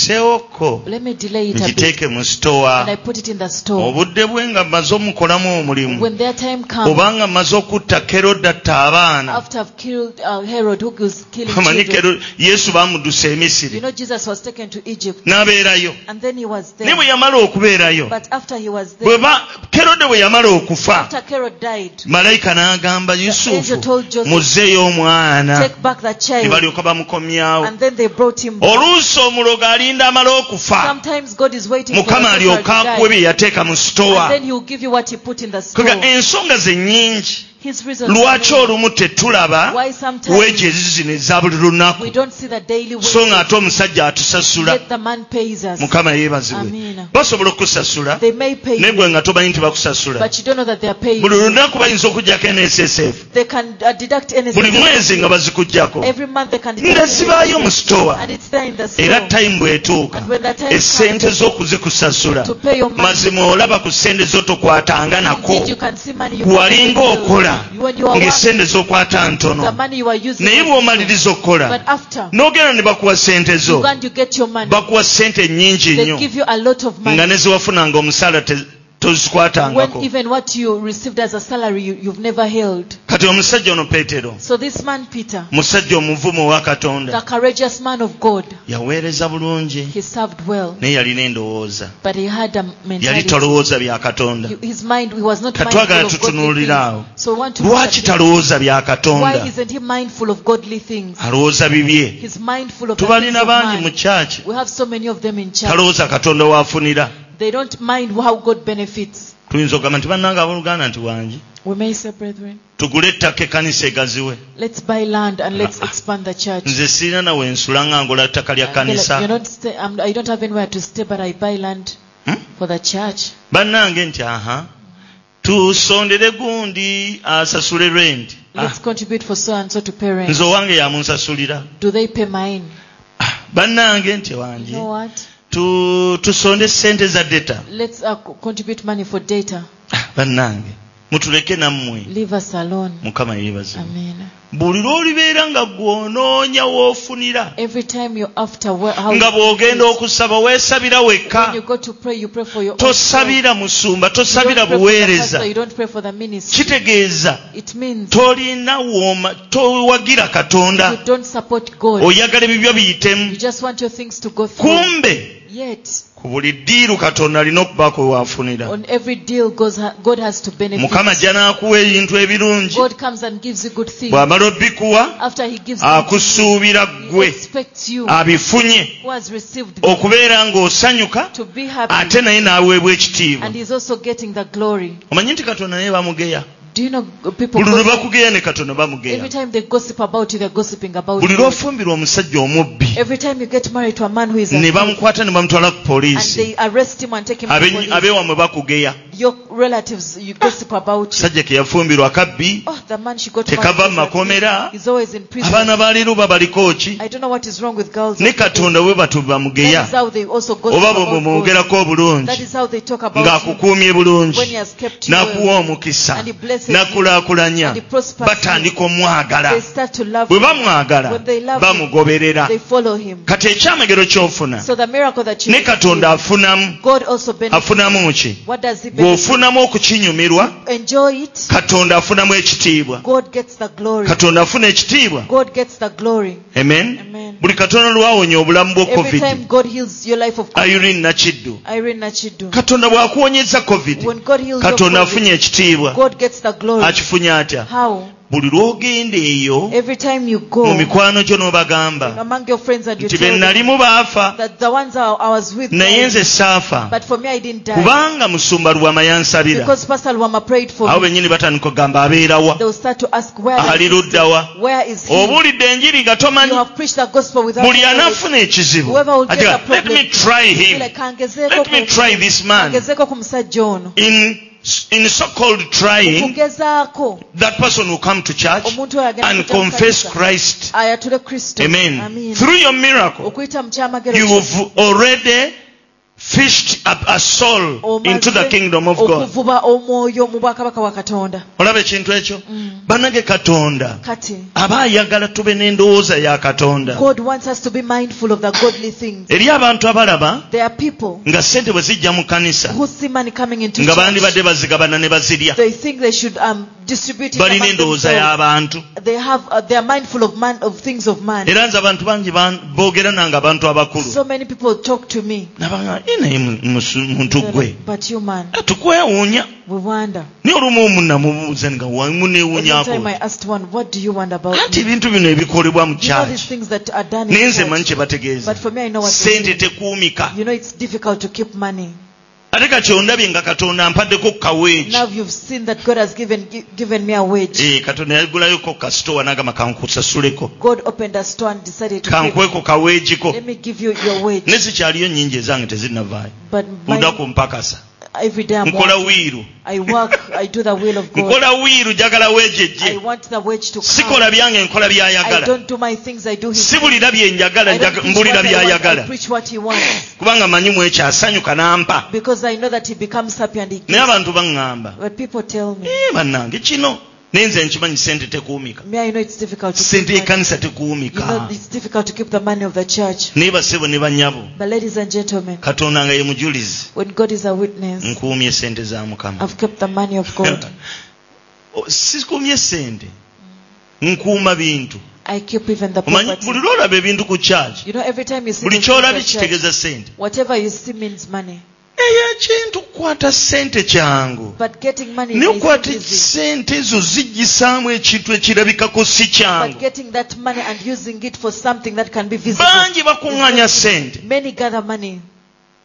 S1: kandwiseewoko
S2: Let me delay it a bit.
S1: ngiteeke mu
S2: And I
S1: sitowa
S2: put it in the store.
S1: obudde bwe nga mmaze omukolamu omulimu
S2: When their time comes,
S1: obanga mmaze okutta kerodatta abaana
S2: after I've killed uh, Herod, who was killing
S1: amanyi
S2: children,
S1: Kero- yesu baamudusa
S2: you
S1: emisiri
S2: know, Jesus was taken to Egypt.
S1: n'abeerayo
S2: And then he was
S1: naye
S2: there.
S1: bwe yamala okubeerayo
S2: But after he was
S1: bwe
S2: there,
S1: ba- kerode bwe yamala okufa
S2: after Herod died,
S1: malayika n'agamba
S2: angel
S1: yusufu
S2: told Joseph,
S1: muzzeeyo omwana
S2: take back the
S1: ne
S2: child.
S1: balyoka bamukomyawo
S2: And then they brought him back.
S1: oluusi omuloga alinda amala okufa
S2: Sometimes God is waiting for
S1: mukama
S2: a people to
S1: alyoka akuwe
S2: die.
S1: bye yateeka mu
S2: And
S1: sitowa
S2: then he will give you what he put in the store.
S1: kaga ensonga ze nnyingi
S2: His reason
S1: lwaki olumu tetulaba
S2: why
S1: weeki
S2: sometimes
S1: ezizino eza buli
S2: we
S1: lunaku
S2: don't see the daily wage.
S1: so nga ate omusajja atusasula
S2: Yet the man pays us.
S1: mukama yeebazibwe
S2: Amina.
S1: basobola okusasula
S2: They may pay
S1: naye
S2: you,
S1: gwe nga tomanyi tebakusasula
S2: but you don't know that they are paying.
S1: buli
S2: you.
S1: lunaku bayinza okugjako nssf
S2: They can uh, deduct
S1: buli
S2: anything.
S1: mwezi nga bazikugjako
S2: Every month they can deduct
S1: nga
S2: anything.
S1: zibaayo mu sitowa
S2: And it's there in the
S1: era
S2: store.
S1: tayimu bwetuuka
S2: And when the time comes
S1: essente z'okuzikusasula
S2: to pay your money,
S1: mazima olaba ku ssente zotokwatanga nako
S2: indeed you can see money you
S1: walinga okola
S2: You- when you are working,
S1: ng'essente zokwata
S2: the
S1: ntono
S2: money you are using.
S1: naye bw'omaliriza okukola
S2: But after
S1: n'ogenda ne bakuwa ssente
S2: you
S1: zo
S2: go and you get your money,
S1: bakuwa ssente nnyingi
S2: they
S1: nnyo
S2: give you a lot of money.
S1: nga ne zewafunanga omusaala te-
S2: when
S1: tozikwatangako
S2: even what you received as a salary you, you've never held.
S1: kati omusajja ono peetero
S2: So this man Peter,
S1: musajja omuvumu owa
S2: the
S1: katonda
S2: courageous man of God,
S1: yaweereza bulungi
S2: he served well,
S1: naye yalina endowooza
S2: but he had a
S1: yali
S2: mentality.
S1: talowooza bya katonda
S2: He- His mind he was not
S1: Ka
S2: mindful
S1: twagala
S2: of godly
S1: tutunuulire awo.
S2: things. So we want to look at
S1: lwaki
S2: this.
S1: talowooza bya
S2: why
S1: katonda
S2: isn't he mindful of godly things?
S1: alowooza bibye
S2: He's mindful of the things
S1: tubalina
S2: of
S1: bangi mu
S2: man.
S1: kyaki
S2: We have so many of them in church.
S1: talowooza katonda waafunira
S2: They don't mind how God benefits.
S1: tuyinza okugamba nti bannanga abooluganda nti wangi
S2: We may say, brethren,
S1: tugule ettaka ekkanisa egaziwe
S2: let's buy land and let's
S1: Ah.
S2: expand the church.
S1: nze siina nawe nsula nga ngola ttaka lya
S2: They're like, You're
S1: kkanisa
S2: not stay, I'm, I don't have anywhere to stay, but I buy land
S1: Hmm?
S2: for the church.
S1: bannange nti aha tusondere gundi asasule renti
S2: Let's contribute for so and so to parents.
S1: nze owange yamunsasulira
S2: Do they pay mine?
S1: Ah, bannange nti
S2: You
S1: wange
S2: know what?
S1: tu- tusonde sente za data
S2: Let's uh, co- contribute money for data.
S1: Ah, bannange mutuleke nammwe
S2: Leave us alone.
S1: mukama yeebaze
S2: Amen.
S1: buli lwolibeera nga gwonoonya woofunira
S2: Every time you're after where, how
S1: nga bw'ogenda okusaba weesabira wekka
S2: when you go to pray, you pray for your own self. You
S1: tosabira musumba
S2: don't pray
S1: tosabira
S2: for the pastor,
S1: buweereza
S2: you don't pray for the ministry.
S1: kitegeeza
S2: It means
S1: tolina wooma towagira
S2: you
S1: katonda
S2: don't support God.
S1: oyagala ebibyo biyitemu
S2: You just want your things to go through.
S1: kumbe
S2: Yet,
S1: ku buli ddiiru katonda alina okubaako waafunira
S2: on every deal, goes, God has to benefit.
S1: mukama gy'anaakuwa ebintu ebirungi
S2: God comes and gives you good things.
S1: bw'amala obbikuwa
S2: After He gives you,
S1: akusuubira
S2: He
S1: ggwe
S2: expects you
S1: abifunye
S2: who has received them
S1: okubeera ng'osanyuka
S2: to be happy.
S1: Oh. ate naye n'aweebwa ekitiibwa
S2: And he's also getting the glory.
S1: omanyi nti katonda naye bamugeya
S2: Do you know people?
S1: buli lwe
S2: gossip?
S1: bakugeya ne katonda bamugeya
S2: Every time they gossip about you, they're gossiping about
S1: buli
S2: you.
S1: lw'ofumbirwa omusajja omubbi
S2: Every time you get married to a man who is a
S1: ne
S2: thief,
S1: bamukwata ne bamutwala ku
S2: and
S1: poliisi
S2: they arrest him and take him to
S1: Abe-
S2: police,
S1: abeewamwe bakugeya
S2: your relatives, you gossip about you.
S1: sajja ke yafumbirwa kabbi
S2: Oh, the man she got
S1: tekava mu
S2: married to,
S1: makomera
S2: he's always in prison.
S1: abaana ba leero babaliko ki
S2: I don't know what is wrong with girls.
S1: ne katonda bwe batu bamugeya
S2: That is how they also gossip
S1: oba bwe
S2: about God.
S1: bumwogerako
S2: That
S1: obulungi
S2: is how they talk about you
S1: ng'akukuumye
S2: when he
S1: bulungi
S2: has kept you.
S1: n'akuwa
S2: well.
S1: omukisa
S2: And he blesses you.
S1: n'akulaakulanya
S2: And he prospers
S1: batandika omwagala
S2: They start to love
S1: bwe
S2: you.
S1: bamwagala
S2: When they love
S1: bamugoberera
S2: They follow him.
S1: kati ekyamagero ky'ofuna
S2: So the miracle that you
S1: ne katonda
S2: receive,
S1: afunamu
S2: God also benefits.
S1: afunamu ki
S2: What does he benefit?
S1: bw'ofunamu okukinyumirwa
S2: Enjoy it.
S1: katonda afunamu ekitiibwa
S2: God gets the glory.
S1: katonda afuna ekitiibwa
S2: God gets the glory.
S1: amen
S2: Amen.
S1: buli katonda lwawonya obulamu bwa
S2: Every
S1: covid
S2: time God heals your life of COVID,
S1: irene nakiddu
S2: Irene Nachidu.
S1: katonda bw'akuwonyeza covid
S2: When God heals your
S1: katonda
S2: COVID,
S1: afunye ekitiibwa
S2: God gets the glory.
S1: akifunye atya
S2: How?
S1: buli lw'ogenda eyo
S2: Every time you
S1: mu
S2: go
S1: mikwano gyo n'obagamba
S2: among your friends and you
S1: nti
S2: tell
S1: be
S2: them
S1: nalimu baafa
S2: that the ones I, I was with,
S1: naye
S2: died,
S1: nze saafa
S2: but for me I didn't die.
S1: kubanga musumba lwama yansabira
S2: Because Pastor Lwama prayed for
S1: abo
S2: me.
S1: bennyini batandika ogamba abeerawa
S2: They will start to ask, where,
S1: ali luddawa
S2: where is he?
S1: obuulidde enjiri nga
S2: You
S1: tomanyi
S2: have preached the gospel without
S1: buli
S2: knowledge.
S1: anaafuna ekizibu
S2: Whoever will get
S1: agira,
S2: a problem,
S1: let me try him
S2: Like, kangezeeko
S1: let me
S2: ku-
S1: try this man
S2: kangezeeko ku musajja ono.
S1: in, in so called trying
S2: Kugezaako
S1: that person will come to church
S2: omuntu oyo agenda
S1: and
S2: kujja mu
S1: confess
S2: kanisa.
S1: Christ
S2: ayatule kristo
S1: amen
S2: Amin.
S1: through your miracle
S2: okuyita mu kyamagero
S1: you
S2: kye,
S1: have already fished up a soul
S2: omaze
S1: into the kingdom of God
S2: okuvuba omwoyo mu bwakabaka bwa katonda
S1: olaba ekintu ekyo banage katonda
S2: kati
S1: aba ayagala tube n'endowooza ya katonda
S2: god wants us to be mindful of the godly things
S1: eri abantu abalaba
S2: there are people
S1: nga sente bwe zijja mu kanisa
S2: who see money coming into
S1: nga
S2: church
S1: bandibadde bazigabana ne bazirya
S2: they think they should um, distribute it
S1: balina
S2: among
S1: endowooza
S2: themselves.
S1: y'abantu
S2: they have uh, they are mindful of man of things of man
S1: era nze abantu bangi ban- boogera nange abantu abakulu
S2: so many people talk to me
S1: nabagamba "Eh, naye mu- musu- muntu
S2: They're
S1: gwe
S2: like, but you man
S1: "Ah, tukwewuunya
S2: we wonder
S1: naye olumu omunnamumubuuza nga
S2: Every time I
S1: muneewuunyaako
S2: asked one what do you want about
S1: anti
S2: me
S1: ebintu bino ebikolebwa mu
S2: you know these
S1: kyaki
S2: things that are done
S1: naye
S2: in
S1: nze manyi
S2: church
S1: kye bategeeza
S2: but for me I know what they
S1: sente tekuumika
S2: You know it's difficult to keep money.
S1: ate kati ondabye nga katonda ampaddeko
S2: Now
S1: kukaweegi
S2: you've seen that God has given gi- given me a wage.
S1: Eh, katonda yagulayoko kasitowa n'agamba kankusasuleko
S2: God opened a store and decided to give.
S1: kankweko kaweegiko
S2: Let me give you your wage.
S1: ne sikyaliyo nyingi ezange tezinnavaayo
S2: But mine,
S1: lunaku mpakasa
S2: every day I'm
S1: nkola
S2: working.
S1: wiiru
S2: I work. I do the will of God.
S1: nkola wiiru njagala
S2: I
S1: weejejje
S2: want the wage to come.
S1: sikola byange nkola
S2: I
S1: byayagala
S2: don't do my things. I do His.
S1: si bulira byenjagala
S2: I don't
S1: njaga-
S2: preach
S1: mbulira
S2: what I want. I
S1: byayagala
S2: preach what He wants
S1: kubanga manyi mwekyasanyuka n'ampa
S2: because I know that He becomes happy and He.
S1: naye
S2: Gives.
S1: abantu baŋŋamba
S2: But people tell me,
S1: "Eh, bannange kino naye nze nkimanyi sente tekuumika
S2: me I know it's difficult to.
S1: sente
S2: Keep money.
S1: ekkanisa
S2: You know
S1: tekuumika
S2: it's difficult to keep the money of the church.
S1: naye basebo ne banyabo
S2: But ladies and gentlemen,
S1: katonda nga ye mujulizi
S2: when God is a witness.
S1: nkuumye sente za mukama
S2: I've kept the money of God.
S1: O, sikuumye sente nkuuma bintu
S2: I keep even the
S1: omanyi
S2: property.
S1: buli lwolaba ebintu ku kyaki
S2: You know, every time you see
S1: buli
S2: the
S1: kyolabye
S2: things at church,
S1: kitegeeza sente
S2: whatever you see means money.
S1: eyekintu kukwata sente kyangu
S2: But getting money
S1: naye
S2: is
S1: okwata
S2: easy.
S1: sente ezo zijjisaamu ekintu ekirabikako si
S2: But
S1: kyangu
S2: getting that money and using it for something that can be visible.
S1: bangi bakuŋŋanya sente
S2: Many gather money.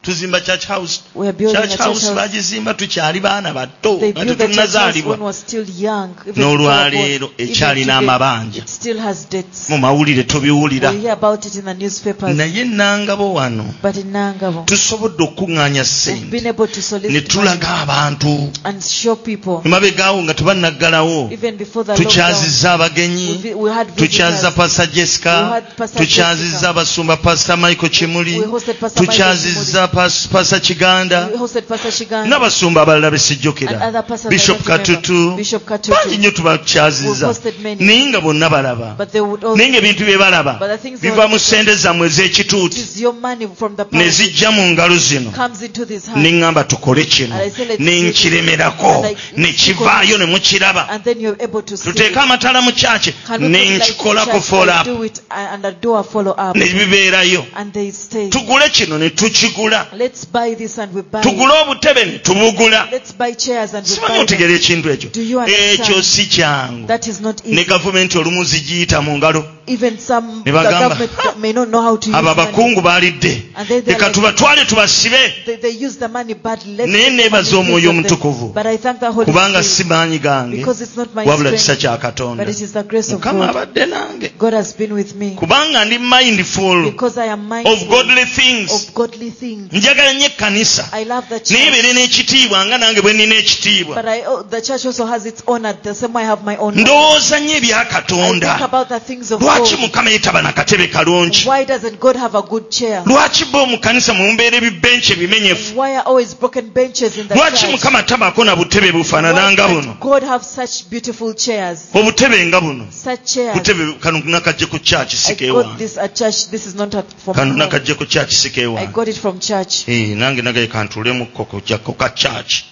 S1: tuzimba church house
S2: We are building
S1: church
S2: a church
S1: house
S2: house.
S1: bagizimba tukyali baana bato
S2: They
S1: nga
S2: built the church house when
S1: tetunnazaalibwa
S2: was still young. even
S1: N'olwaleero
S2: before I was born.
S1: ekyalina
S2: Even
S1: amabanja.
S2: today, It still has debts.
S1: mu mawulire tobiwulira
S2: We hear about it in the newspapers.
S1: naye nangabo wano
S2: But in Nangabo,
S1: tusobodde okukuŋŋaanya
S2: we've been
S1: ssente
S2: able to
S1: ne
S2: solicit money
S1: tulaga abantu
S2: and show people,
S1: emabegaawo nga tebannaggalawo
S2: even before the lockdown,
S1: tukyazizza abagenyi
S2: we vi- we had
S1: tukyaziza
S2: visitors.
S1: pasita jessica
S2: had Pastor
S1: tukyazizza
S2: Jessica.
S1: abasumba pasita michael kimuli
S2: We hosted Pastor Michael
S1: tukyazizza pasita kiganda
S2: We hosted Pastor Shiganga.
S1: n'abasumba abalala
S2: And
S1: besijjukira
S2: other pastors I
S1: bishop
S2: don't remember.
S1: katutu
S2: Bishop Katutu.
S1: bangi nnyo
S2: We
S1: tubakyaziza
S2: hosted many.
S1: naye nga bonna balaba
S2: But they would also
S1: naye ngaebintu bye balaba
S2: But the things
S1: biva mu
S2: that-
S1: ssente zammwe ez'ekituuti
S2: use your money from the
S1: ne
S2: past.
S1: zijja mu ngalo zino
S2: comes into this house.
S1: ne ŋŋamba tukole kino
S2: And I said, let's
S1: ne
S2: do this.
S1: nkiremerako
S2: And I-
S1: ne kivaayo ne mukiraba
S2: and then you're able to see
S1: tuteeke
S2: it.
S1: amatala mu kyaki
S2: Can we put
S1: ne
S2: lights in
S1: nkikolako
S2: church? I
S1: folap
S2: do it uh, and I do a follow up
S1: ne bibeerayo
S2: and they stay.
S1: tugule kino ne tukigula
S2: Let's buy this and we buy it.
S1: tugule obutebe ne tubugula
S2: Let's buy chairs and we
S1: simanyi
S2: buy them.
S1: otegera ekintu ekyo
S2: Do you understand?
S1: ekyo si kyangu
S2: That is not
S1: ne
S2: easy.
S1: gavumenti olumu zigiyita mu ngalo
S2: Even some
S1: Ne
S2: the
S1: bagamba,
S2: government may not know how to use
S1: abo
S2: money.
S1: abakungu baalidde
S2: And then they're
S1: leka
S2: like,
S1: tubatwale tubasibe
S2: they, they use the money badly. Let's
S1: naye
S2: take the
S1: neebaza
S2: money
S1: omwoyo
S2: from them.
S1: omutukuvu
S2: But I thank the Holy
S1: kubanga si
S2: Spirit
S1: maanyi gange
S2: because it's not my
S1: wabula kisa
S2: strength,
S1: kya katonda
S2: but it is the grace of
S1: mukama
S2: God.
S1: abadde nange
S2: God has been with me
S1: kubanga ndi mindful
S2: because I am
S1: of
S2: mindful
S1: godly things
S2: of godly things.
S1: njagala nnyo ekkanisa
S2: I love the
S1: naye
S2: church.
S1: ibeere n'ekitiibwa nga nange bwe nina
S2: But
S1: ekitiibwa
S2: I, oh, the church also has its own at the same way I have my own.
S1: ndowooza nnyo ebya
S2: I
S1: katonda
S2: think about the things of
S1: lwaki
S2: God.
S1: mukama yeetaba nakatebe kalungi
S2: Why doesn't God have a good chair?
S1: lwaki bo mu kanisa mwemubeera ebibenki ebimenyefu
S2: Why are always broken benches in the
S1: lwaki
S2: church?
S1: mukama tabaako na butebe
S2: Why
S1: bufaanananga buno
S2: can't God have such beautiful chairs?
S1: obutebe nga buno
S2: Such chairs.
S1: butebe kano nakajje ku kyaki
S2: I
S1: sika
S2: got
S1: ewange
S2: this at church. This is not at, from
S1: kano
S2: home.
S1: nakajje ku kyaki sika
S2: I
S1: ewange
S2: got it from church.
S1: Eh, nange nagaye kantulemukko kujjako ka kyaki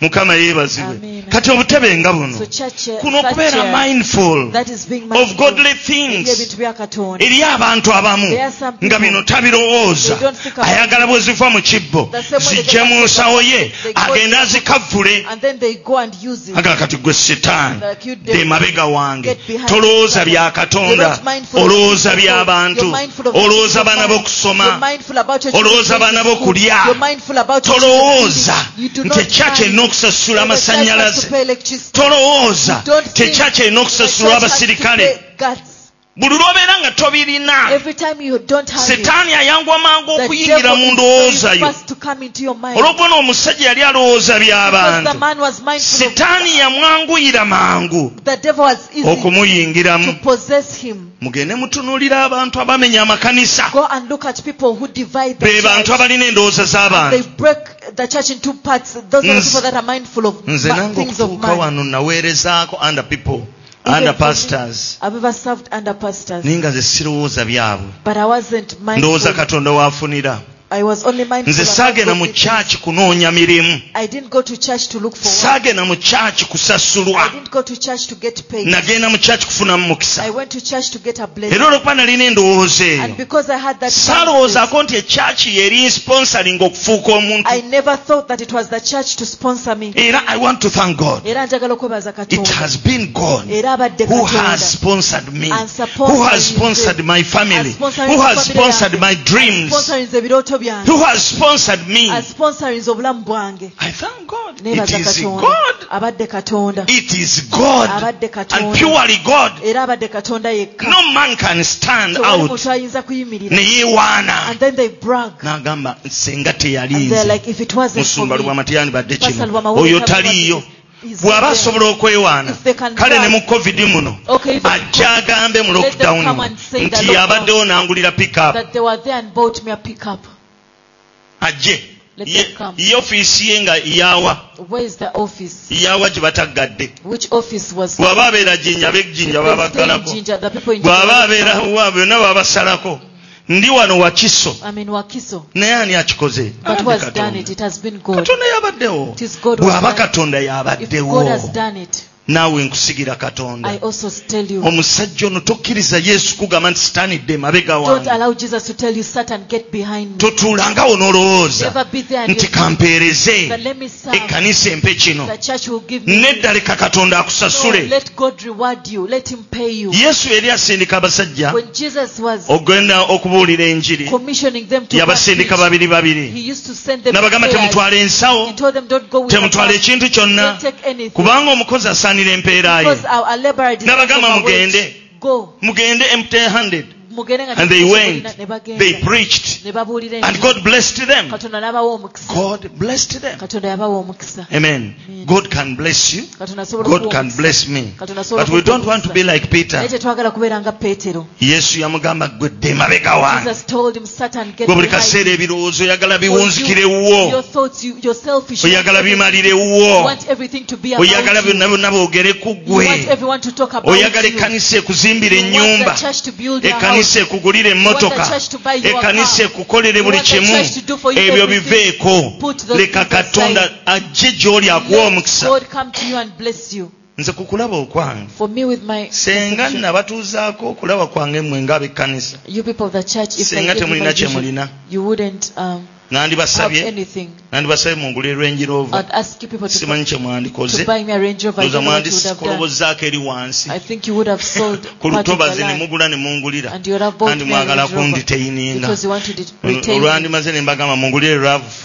S1: mukama yeebazibwe
S2: Amen.
S1: kati obutebe nga buno
S2: So church chair,
S1: kuno
S2: such
S1: okubeera
S2: chairs,
S1: mindful
S2: that is being
S1: of
S2: mindful.
S1: godly things
S2: Ebintu bya Katonda.
S1: eri abantu abamu
S2: There are some people
S1: nga bino tabirowooza
S2: they don't think about
S1: ayagala bwe ziva mu kibbo
S2: The same way they
S1: zijje mu
S2: don't-
S1: nsawo ye
S2: they go-
S1: agende azikavvule
S2: And then they go and use it.
S1: agala kati gwe setaani
S2: Like you did.
S1: de mabega wange
S2: Get behind
S1: tolowooza
S2: yourself.
S1: bya katonda
S2: You're not mindful of
S1: olowooza
S2: people.
S1: by'abantu
S2: You're mindful of
S1: olowooza
S2: your
S1: baana
S2: mind. You're
S1: b'okusoma
S2: mindful about your
S1: Olowooza
S2: children
S1: baana
S2: in school.
S1: b'okulya.
S2: You're mindful about your
S1: tolowooza
S2: children. You do
S1: nti
S2: not
S1: ekyaki
S2: mind
S1: erina okusasula
S2: whether the child has
S1: amasannyalaze
S2: to pay electricity.
S1: tolowooza
S2: Don't think
S1: tekyaki erina
S2: the
S1: okusasula
S2: child has to
S1: abasirikale
S2: pay guts.
S1: buli lwobeera nga tobirina
S2: Every time you don't have it,
S1: setaani ayangu amangu
S2: the
S1: okuyingira
S2: devil
S1: mu
S2: is
S1: ndowooza
S2: very
S1: yo
S2: fast to come into your mind.
S1: olwokubona omusajja yali alowooza
S2: Because the
S1: by'abantu
S2: man was mindful of
S1: setaani yamwanguyira mangu
S2: the devil was easy
S1: okumuyingiramu
S2: to possess him.
S1: mugende mutunuulira abantu abamenya amakanisa
S2: Go and look at people who divide the
S1: be bantu
S2: church.
S1: abalina endowooza
S2: They
S1: z'abantu
S2: break the church into parts. Those are the
S1: Nz-
S2: people that are mindful of
S1: nze
S2: ma-
S1: nange
S2: things of
S1: okutuuka
S2: man.
S1: wano naweerezaako under people
S2: Even
S1: under
S2: for me,
S1: pastors
S2: I've ever served under pastors,
S1: naye nga ze sirowooza byabwe
S2: but I wasn't
S1: ndowooza
S2: mindful.
S1: katonda waafunira
S2: I was only mindful.
S1: nze
S2: about
S1: saagenda mu
S2: godly things.
S1: kyaki kunoonya mirimu
S2: I didn't go to church to look for work.
S1: saagenda mu kyaki
S2: I
S1: kusasulwa
S2: didn't go to church to get paid.
S1: nagenda mu kyaki kufunamu
S2: I
S1: mukisa
S2: went to church to get a blessing.
S1: era olwokuba nalina endowooza
S2: And
S1: eyo
S2: because I had that, mindset,
S1: saalowoozaako nti e ekyaki yeri sponsoring okufuuka
S2: I
S1: omuntu
S2: never thought that it was the church to sponsor me.
S1: era i want to thank god
S2: Era njagala okwebaza
S1: it
S2: Katonda.
S1: has been god
S2: Era abadde
S1: who has
S2: Katonda.
S1: sponsored me
S2: And supported
S1: who has
S2: me.
S1: sponsored my family
S2: And sponsored
S1: who
S2: my
S1: has
S2: family yange.
S1: sponsored my dreams
S2: Sponsorinze ebirooto byange.
S1: who has sponsored me
S2: Asponsorinze obulamu bwange.
S1: i thank god it
S2: Neebaza
S1: is
S2: Katonda.
S1: god
S2: Abadde Katonda.
S1: it is god
S2: Abadde
S1: and
S2: Katonda.
S1: purely god
S2: Era abadde Katonda yekka.
S1: no man can stand
S2: Tewali
S1: out
S2: muntu ayinza kuyimirira.
S1: ne yeewaana
S2: And then they brag.
S1: n'agamba singa
S2: And they're
S1: teyalinze
S2: like, if it wasn't for
S1: musumba
S2: me,
S1: lubwamata yandibadde
S2: Pastor
S1: kino
S2: Lwamawolo
S1: oyo
S2: Lwamawolo
S1: taliiyo
S2: is
S1: bw'aba
S2: there.
S1: asobola okwewaana
S2: If they can
S1: kale ne
S2: drive.
S1: mu covid muno
S2: Okay, if it's
S1: ajja agambe mu
S2: Let them
S1: lockdown
S2: come and say that
S1: nti
S2: lockdown-
S1: abaddewo n'angulira pickup
S2: that they were there and bought me a pickup.
S1: ajje
S2: Let
S1: Ye-
S2: them come.
S1: ye ofiisi ye nga yaawa
S2: Where is the office?
S1: yaawa gye bataggadde
S2: Which office was
S1: bw'aba abeera jinja bejjinja
S2: They stay in
S1: babagalako
S2: Jinja, the people in
S1: bw'aba
S2: Jinja.
S1: abeera wa byonna babasalako ndi wano wakiso
S2: I mean Wakiso.
S1: naye ani akikoze
S2: But who
S1: Andi
S2: has done
S1: Katonda.
S2: it? It has been God.
S1: katonda yabaddewo
S2: It is God who
S1: bw'aba
S2: has done
S1: katonda
S2: it. If God
S1: yabaddewo
S2: has done it,
S1: naawe nkusigira katonda
S2: I also tell you,
S1: omusajja ono tokkiriza yesu kugamba nti sitanidde emabega
S2: don't
S1: wange
S2: allow Jesus to tell you, Satan, get behind me.
S1: totuulangawo n'olowooza
S2: Never be there. and
S1: nti
S2: you- But
S1: kampeereze
S2: let me serve.
S1: ekkanisa empe kino
S2: The church will give you.
S1: nedda leka katonda
S2: No,
S1: akusasule
S2: let God reward you. Let Him pay you.
S1: yesu yali asindika abasajja
S2: When Jesus was
S1: ogenda okubuulira enjiri
S2: commissioning them to go and
S1: yabasindika
S2: preach,
S1: babiri babiri
S2: He used to send them
S1: n'abagamba
S2: pairs.
S1: temutwala ensawo
S2: He told them, don't go with a
S1: temutwala
S2: bag.
S1: ekintu kyonna
S2: Don't take anything.
S1: kubanga omukozi asaanira empeera ye
S2: Because our, our laborer did
S1: N'abagamba
S2: not overweight.
S1: mugende.
S2: Go.
S1: mugende empty handed
S2: Mugende nga
S1: and they
S2: temusobola,
S1: went
S2: ne bagenda.
S1: they preached
S2: Ne babuulira
S1: and
S2: enjiri.
S1: god blessed them
S2: katonda n'abawa omukisa
S1: god blessed them
S2: katonda yabawa omukisa
S1: amen god can bless you
S2: katonda asobola
S1: god
S2: okuwa
S1: can
S2: omukisa.
S1: bless me
S2: katonda asobola
S1: but we don't want to be
S2: okutukuza.
S1: like
S2: naye
S1: peter
S2: tetwagala kubeera nga peetero
S1: yesu yamugamba gwe dde emabega wange
S2: jesus told him satan get
S1: gwe buli
S2: behind
S1: kaseera ebirowoozo oyagala
S2: me. For
S1: biwunzikire
S2: you, your
S1: wwo
S2: thoughts you, your selfish
S1: oyagala bimalire
S2: you
S1: wwo
S2: want everything to be about
S1: oyagala
S2: you.
S1: byonna byonna boogere ku
S2: you
S1: ggwe
S2: want everyone to talk about
S1: oyagala
S2: you.
S1: ekkanisa ekuzimbira
S2: You want
S1: ennyumba
S2: the church to build your house.
S1: ekkanisa ekugulira emmotoka ekkanisa ekukolere buli kimu ebyo biveeko leka katonda ajje gy'oli akuwa omukisa
S2: God come to you and bless you.
S1: nze kukulaba okwange
S2: For me with my
S1: senga nabatuuzaako okulaba kwange mmwe ng'ab'ekkanisa
S2: you people of the church, if
S1: Singa
S2: I gave
S1: temulina
S2: you, my
S1: kye
S2: vision,
S1: mulina.
S2: you wouldn't um, have
S1: nandibasabye
S2: anything.
S1: nandibasabye mungulirwa enjiroova
S2: I'd ask you people to,
S1: simanyi kye
S2: to
S1: mwandikoze
S2: buy me a Range Rover. I
S1: loza
S2: don't know what you would have done.
S1: mwandisikolobozzaako eri wansi
S2: I think you would have sold
S1: ku
S2: part of the
S1: lutobazi ne
S2: land
S1: mugula ne mungulira
S2: and you would have bought
S1: kandi
S2: me a
S1: mwagala
S2: Range Rover
S1: kunditeininga
S2: because you wanted it retained.
S1: olwandimaze ne mbagamba mungulire
S2: So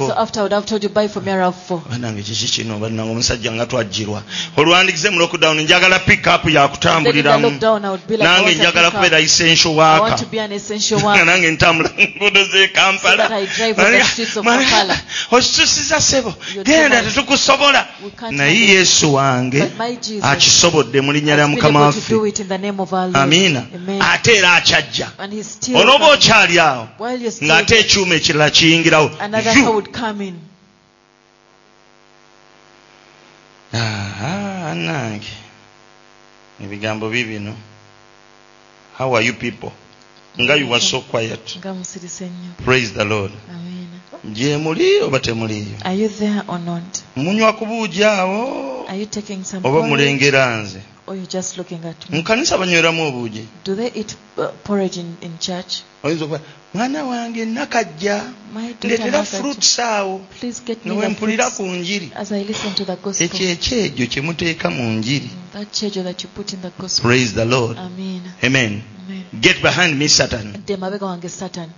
S1: rav4
S2: after I would have told you buy for me a RAV4.
S1: banange kiki kino banange omusajja nga twajjirwa olwandigize mu lockdown njagala pickup
S2: Then in the
S1: yakutambuliramu
S2: lockdown, I would be like, I
S1: nange
S2: want, a
S1: njagala
S2: pickup.
S1: kubeera essential
S2: I want
S1: worker
S2: to be an essential
S1: nga
S2: one.
S1: nange ntambula mu nguudo z'e kampala
S2: So that I drive on the streets of Kampala.
S1: okitusiza sebo
S2: You're too
S1: genda
S2: much.
S1: tetukusobola
S2: We can't
S1: naye
S2: handle it.
S1: yesu wange
S2: But my Jesus
S1: akisobodde mu linnya lya
S2: has been
S1: mukama
S2: able to
S1: waffe
S2: do it in the name of our Lord.
S1: amiina
S2: Amen.
S1: ate era akyajja
S2: And he's still
S1: olooba
S2: coming.
S1: okyali awo
S2: while you're still
S1: ng'ate ekyuma ekirala kiyingirawo
S2: another
S1: Vyu!
S2: car would come in.
S1: Aha, anange ebigambo bibino how are you people nga you were so quiet
S2: Nga musirise nnyo.
S1: praise the lord
S2: Amen.
S1: gye muli oba temuliyo
S2: Are you there or not?
S1: munywa ku buugi awo
S2: Are you taking some
S1: oba
S2: porridge
S1: mulengera nze
S2: or you're just looking at me?
S1: mu kanisa banyweramu obuugi
S2: Do they eat uh, porridge in, in church?
S1: oyinza okuba mwana wange nakajja
S2: My daughter
S1: ndeetera
S2: has a-
S1: fruits awo
S2: Please get me
S1: newe
S2: the
S1: mpulira ku
S2: fruits
S1: njiri
S2: as I listen to the gospel.
S1: ekyo ekyejo kye muteeka mu njiri
S2: That schedule that you put in the gospel.
S1: praise the lord
S2: Amen.
S1: amen
S2: Amen.
S1: get behind me satan
S2: Dde mabega wange Satan.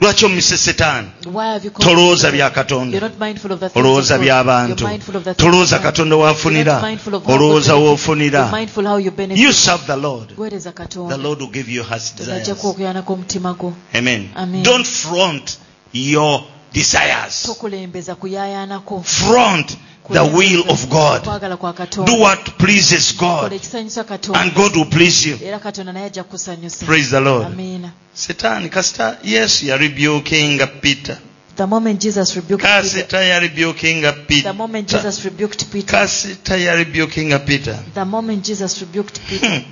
S1: lwaki omise setaani
S2: Why have you called
S1: tolowooza
S2: me
S1: bya
S2: Satan? You're
S1: katonda
S2: not mindful of the things
S1: olowooza
S2: of God.
S1: by'abantu
S2: You're mindful of the things
S1: tolowooza
S2: of man.
S1: katonda
S2: You're
S1: waafunira
S2: not mindful of how
S1: olowooza
S2: God
S1: woofunira
S2: You're mindful how you benefit.
S1: you serve the lord
S2: Gwereza
S1: the
S2: Katonda.
S1: lord will give you his desires
S2: Tojajjako okuyanako omutima gwo.
S1: amen
S2: Amen.
S1: don't front your desires
S2: Tokulembeza kuyaayaanako.
S1: front the will of god
S2: Okwagala kwa Katonda.
S1: do what pleases
S2: Kola
S1: god
S2: ekisanyusa Katonda.
S1: and god will please you
S2: Era Katonda naye ajja kukusanyusa.
S1: praise the lord
S2: Amen.
S1: setaani kasita yesu yarebukinga peter
S2: The moment Jesus rebuked Peter,
S1: kasita yarebukinga
S2: the moment
S1: peter
S2: Jesus rebuked Peter,
S1: kasita yarebukinga peter
S2: the moment Jesus rebuked Peter,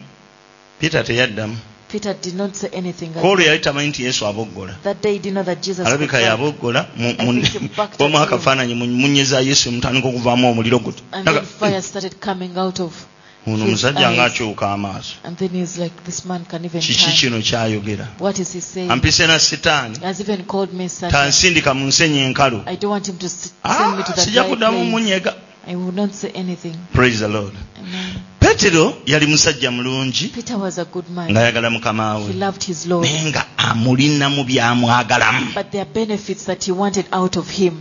S1: peter teyaddamu
S2: Peter did not say anything.
S1: koolo yali tamanyi nti yesu aboggola
S2: That day he did not that Jesus could
S1: alabika
S2: die.
S1: yaboggola
S2: he backed
S1: wamu
S2: up.
S1: akafaananyi munyeza yesu emutandika okuvaamu omuliro guti
S2: And then fire started coming out of
S1: ono
S2: his
S1: omusajja
S2: eyes.
S1: ng'akyuka amaaso
S2: And then he's like, this man can even
S1: kiki
S2: turn.
S1: kino kyayogera
S2: What is he saying?
S1: ampise na sitaani
S2: He has even called me Satan.
S1: tansindika mu nsenyi enkalu
S2: I don't want him to s- send me to
S1: Ah,
S2: that
S1: sijja
S2: dry
S1: kuddamu
S2: place.
S1: munyega
S2: I will not say anything.
S1: praise the lord
S2: Amen.
S1: petero yali musajja mulungi
S2: Peter was a good man.
S1: ng'ayagala mukama
S2: He
S1: we
S2: loved his Lord.
S1: naye nga amulinamu byamwagalamu
S2: But there are benefits that he wanted out of him.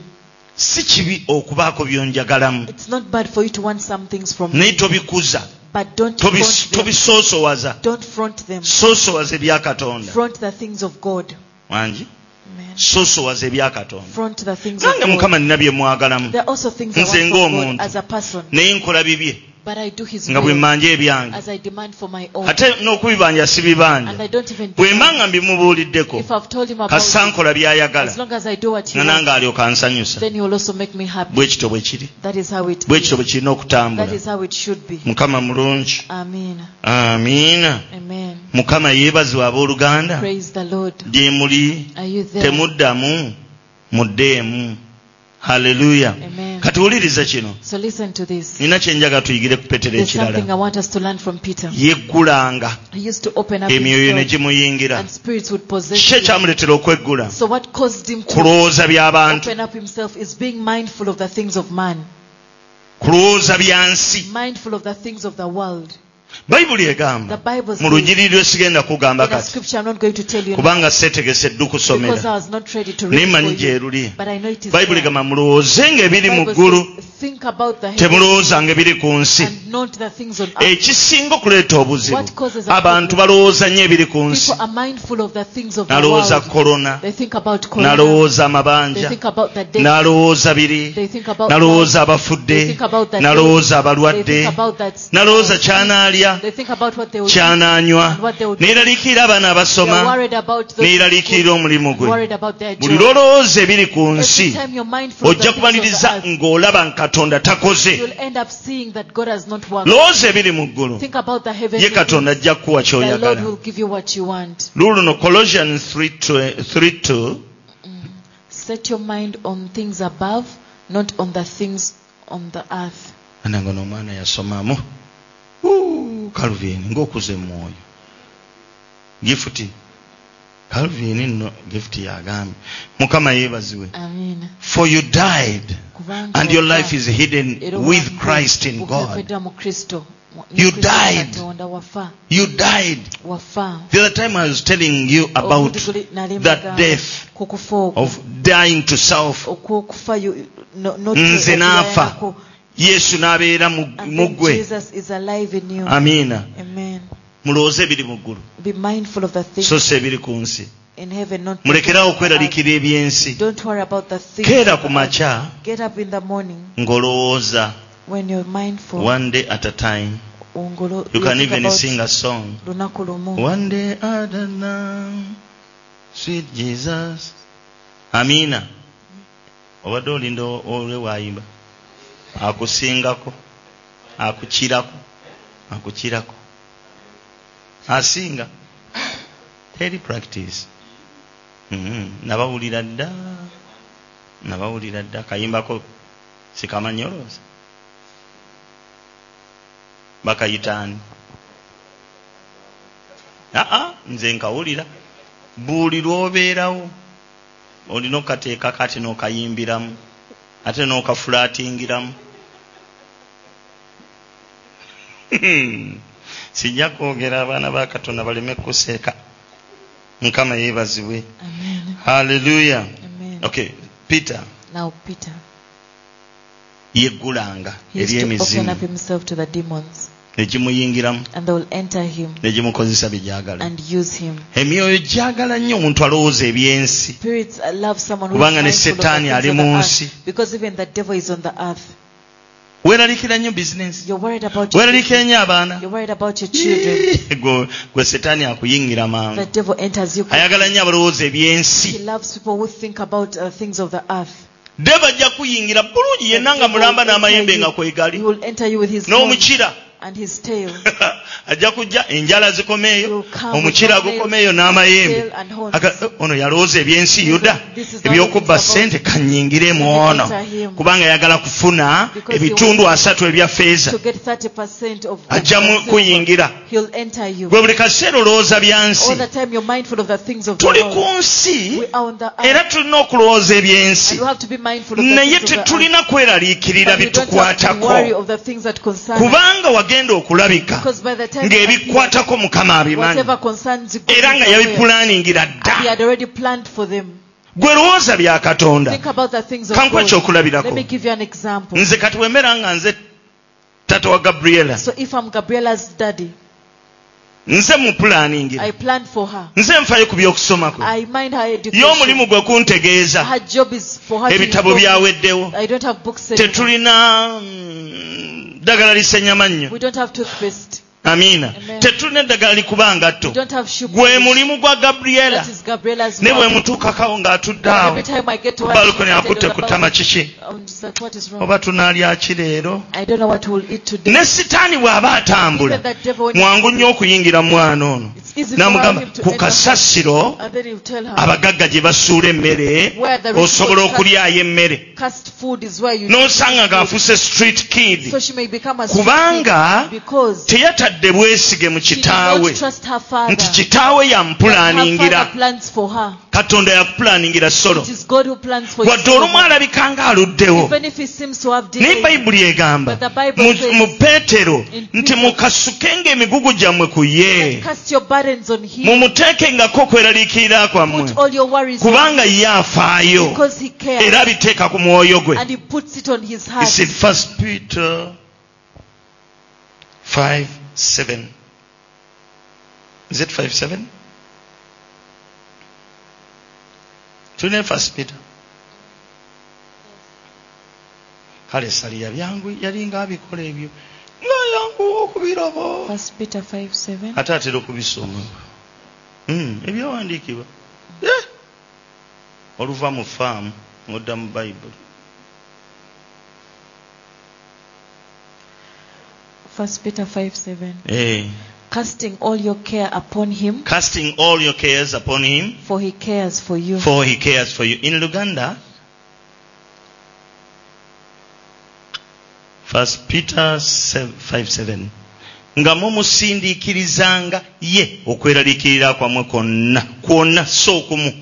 S1: si kibi okubaako byonjagalamu
S2: It's not bad for you to want some things from
S1: naye tobikuza
S2: But don't
S1: Tobi-
S2: front them.
S1: tobisoosowaza
S2: Don't front them.
S1: soosowaza ebya katonda
S2: Front the things of God.
S1: wangi
S2: Amen.
S1: soosowaza ebya katonda
S2: Front the things of
S1: nange
S2: God.
S1: mukama nina bye mwagalamu
S2: There are also things I want
S1: Nze
S2: from
S1: ng'omuntu.
S2: God as a person.
S1: naye nkola bibye
S2: But I do his
S1: nga bwe
S2: will
S1: mmanja ebyange
S2: as I demand for my own.
S1: ate n'okubibanja
S2: And
S1: sibibanja
S2: I don't even
S1: bwe
S2: do
S1: mba nga mbimubuuliddeko
S2: if I've told him about
S1: kassa
S2: it,
S1: nkola byayagala
S2: as long as I do what he
S1: nga
S2: wants,
S1: nange alyoka ansanyusa
S2: then he will also make me happy.
S1: bwe kityo bwe kiri
S2: That is how it
S1: bwe
S2: is.
S1: kityo bwe kirina
S2: That
S1: okutambula
S2: is how it should be.
S1: mukama mulungi
S2: Amen.
S1: amiina
S2: Amen.
S1: mukama yeebazibwe abooluganda
S2: Praise the Lord.
S1: gye muli
S2: Are you there?
S1: temuddamu muddeemu haleluya
S2: Amen.
S1: kati wulirize kino
S2: So listen to this.
S1: nina kyenjaga tuyigire ku petero
S2: There's something I
S1: ekirala
S2: want us to learn from Peter.
S1: yeggulanga
S2: He used to open up
S1: emyoyo ne
S2: his door
S1: gimuyingira
S2: and spirits would possess
S1: ki
S2: him.
S1: ekyamuleetera okweggula
S2: So what caused him to
S1: kulowooza by'abantu
S2: open up himself is being mindful of the things of man,
S1: kulowooza bya nsi
S2: mindful of the things of the world.
S1: bayibuli
S2: The
S1: egamba
S2: Bible
S1: mu
S2: says
S1: lugiri lwe sigenda kugamba
S2: in a
S1: kati
S2: scripture I'm not going to tell you now
S1: kubanga seetegese ddu kusomera
S2: because I was not ready to read
S1: nemanyi
S2: it for
S1: gye
S2: you,
S1: luli
S2: but I know it is
S1: bayibuli
S2: there.
S1: egamba mulowooze ng'ebiri mu
S2: Bible
S1: ggulu
S2: says, think about the heavens
S1: temulowooza ng'ebiri ku nsi
S2: and not the things on earth.
S1: ekisinga okuleeta obuzibu
S2: What causes a
S1: abantu
S2: problem?
S1: balowooza nnyo ebiri ku nsi
S2: People are mindful of the things of the
S1: nalowooza
S2: world.
S1: kolona
S2: They think about corona.
S1: nalowooza
S2: They
S1: amabanja
S2: think about the death.
S1: nalowooza biri
S2: They think about
S1: nalowooza
S2: They
S1: abafudde
S2: think about that.
S1: nalowooza
S2: They
S1: abalwadde
S2: think about that.
S1: nalowooza kyanaalya
S2: They think about what they will do.
S1: kyanaanywa neeraliikirira abaana
S2: They are
S1: abasoma
S2: worried about those
S1: neeraliikirira
S2: people.
S1: omulimu gwe
S2: Worried about their
S1: buli
S2: job.
S1: lwolowooza ebiri ku
S2: Every
S1: nsi
S2: time you're mindful of the
S1: ojja
S2: things of
S1: kumaliriza
S2: the earth,
S1: ng'olaba nkatonda takoze
S2: you'll end up seeing that God has not worked.
S1: lowooza ebiri mu ggulu
S2: Think about the heavenly
S1: ye katonda
S2: things.
S1: ajja kukuwa
S2: The Lord
S1: ky'oyagala
S2: will give you what you want.
S1: luuluno colossians 3:2
S2: Set your mind on things above, not on the things on the earth.
S1: ananga n'omwana yasomamu calvin ng'okuze mwoyo gifuti calvin no gifuti yagambye mukama yeebazibwe
S2: Amen.
S1: for you died
S2: Kubanga
S1: and your
S2: wafa,
S1: life is hidden
S2: era
S1: with
S2: obulamu
S1: christ in
S2: bwo
S1: god
S2: bukwekweddwa mu Kristo. Mu-
S1: You
S2: Kristo
S1: died.
S2: Katonda wafa
S1: you died
S2: wafa
S1: the other time i was telling you about
S2: Obuduguli- nali
S1: that
S2: mugamba,
S1: death
S2: ku kufa okwo,
S1: of dying to self
S2: okw'okufa you- no- not-
S1: Nze n'afa.
S2: okuyayanako.
S1: yesu n'abeera mu
S2: And
S1: mu
S2: then
S1: gwe
S2: Jesus is alive in you.
S1: amiina
S2: Amen.
S1: mulowooze ebiri mu ggulu
S2: Be mindful of the things
S1: so si ebiri ku nsi
S2: in heaven, not
S1: mulekerawo
S2: Ah.
S1: okweraliikira ebyensi
S2: don't worry about the things.
S1: keera ku makya
S2: Get up in the morning
S1: ng'olowooza
S2: when you're mindful.
S1: one day at a time
S2: Ongolo,
S1: you can
S2: think
S1: even
S2: about
S1: sing a song
S2: lunaku lumu.
S1: one day at a time sweet jesus amiina obadde olinda olwewaayimba akusingako akukirako akukirako asinga teri practice Mhm, nabawulira dda nabawulira dda kayimbako sikamanyolooza bakayitaani aa Ah, nze nkawulira buuli lwobeerawo olina okateekako ate n'okayimbiramu ate n'okafulaatingiramu Hmm. sijja kwogera abaana ba katonda baleme kuseeka mukama yeebazibwe
S2: Amen.
S1: halleluya
S2: Amen.
S1: okay peter
S2: Now Peter,
S1: yeggulanga
S2: he used to open
S1: eryemizimu
S2: up himself to the demons,
S1: negimuyingiramu
S2: and they will enter him
S1: negimukozesa byejagala
S2: and use him.
S1: emyoyo gyagala nnyo omuntu alowooza ebyensi
S2: Spirits uh, love someone who
S1: Kubanga ne
S2: is mindful of
S1: Setaani
S2: the
S1: ali
S2: things on
S1: mu
S2: the
S1: nsi.
S2: earth, because even the devil is on the earth.
S1: weeralikira nnyo bizinensi
S2: You're worried about your
S1: weeralikira nnyo abaana
S2: you're worried about your children.
S1: Yee, gwe- gwe setaani akuyingira
S2: The
S1: mangu
S2: devil enters you.
S1: ayagala nnyo abalowooza
S2: He
S1: ebyensi
S2: loves people who think about uh, things of the earth.
S1: deva ajja kuyingira bulungi yenna nga mulamba n'amayembe nga
S2: He
S1: kwegali
S2: will enter you with his horns
S1: n'omukira
S2: and his tail.
S1: ajja kujja enjala zikomeeyo
S2: Will come
S1: omukira
S2: with
S1: gukomeeyo
S2: tail
S1: n'amayembe
S2: and horns.
S1: Aga- eh, ono yalowooza ebyensi yuda
S2: This is not
S1: ebyokubba
S2: what it's about.
S1: ssente kannyingiremu ono
S2: Enter him.
S1: kubanga ayagala kufuna
S2: Because he
S1: ebitundu asatu ebya
S2: To
S1: feeza
S2: get 30% of
S1: ajja mu
S2: of the silver,
S1: kuyingira
S2: He'll enter you.
S1: gwe buli kaseera olowooza bya
S2: All
S1: nsi
S2: the time you're mindful of the things of the
S1: tuli ku
S2: world.
S1: nsi
S2: We are on the earth.
S1: era tulina okulowooza ebyensi
S2: And you have to be mindful of the
S1: naye
S2: things of the earth.
S1: tetulina kweraliikirira
S2: But you don't have to be
S1: bitukwatako
S2: worry of the things that concern you.
S1: kubanga wagenda okulabika
S2: Because by the time you appear,
S1: ng'ebikwatako mukama abimanyi
S2: whatever concerns you, God
S1: era
S2: is
S1: nga
S2: aware.
S1: yabipulaningira
S2: He
S1: dda
S2: had already planned for them.
S1: gwe lowooza bya katonda
S2: Think about the things of
S1: kankuwa
S2: God. Let
S1: ekyokulabirako
S2: me give you an example.
S1: nze kati wemera nga nze tata wa gabriela
S2: So if I'm Gabriela's daddy,
S1: nze mupulaningira
S2: I plan for her.
S1: nze nfayo ku byokusoma kwe
S2: I mind her education.
S1: y'omulimu gwe kuntegeeza
S2: Her job is for her to
S1: ebitabo
S2: inform me.
S1: byaweddewo
S2: I don't have books anymore.
S1: tetulina mm, ddagala lisenya mannyo
S2: We don't have toothpaste.
S1: amiina
S2: Amen.
S1: tetulina eddagala likuba
S2: We
S1: ngatto
S2: don't have shoe
S1: gwe mulimu gwa gabriyera
S2: That is Gabriela's
S1: ne bwe
S2: work.
S1: mutuukakawo ng'atudde awo
S2: Every time I get to work,
S1: balukoni
S2: she's
S1: akutte
S2: telling
S1: ku
S2: about-
S1: ttama kiki
S2: Um, she's like, what is wrong?
S1: oba tunaalya ki leero
S2: I don't know what we'll eat today.
S1: ne sitaani bw'aba atambula
S2: Even that devil, when
S1: mwangu nnyo okuyingira mwana ono
S2: it's easy for
S1: n'amugamba
S2: him to
S1: ku
S2: enter,
S1: kasasiro
S2: and then he'll tell her,
S1: abagagga gye basuula emmere
S2: Where the rich
S1: osobola
S2: folk
S1: okulyayo emmere
S2: cast food is where you
S1: n'osanga ng'afuuse street
S2: So
S1: kid
S2: she may become a street
S1: kubanga
S2: kid because
S1: teyatadde bwesige mu
S2: she did not
S1: kitaawe
S2: trust her father.
S1: nti kitaawe
S2: Her father
S1: yampulaningira
S2: plans for her.
S1: katonda yapulaningira solo
S2: It is God who plans for
S1: wadde
S2: you.
S1: olumu alabika ng'aluddewo
S2: Even if he seems to have
S1: naye
S2: delayed,
S1: bayibuli egamba
S2: But the Bible
S1: mu-
S2: says-
S1: mu peetero
S2: In
S1: nti
S2: Peter-
S1: mukasukenga emigugu gyammwe ku ye
S2: cast your burdens on him.
S1: mumuteekengako okweraliikirira kwammwe
S2: Put all your worries on him
S1: kubanga ye afaayo
S2: because he cares
S1: era abiteeka ku mwoyo gwe
S2: and he puts it on his
S1: It's in
S2: heart.
S1: First Peter five seven. Is it five seven? tulina First Peter. kale saliya byangu yalinga abikola ebyo ngaayanguwa okubiraba
S2: First Peter 5 7.
S1: ate atera okubisoma Mm, ebyawandiikibwa Eh, oluva mu faamu ng'odda mu bayibuli
S2: First Peter 5 7.
S1: Eh.
S2: Casting all your care upon him,
S1: casting all your cares upon him
S2: for he cares for you.
S1: for he cares for you in luganda first peter 57 nga mumusindiikirizanga ye okweraliikirira kwammwe kwonna kwonna so okumu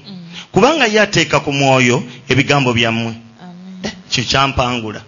S1: kubanga ye ateeka ku mwoyo ebigambo byammwe
S2: Amen.
S1: kyo kyampangula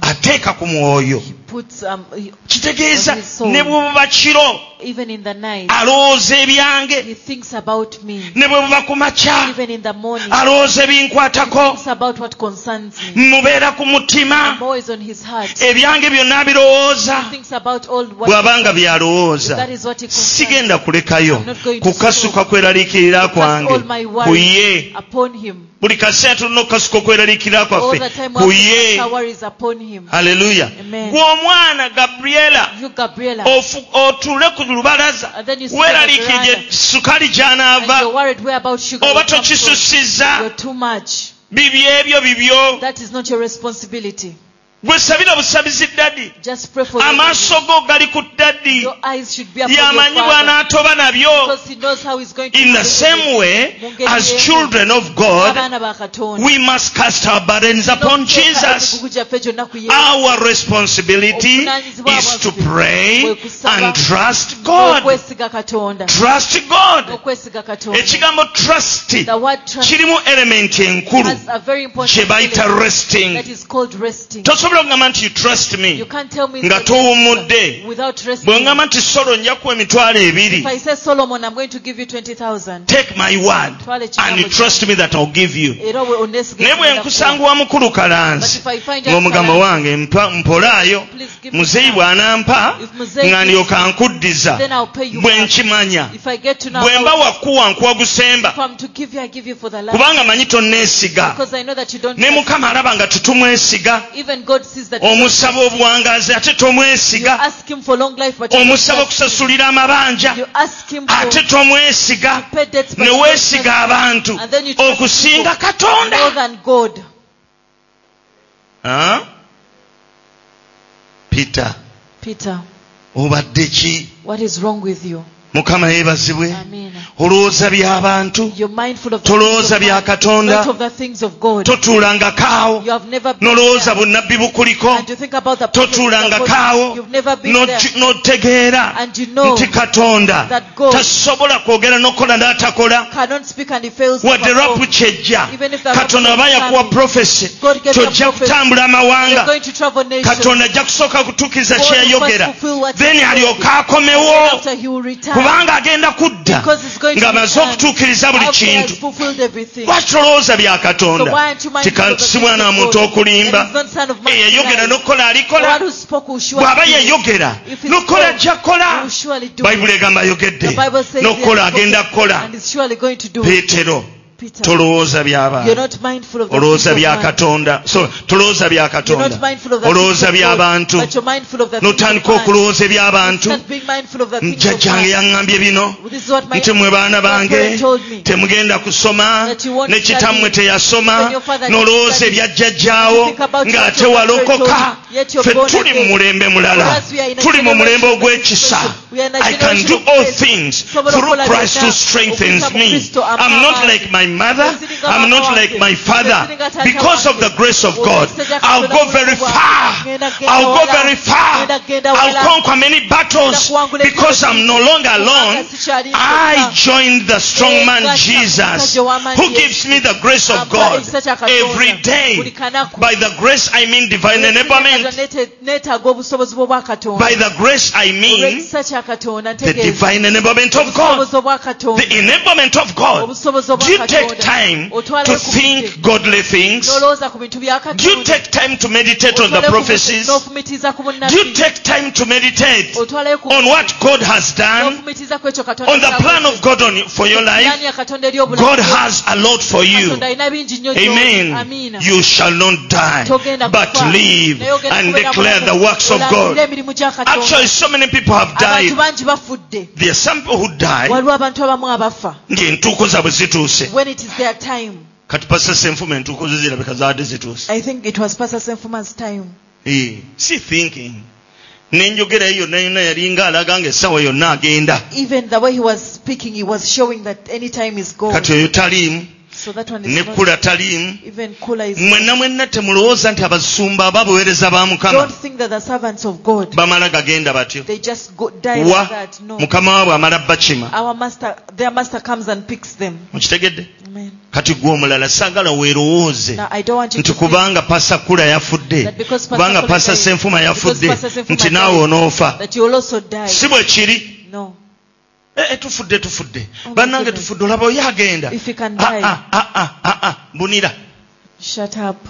S1: ateeka ku mwoyo
S2: He puts, um, he-
S1: kitegeeza ne bwe buba kiro
S2: even in the night,
S1: alowooza ebyange
S2: he thinks about me.
S1: ne bwe buba ku makya
S2: Even in the morning, he
S1: alowooza ebinkwatako
S2: thinks about what concerns me.
S1: mubeera ku mutima
S2: I'm always on his heart. He
S1: ebyange byonna abirowooza
S2: thinks about all what
S1: bw'abanga byalowooza
S2: that is what he concerns.
S1: sigenda kulekayo kukasuka kweraliikirira
S2: Cast
S1: kwange
S2: all my
S1: ku
S2: worries
S1: ye
S2: upon him.
S1: buli kaseera tulina okusuka okweraliikirira
S2: All
S1: kwaffe
S2: the time we
S1: ku
S2: have to
S1: ye
S2: cast our worries upon him.
S1: Ah. haleluya
S2: Amen.
S1: gw'omwana gabriela
S2: You, Gabriela,
S1: ofu- otule ku lubalaza
S2: And then you sit on the
S1: weeraliikirye
S2: veranda.
S1: sukaali
S2: and
S1: gy'anaava
S2: you're worried where about sugar will
S1: oba
S2: come from.
S1: tokisusizza
S2: You're too much.
S1: bibyo ebyo bibyo
S2: That is not your responsibility.
S1: gwesabira busabizi ddadi
S2: Just pray for your
S1: amaaso go gali ku ddaddi
S2: Your eyes should be upon your
S1: yamanyi
S2: father
S1: bw'anaatoba nabyo
S2: because he knows how he's going to
S1: in the
S2: do
S1: same
S2: it.
S1: way as children of god
S2: Abaana ba Katonda.
S1: we must cast our burdens upon jesus
S2: N'okuteeka emigugu gyaffe gyonna ku ye.
S1: our responsibility is to pray and trust god
S2: N'okwesiga Katonda.
S1: trust god
S2: N'okwesiga Katonda.
S1: ekigambo trust
S2: The word trust
S1: kirimu elementi enkulu
S2: has a very
S1: kye
S2: important
S1: bayita
S2: element that
S1: resting
S2: is called resting.
S1: tosobola okugamba nti you trust
S2: You
S1: me
S2: can't tell me
S1: nga
S2: it's a-
S1: towummudde
S2: without
S1: bwe
S2: resting.
S1: ngamba nti solo njakuwa emitwalo ebiri
S2: If I say Solomon, I'm going to give you 20,000.
S1: take my word
S2: Twale kigambo
S1: and you
S2: kyange.
S1: trust me that I'll give you
S2: Era we onesiga
S1: naye bwe
S2: ekigenda
S1: nkusanga
S2: kuwa.
S1: wa mukulu
S2: But
S1: kalansi
S2: if I find out
S1: ng'omugamba
S2: Kalanzi,
S1: wange mpa- mpolaayo
S2: Please give me
S1: muzeeyi
S2: time.
S1: bw'anampa
S2: If muzeeyi
S1: nga
S2: gives-
S1: ndyoka nkuddiza
S2: then I'll pay you
S1: bwe
S2: back.
S1: nkimanya
S2: If I get to know
S1: bwe mba
S2: about
S1: wakuwa nkuwa gusemba
S2: if I'm to give you, I give you for the last.
S1: kubanga manyi tonneesiga
S2: Because I know that you don't.
S1: ne mukama alaba nga tetumwesiga
S2: Even God sees that.
S1: omusaba obuwangaazi ate
S2: You
S1: tomwesiga
S2: ask Him for long life, but you don't
S1: omusaba
S2: trust Him.
S1: okusasulira amabanja
S2: You ask Him
S1: ate
S2: for
S1: tomwesiga
S2: pay debts, but
S1: ne
S2: you don't trust
S1: weesiga
S2: Him
S1: abantu
S2: And then you trust
S1: okusinga
S2: people.
S1: katonda
S2: more than God.
S1: Ah? peter
S2: Peter,
S1: obadde ki
S2: what is wrong with you?
S1: mukama yeebazibwe
S2: Amen.
S1: olowooza by'abantu
S2: You're mindful of the things
S1: tolowooza
S2: of
S1: bya
S2: man, not
S1: katonda
S2: of the things of God.
S1: totuulangakaawo
S2: You have never been
S1: nolowooza
S2: there.
S1: bunnabbi bukuliko
S2: And you think about the prophets of
S1: totuulangakaawo
S2: God. You've never been there.
S1: n'oki- n'otegeera
S2: And you know
S1: nti katonda
S2: that God-
S1: tasobola kwogera n'okukola n'atakola
S2: cannot speak and he fails. to
S1: wadde
S2: perform.
S1: rapu kyejja
S2: Even if the rapture
S1: katonda aba
S2: is
S1: yakuwa
S2: coming,
S1: profesi
S2: God gave you a
S1: kyojja
S2: prophet.
S1: kutambula
S2: You're
S1: amawanga
S2: going to travel nations.
S1: katonda ajja kusooka kutuukiriza kye
S2: God will first
S1: yayogera
S2: fulfill what he
S1: then
S2: said.
S1: alyoke akomewo
S2: After he will return.
S1: kubanga agenda kudda
S2: Because it's going to
S1: ng'amaze
S2: return
S1: okutuukiriza buli
S2: After he
S1: kintu
S2: has fulfilled everything.
S1: lwaki tolowooza bya
S2: So why
S1: katonda
S2: aren't you mindful of the
S1: tikasi
S2: things of
S1: mwana wa muntu
S2: God?
S1: okulimba
S2: And he's not son of man to
S1: eyayogera
S2: lie.
S1: n'okukola
S2: The one
S1: Eh, alikola
S2: who spoke will surely
S1: bw'aba
S2: do it.
S1: yayogera
S2: If he
S1: n'okukola
S2: spoke,
S1: ajja
S2: he
S1: kukola
S2: will sururely do it.
S1: bayibuli egamba ayogedde
S2: The Bible says he has
S1: n'okukola
S2: spoken
S1: agenda kukola
S2: and is surely going to do it.
S1: peetero
S2: Peter.
S1: tolowooza
S2: You're
S1: by'abantu
S2: not mindful of the
S1: olowooza
S2: things
S1: bya
S2: of man.
S1: katonda So, tolowooza bya
S2: You're not
S1: katonda
S2: mindful of the things
S1: olowooza
S2: of God,
S1: by'abantu
S2: but you're mindful of the things
S1: n'otandika
S2: of man.
S1: okulowooza eby'abantu
S2: Start being mindful of the things of
S1: jjajjange
S2: man.
S1: yaŋŋambye bino
S2: This is what my
S1: nti mwe baana bange
S2: grandparent told me.
S1: temugenda kusoma
S2: That you won't
S1: ne kitammwe
S2: study.
S1: teyasoma
S2: When your father didn't
S1: n'olowooza
S2: study.
S1: ebya jjajjaawo
S2: You think about
S1: ng'ate
S2: your
S1: walokoka
S2: grandparent, yet you're
S1: ffe
S2: born
S1: tuli mu
S2: again.
S1: mulembe mulala
S2: Whereas we are in a
S1: tuli mu
S2: generation
S1: mulembe
S2: of
S1: ogw'ekisa
S2: restoration. We are in a
S1: i can
S2: generation
S1: do
S2: of
S1: all
S2: grace.
S1: things
S2: Sobola
S1: through
S2: okola
S1: christ
S2: byonna
S1: who strengthens
S2: okuva mu
S1: me
S2: Kristo aba
S1: i'm not
S2: amanyi.
S1: like my mother
S2: Okusinga
S1: i'm not
S2: baba
S1: like
S2: wange.
S1: my father
S2: Okusinga taata
S1: because of
S2: wange.
S1: the grace of
S2: Oh,
S1: god
S2: Olw'ekisa kya
S1: i'll
S2: Katonda
S1: go very
S2: omukulu
S1: far
S2: wange. Ngenda genda
S1: i'll go
S2: wala.
S1: very far
S2: Ngenda genda wala.
S1: i'll conquer many battles because i'm no longer alone I joined the strong
S2: Eh,
S1: man Jesus who gives me the grace
S2: Ah,
S1: of God every day. By the grace I mean divine enablement.
S2: neetaaga obusobozi
S1: By
S2: bw'obwakatonda
S1: the grace I mean
S2: olw'ekisa kya katonda
S1: the
S2: ntegeeza
S1: divine enablement of God.
S2: obusobozi
S1: The
S2: obwakatonda
S1: enablement of God.
S2: obusobozi
S1: Do you take time
S2: Otwale
S1: to
S2: ku
S1: think
S2: bite.
S1: godly things?
S2: n'olowooza ku bintu bya
S1: Do you
S2: katonda
S1: take time to meditate on the
S2: Otwale ku bite,
S1: prophecies?
S2: n'ofumitiza ku
S1: Do you
S2: bunnabbi
S1: take time to meditate
S2: otwalayo ku
S1: on what God has done?
S2: n'ofumitiza ku ekyo katonda
S1: On the plan of God on, for your life?
S2: Plani ya katonda eri obulamu
S1: God
S2: bwo.
S1: has a lot for you.
S2: katonda alina bingi nnyo gy'oli.
S1: Amen.
S2: Amiina.
S1: You shall not die,
S2: Togenda
S1: but
S2: kufa,
S1: live
S2: naye ogenda
S1: and
S2: kubeera
S1: declare the
S2: mulamu,
S1: works of
S2: olangirire
S1: God.
S2: emirimu gya Katonda.
S1: Actually, so many people have died.
S2: abantu bangi bafudde
S1: There are some people who die.
S2: waliwo abantu abamu abafa
S1: ng'entuuko zaabwe zituuse
S2: when it is their time
S1: kati pasasa enfumu entuuko ze zirabika zaadde zituuse
S2: i think it was pastor senfuman's time
S1: Eh, si thinking nenjogerayo yonna yonna yalinga alaga nga essaawa yonna agenda
S2: even the way he was speaking he was showing that any time is gone
S1: kati oyo taliimu
S2: so that one
S1: ne
S2: is not,
S1: kula taliimu
S2: even kula is
S1: mwenna mwenna temulowooza nti abasumba aba abaweereza ba
S2: don't
S1: mukama
S2: think that the servants of god
S1: bamala gagenda batyo
S2: they just go, die like
S1: wa
S2: that no
S1: mukama waabwe amala bakima
S2: our master their master comes and picks them
S1: mukitegedde
S2: amen
S1: kati gwe omulala saagala weerowooze
S2: now i don't want you
S1: nti
S2: to think
S1: kubanga pasakula yafudde
S2: That because Pastor
S1: kubanga
S2: Kula
S1: pasa
S2: died,
S1: senfuma yafudde
S2: because Pastor Senfuma
S1: nti naawe
S2: died.
S1: onoofa
S2: that you will also die
S1: si bwe kiri
S2: no
S1: Eh, eh, tufudde tufudde
S2: Oh my
S1: bannange
S2: goodness.
S1: tufudde olaba oyo agenda
S2: If he can
S1: Ah,
S2: die.
S1: ah, ah, ah, ah, ah, bunira
S2: shut up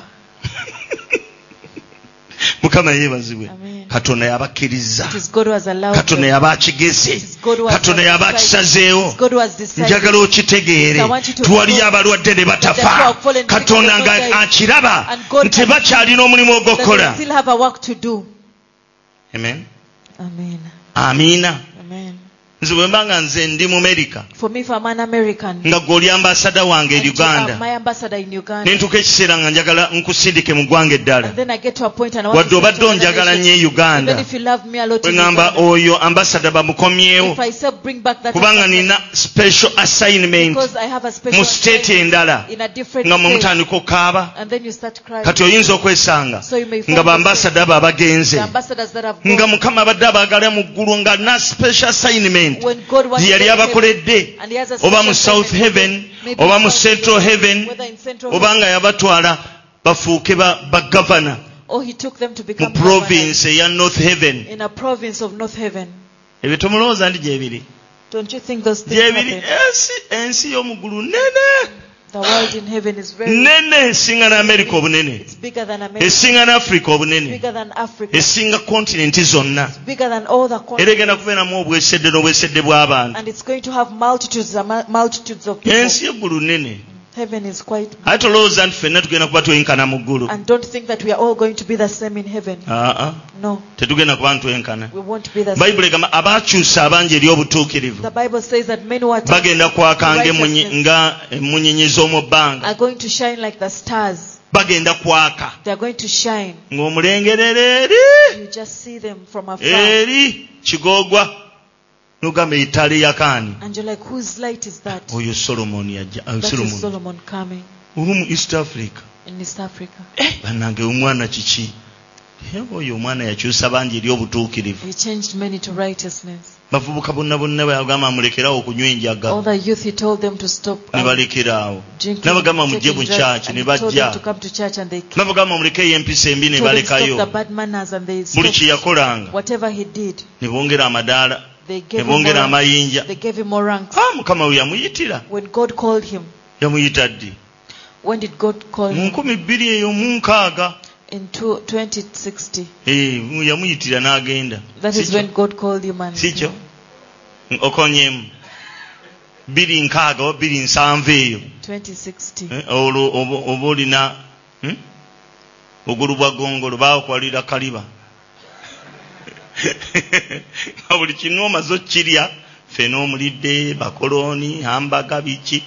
S1: mukama yeebazibwe
S2: Amen.
S1: katonda yabakkiriza
S2: It is God who has allowed
S1: katonda
S2: them.
S1: yaba akigeze
S2: is God who has
S1: katonda yaba akisazeewo
S2: God who has decided
S1: njagala okitegeere
S2: I want you to
S1: twali
S2: know
S1: abalwadde ne
S2: that there
S1: batafa
S2: are fallen
S1: katonda
S2: people who
S1: nga
S2: died.
S1: akiraba
S2: And God
S1: nti bakyalina omulimu
S2: that
S1: ogwokukola
S2: they still have a work to do.
S1: Amen.
S2: Amen.
S1: amiina
S2: Amen.
S1: nze bwe mba nga nze ndi mu merika
S2: For me, if I'm an American,
S1: nga gweoli ambasada wange
S2: and
S1: e
S2: you are
S1: uganda
S2: my ambassador in Uganda,
S1: ne ntuuka ekiseera nga njagala nkusindike mu ggwanga eddala
S2: and then I get to a point and I want
S1: wadde
S2: to
S1: obadde
S2: say to another
S1: onjagala
S2: nation,
S1: nnyo e uganda
S2: even if you love me a lot,
S1: bwe
S2: in
S1: ŋŋamba
S2: Uganda,
S1: oyo ambasada bamukomyewo
S2: if I say bring back that
S1: kubanga
S2: ambassador,
S1: nina special assignment
S2: because I have a special
S1: mu state
S2: assignment
S1: endala
S2: in a different
S1: nga mwe
S2: state,
S1: mutandika okukaaba
S2: and then you start crying.
S1: kati oyinza okwesanga
S2: So you may find
S1: nga
S2: yourself-
S1: baambasada abo abagenze
S2: the ambassadors that have
S1: nga
S2: gone,
S1: mukama abadde abaagala mu ggulu nga na special assignment
S2: when God wants
S1: gye yali
S2: them to-
S1: abakoledde
S2: and he has a
S1: oba mu
S2: special
S1: south
S2: assignment,
S1: heaven
S2: maybe
S1: oba mu
S2: South
S1: central
S2: Heaven,
S1: heaven
S2: whether in Central
S1: oba nga yabatwala bafuuke ba- bagavana
S2: or he took them to
S1: mu
S2: become governors
S1: province eya north heaven
S2: in a province of North Heaven.
S1: ebyo tomulowooza ndi gyebiri
S2: Don't you think those things
S1: gyebiri
S2: happen?
S1: ensi ensi y'omuggulu nene
S2: The world in heaven is very
S1: nene esinga ne america obunene
S2: it's bigger than America,
S1: esinga ne africa obunene
S2: bigger than Africa,
S1: esinga kontinenti zonna
S2: bigger than all the
S1: era
S2: continents,
S1: egenda kubeeramu obwesedde n'obwesedde bw'abantu
S2: and it's going to have multitudes and multitudes of people.
S1: ensi y'eggulu nene
S2: Heaven is quite
S1: ate olowooza nti ffenna tugenda kuba twenkana mu ggulu
S2: and don't think that we are all going to be the same in heaven.
S1: aa
S2: No,
S1: Ah, tetugenda kuba ntwenkana
S2: we won't be the same.
S1: bayibuli egamba abaakyusa abangi eri obutuukirivu
S2: The Bible says that many who are taken
S1: bagenda kwaka ng'emunyi- nga emunyenyi z'omu bbanga
S2: are going to shine like the stars.
S1: bagenda kwaka
S2: They are going to shine.
S1: ng'omulengerera eri
S2: You just see them from afar,
S1: eri kigoogwa n'ogamba eyitaale yakaani
S2: and you're like, whose light is that?
S1: oyo solomoni yajja ah,
S2: That is
S1: solomoni
S2: Solomon coming
S1: olumu east africa
S2: in East Africa.
S1: bannange omwana kiki Eh, oyo omwana yakyusa bangi eri obutuukirivu
S2: He changed many to righteousness.
S1: bavubuka bonna bonna bayagamba mulekerawo okunywa enjaga
S2: All the youth, he told them to stop
S1: ne
S2: um,
S1: balekeraawo
S2: drinking,
S1: nabagamba mujje
S2: taking
S1: mu
S2: drugs,
S1: kyaki
S2: and
S1: ne
S2: he told them to
S1: bajja
S2: come to church and they came.
S1: nabagamba mulekeyo empisa embi ne
S2: Told them to stop the
S1: balekayo
S2: bad manners and they
S1: buli
S2: stopped.
S1: kye yakolanga
S2: Whatever he did,
S1: ne bongera amadaala
S2: they
S1: ne
S2: gave him more
S1: bongera
S2: ranks.
S1: amayinja
S2: They gave him more ranks.
S1: Ah, mukama we yamuyitira
S2: When God called him,
S1: yamuyita ddi
S2: when did God call
S1: mu
S2: him?
S1: nkumi bbiri eyo mu nkaaga
S2: In two, 2060.
S1: Eh, mu- yamuyitira n'agenda
S2: That is
S1: Sikyo?
S2: when God called him and
S1: sikyo okonyeemu bbiri nkaaga oba bbiri nsanvu eyo
S2: 2060.
S1: Eh, olwo oba- oba olina hmm? bugulu bwa gongolo baakwalira kaliba nga buli kimu omaze okkirya ffe n'omulidde bakolooni hambaga biki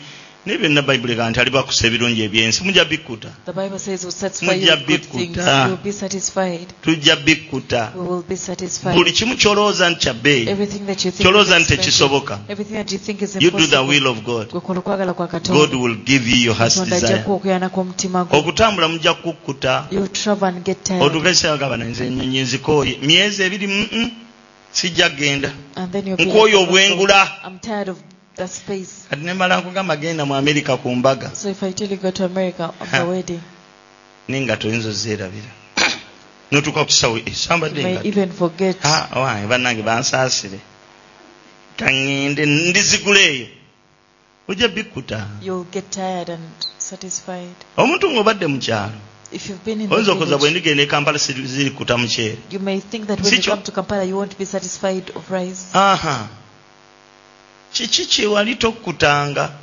S1: naye byonna bayibuli ga nti alibakusa ebirungi ebyensi mujja bikkuta
S2: The Bible says, "Will satisfy you with good things." You
S1: Mujja bikkuta.
S2: will be satisfied.
S1: tujja bikkuta
S2: We will be satisfied.
S1: buli kimu kyolowooza nti kya bbeeyi
S2: Everything that you think
S1: kyolowooza nti
S2: is expensive,
S1: tekisoboka
S2: everything that you think is
S1: you do the
S2: impossible,
S1: will of god
S2: gwe kola okwagala kwa
S1: god
S2: katonda
S1: will give you your heart's
S2: katonda ajja
S1: desire
S2: kuwokoyana kw'omutima gwo
S1: okutambula mujja kukkuta
S2: You will travel and get tired,
S1: otuuka ekiseera gaba nze ennyonyi nzikooye myezi ebiri mm sijja kgenda
S2: and then you'll be
S1: nkooye
S2: like,
S1: obwengula
S2: "I'm tired of the space."
S1: kati nemala nkugamba genda mu amerika ku mbaga
S2: So if I tell you go to America of the
S1: Ha.
S2: wedding,
S1: naye nga toyinza ozeerabira notuuka ku kisawo esambadde
S2: you may even forget.
S1: wange Ah, bannange bansaasire kaŋŋende ndizigula eyo ojja bikkuta
S2: You'll get tired and satisfied.
S1: omuntu ng'obadde mu kyalo
S2: If you've been in
S1: oyinza
S2: the
S1: okoza bwe
S2: village,
S1: ndigenda ekampala siri- zirikuta muceere
S2: you may think that when
S1: Si
S2: you
S1: kyo.
S2: come to Kampala you won't be satisfied of rice.
S1: aha kiki kyewali tokkutanga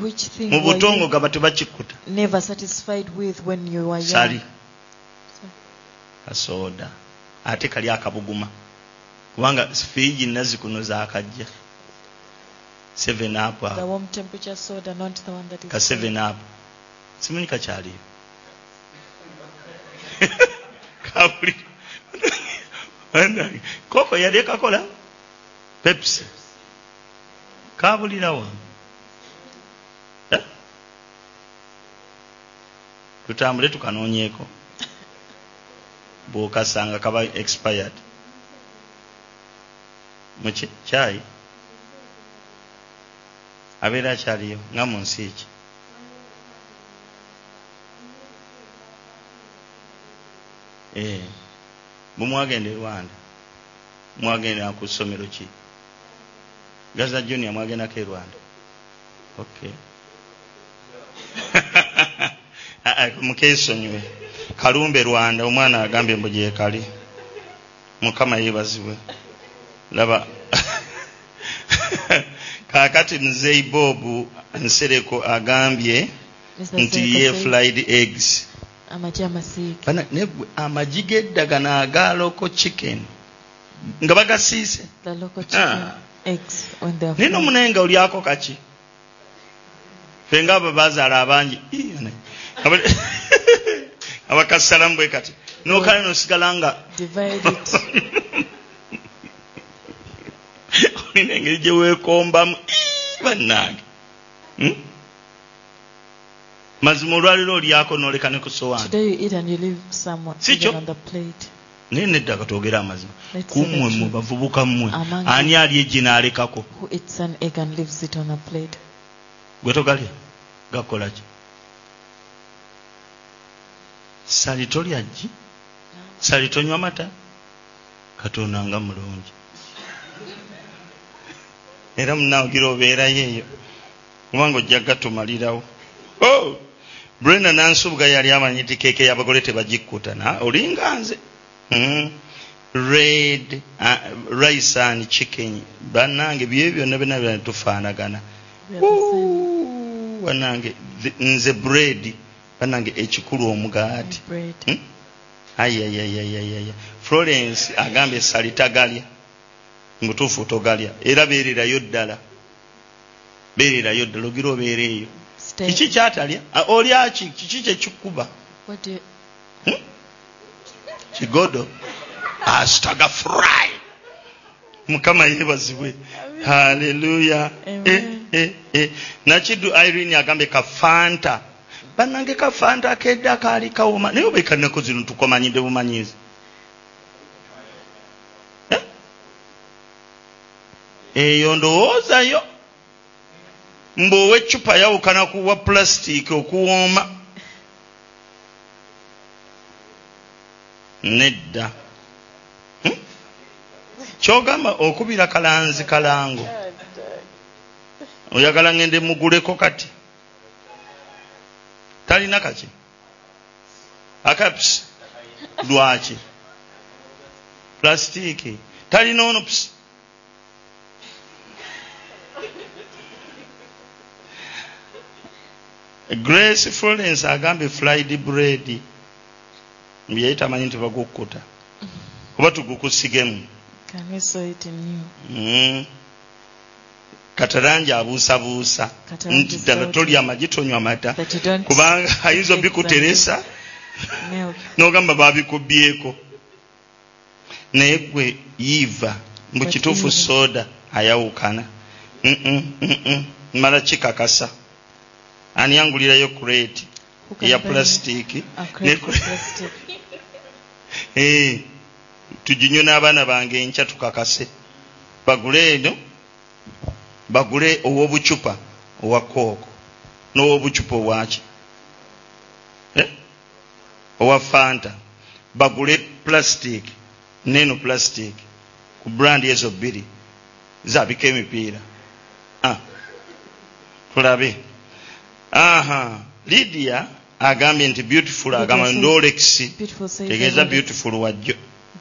S2: Which
S1: mu
S2: thing were
S1: buto
S2: you
S1: ng'ogaba tebakikuta
S2: never satisfied with when you were
S1: sali
S2: young?
S1: kasooda ate kali akabuguma kubanga fiigi nazikuno zakajja seven up
S2: The
S1: ako
S2: warm temperature soda, not the one that is.
S1: ka seven up simanyi kakyaliyo kabuli Bannange, koko yali ekakola pepsi kabulira wa Eh? tutambule tukanoonyeeko bwokasanga kaba expired mukyayi abeera akyaliyo nga mu nsi eki Eh, bwe mwagenda e rwanda mwagenda ku ssomero ki gaza junior mwagendako e rwanda okay Ah, ah, mukeesonyiwe kalumbe rwanda omwana agambye mbu gyekali mukama yeebazibwe laba kaakati muzeeyi bobu nsereko agambye
S2: Mr.
S1: nti
S2: Senator
S1: ye
S2: said,
S1: fried eggs
S2: amagi amasiike
S1: Bana- ne gwe amagi g'eddagano agaaloko chicken nga bagasiise
S2: the local chicken
S1: Ah.
S2: eggs when they are
S1: naye
S2: fried.
S1: n'omunaye nga olyako kaki fe ngaabo bazaala abangi Ii, ne- aba- abakassalamu bwe kati n'okale n'osigala nga
S2: divide it
S1: olina engeri gye weekombamu Ii, bannange Hmm? mazima olwaliro olyako n'oleka ne ku sowaani
S2: today you eat and you leave someone
S1: Si kyo.
S2: on the plate
S1: naye nedda katwogera amazima
S2: Let's say
S1: kummwe
S2: the
S1: mu
S2: truth.
S1: bavubuka mmwe
S2: Among
S1: ani ali eggi n'alekako
S2: who eats an egg and leaves it on a plate
S1: gwe togalya gakola ki sali tolya ggi sali tonywa mata katonda nga mulungi era munaawogira obeerayo eyo kubanga ojja gatumalirawo Oh! brenda nansubuga yali amanyi nti keeke y'abagole tebagikkuta na olinga nze Mm. red uh, rice and chicken bannange byeyo byonna byonna byona tufaanagana
S2: We are the same
S1: Woo! banange th- nze bread banange ekikulu omugaati
S2: bread
S1: Hmm? ayayayayaya florence agambye sali tagalya mutuufu togalya era beererayo ddala beererayo ddala ogira obeera eyo
S2: Stay-
S1: kiki kyatalya Ah, olyaki kiki kyekikuba
S2: what do you,
S1: Hmm? kigodo asitaga fry mukama yeebazibwe haleluya
S2: Amen.
S1: Eh, nakiddu irene agambye kafanta bannange kafanta akedda kaali kawoma naye oba ekanako zino tukomanyidde bumanyizi Eh? eyo ndowoozayo mbwowa eccupa yawukana kuwa pulasitiiki okuwooma nedda Hmm? kyogamba okubira kalanzi kalango oyagala ngende muguleko kati talina kaki akapusi lwaki pulasitiiki talina ono pusi grace florence agambye fried bread yali tamanyi nti bagukkuta oba tugukusigemu
S2: Can we saw it in you?
S1: Mm. kataranja abuusabuusa
S2: Kataranja
S1: nti ddala
S2: sauti.
S1: tolya amagi tonywa mata
S2: That you don't
S1: kubanga ayinza obikuteresa
S2: milk.
S1: n'ogamba babikubyeko naye gwe yiva mu
S2: But
S1: kituufu
S2: Eve-
S1: soda ayawukana Mm-mm, mm-mm, mala kikakasa aniyangulirayo kureeti
S2: Who can
S1: eya
S2: buy
S1: pulasitiiki
S2: A Ah, crate of
S1: Ne-
S2: plastic.
S1: Eh, tuginywe n'abaana bange enkya tukakase bagule eno bagule ow'obucupa owa kooko n'ow'obucupa owaki Eh? owa fanta bagule plastic neno plastic ku brand ezo bbiri zabika emipiira Ah, tulabe aha lidia agambye nti beautiful agamba
S2: Beautiful.
S1: ndolexi
S2: Beautiful says
S1: tegeeza
S2: everything.
S1: beautiful wajjo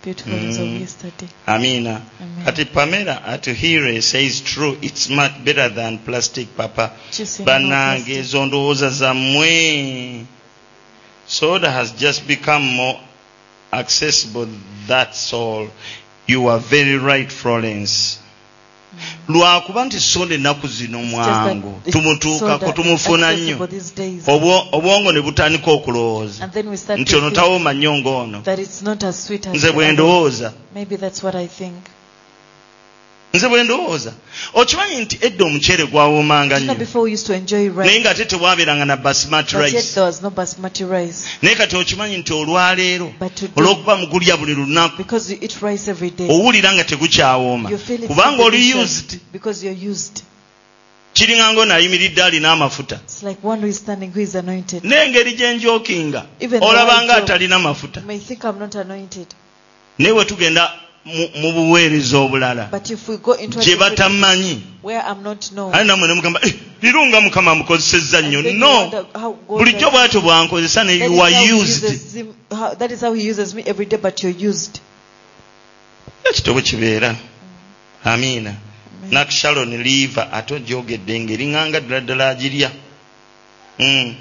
S2: Beautiful is of
S1: Mm.
S2: yesterday.
S1: amina
S2: Amen.
S1: kati pamela atuhire says true its much better than plastic papa
S2: Choosing more
S1: bannange
S2: plastic.
S1: ezo ndowooza zammwe soda has just become more accessible that's all you are very right florence lwakuba nti soda ennaku zino
S2: Mm. It's just that
S1: mwangu
S2: it's
S1: tumutuukako
S2: soda
S1: tumufuna
S2: accessible
S1: nnyo
S2: these days.
S1: Obwo- obwongo ne butandika okulowooza
S2: And then we start
S1: nti
S2: to
S1: ono
S2: think
S1: tawooma nnyo ng'ono
S2: that it's not as sweet as
S1: nze
S2: the
S1: bwe
S2: other.
S1: ndowooza
S2: Maybe that's what I think.
S1: nze bwe ndowooza okimanyi nti edda omuceere gwawoomanga
S2: You know,
S1: nnyo
S2: before we used to enjoy rice,
S1: naye ng'ate tewaabeeranga na basmati
S2: but yet
S1: rice
S2: there was no basmati rice.
S1: naye kati okimanyi nti olwaleero
S2: But today,
S1: olw'okuba mugulya buli lunaku
S2: because you eat rice every day,
S1: owulira nga tegukyawooma
S2: you feel it's
S1: kubanga oli
S2: delicious
S1: used
S2: because you're used.
S1: kiringa ng'ono ayimiridde alina amafuta
S2: It's like one who is standing who is anointed.
S1: n'engeri gye njookinga
S2: Even the
S1: olaba nga
S2: white joke.
S1: atalina mafuta
S2: You may think I'm not anointed,
S1: naye bwe tugenda mu- mu buweereza obulala
S2: but if we go into a
S1: gye
S2: community
S1: batamanyi
S2: where I'm not known,
S1: aye namwe ne mugamba "Eh, lirunga mukama amukozesezza
S2: and
S1: nnyo
S2: then you
S1: no
S2: wonder how God
S1: bulijjo
S2: has-
S1: bwatyo bw'ankozesa ne
S2: that
S1: you
S2: is how
S1: are
S2: he
S1: used
S2: uses him- how- that is how he uses me every day, but you're used.
S1: ekitabo kibeera amiina nakishalon liiva ate ogyogedde ngaeringanga ddala ddala agirya Mm.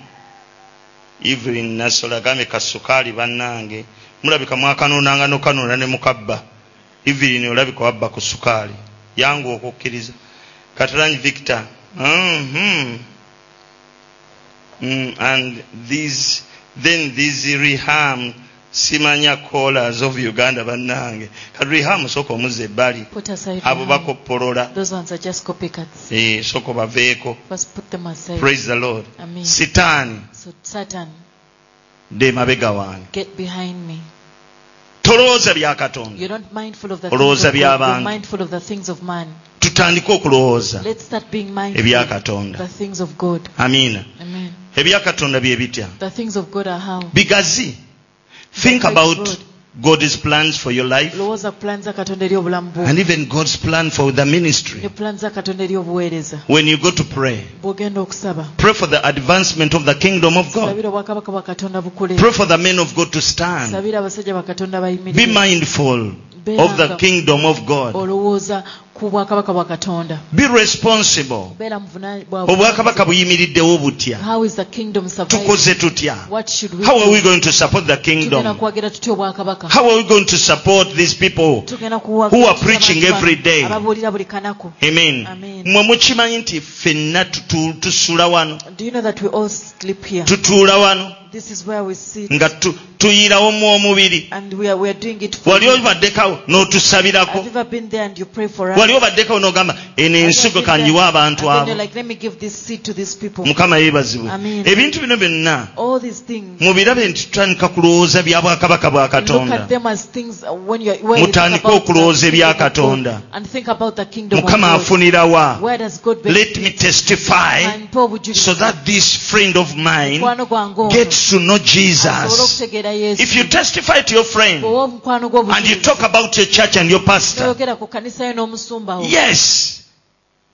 S1: evelyn nasola agambye kasukaali bannange mulabika mwakanoonanga nokanoona ne mukabba evelyn olabika wabba ku sukaali yangu okukkiriza katalanyi victor Mhm. Mm, and these then these reham simanya callers of uganda bannange kati reham soka omuzza ebbali
S2: Put aside
S1: abo
S2: your hand.
S1: bakoppolola
S2: Those ones are just copycats.
S1: Eh, soka baveeko
S2: First put them aside.
S1: praise the lord
S2: Amen.
S1: sitaani
S2: So Satan,
S1: dde mabega wange
S2: get behind me.
S1: tolowooza bya katonda
S2: You're not mindful of the
S1: Olowooza
S2: things of God,
S1: by'abantu.
S2: you're mindful of the things of man.
S1: tutandike okulowooza
S2: Let's start being mindful
S1: ebya
S2: of
S1: katonda
S2: the things of God.
S1: amiina
S2: Amen.
S1: ebya katonda bye bitya
S2: The things of God are how?
S1: bigazi think about god's plans for your life
S2: lowooza ku plan za katonda eri obulamu bwo
S1: and even god's plan for the
S2: ne
S1: ministry
S2: plan za katonda eri obuweereza
S1: when you go to pray
S2: bw'ogenda okusaba
S1: pray for the advancement of the kingdom of god
S2: sabira obwakabaka bwa katonda bukule
S1: pray for the men of god to stand
S2: sabira abasajja ba katonda
S1: be
S2: bayimirire
S1: mindful of the kingdom of god
S2: olowooza ku bwakabaka bwa katonda
S1: be responsible
S2: beera muvunani
S1: obwakabaka buyimiriddewo butya
S2: how is the kingdom surviving
S1: tukoze tutya
S2: what should we
S1: how are we
S2: do
S1: going to support the
S2: tugenda
S1: kingdom
S2: kwagera tutya obwakabaka
S1: how are we going to support these people
S2: tugenda
S1: Who are preaching every day.
S2: ababuulira buli kanaku
S1: amen
S2: Amen.
S1: mwe mukimanyi nti ffenna tutu- tusula wano
S2: do you know that we all sleep here
S1: tutuula wano
S2: this is where we sit
S1: nga tu- tuyirawo mu omubiri
S2: and we are, we are doing it for
S1: wali
S2: you.
S1: obaddekawo n'otusabirako
S2: have you ever been there and you pray for us
S1: wali obaddeekawo n'ogamba eno
S2: Have you
S1: ensigo
S2: ever been
S1: kangiwe
S2: there?
S1: abantu
S2: And then you're
S1: abo
S2: like, let me give this seed to these people.
S1: mukama yeebazibwe
S2: Amen.
S1: ebintu bino byonna
S2: All these things,
S1: mubirabe nti tutandika kulowooza bya bwakabaka bwa
S2: look at
S1: katonda
S2: them as things uh, when you're where you think
S1: Mutandike
S2: about the
S1: okulowooza ebya
S2: kingdom of God
S1: Katonda.
S2: and think about the kingdom of
S1: mukama
S2: God.
S1: afunirawa
S2: Where does God
S1: let me testify
S2: And Paul would you
S1: so that this friend of mine
S2: mukwano gwange ono
S1: gets to know
S2: asobole
S1: jesus
S2: okutegeera Yesu.
S1: if you testify to your friend
S2: Owa omukwano gwo
S1: and you
S2: obujulizi,
S1: talk about your church and your pastor
S2: n'oyogera ku kkanisa yo n'omusumba wo.
S1: yes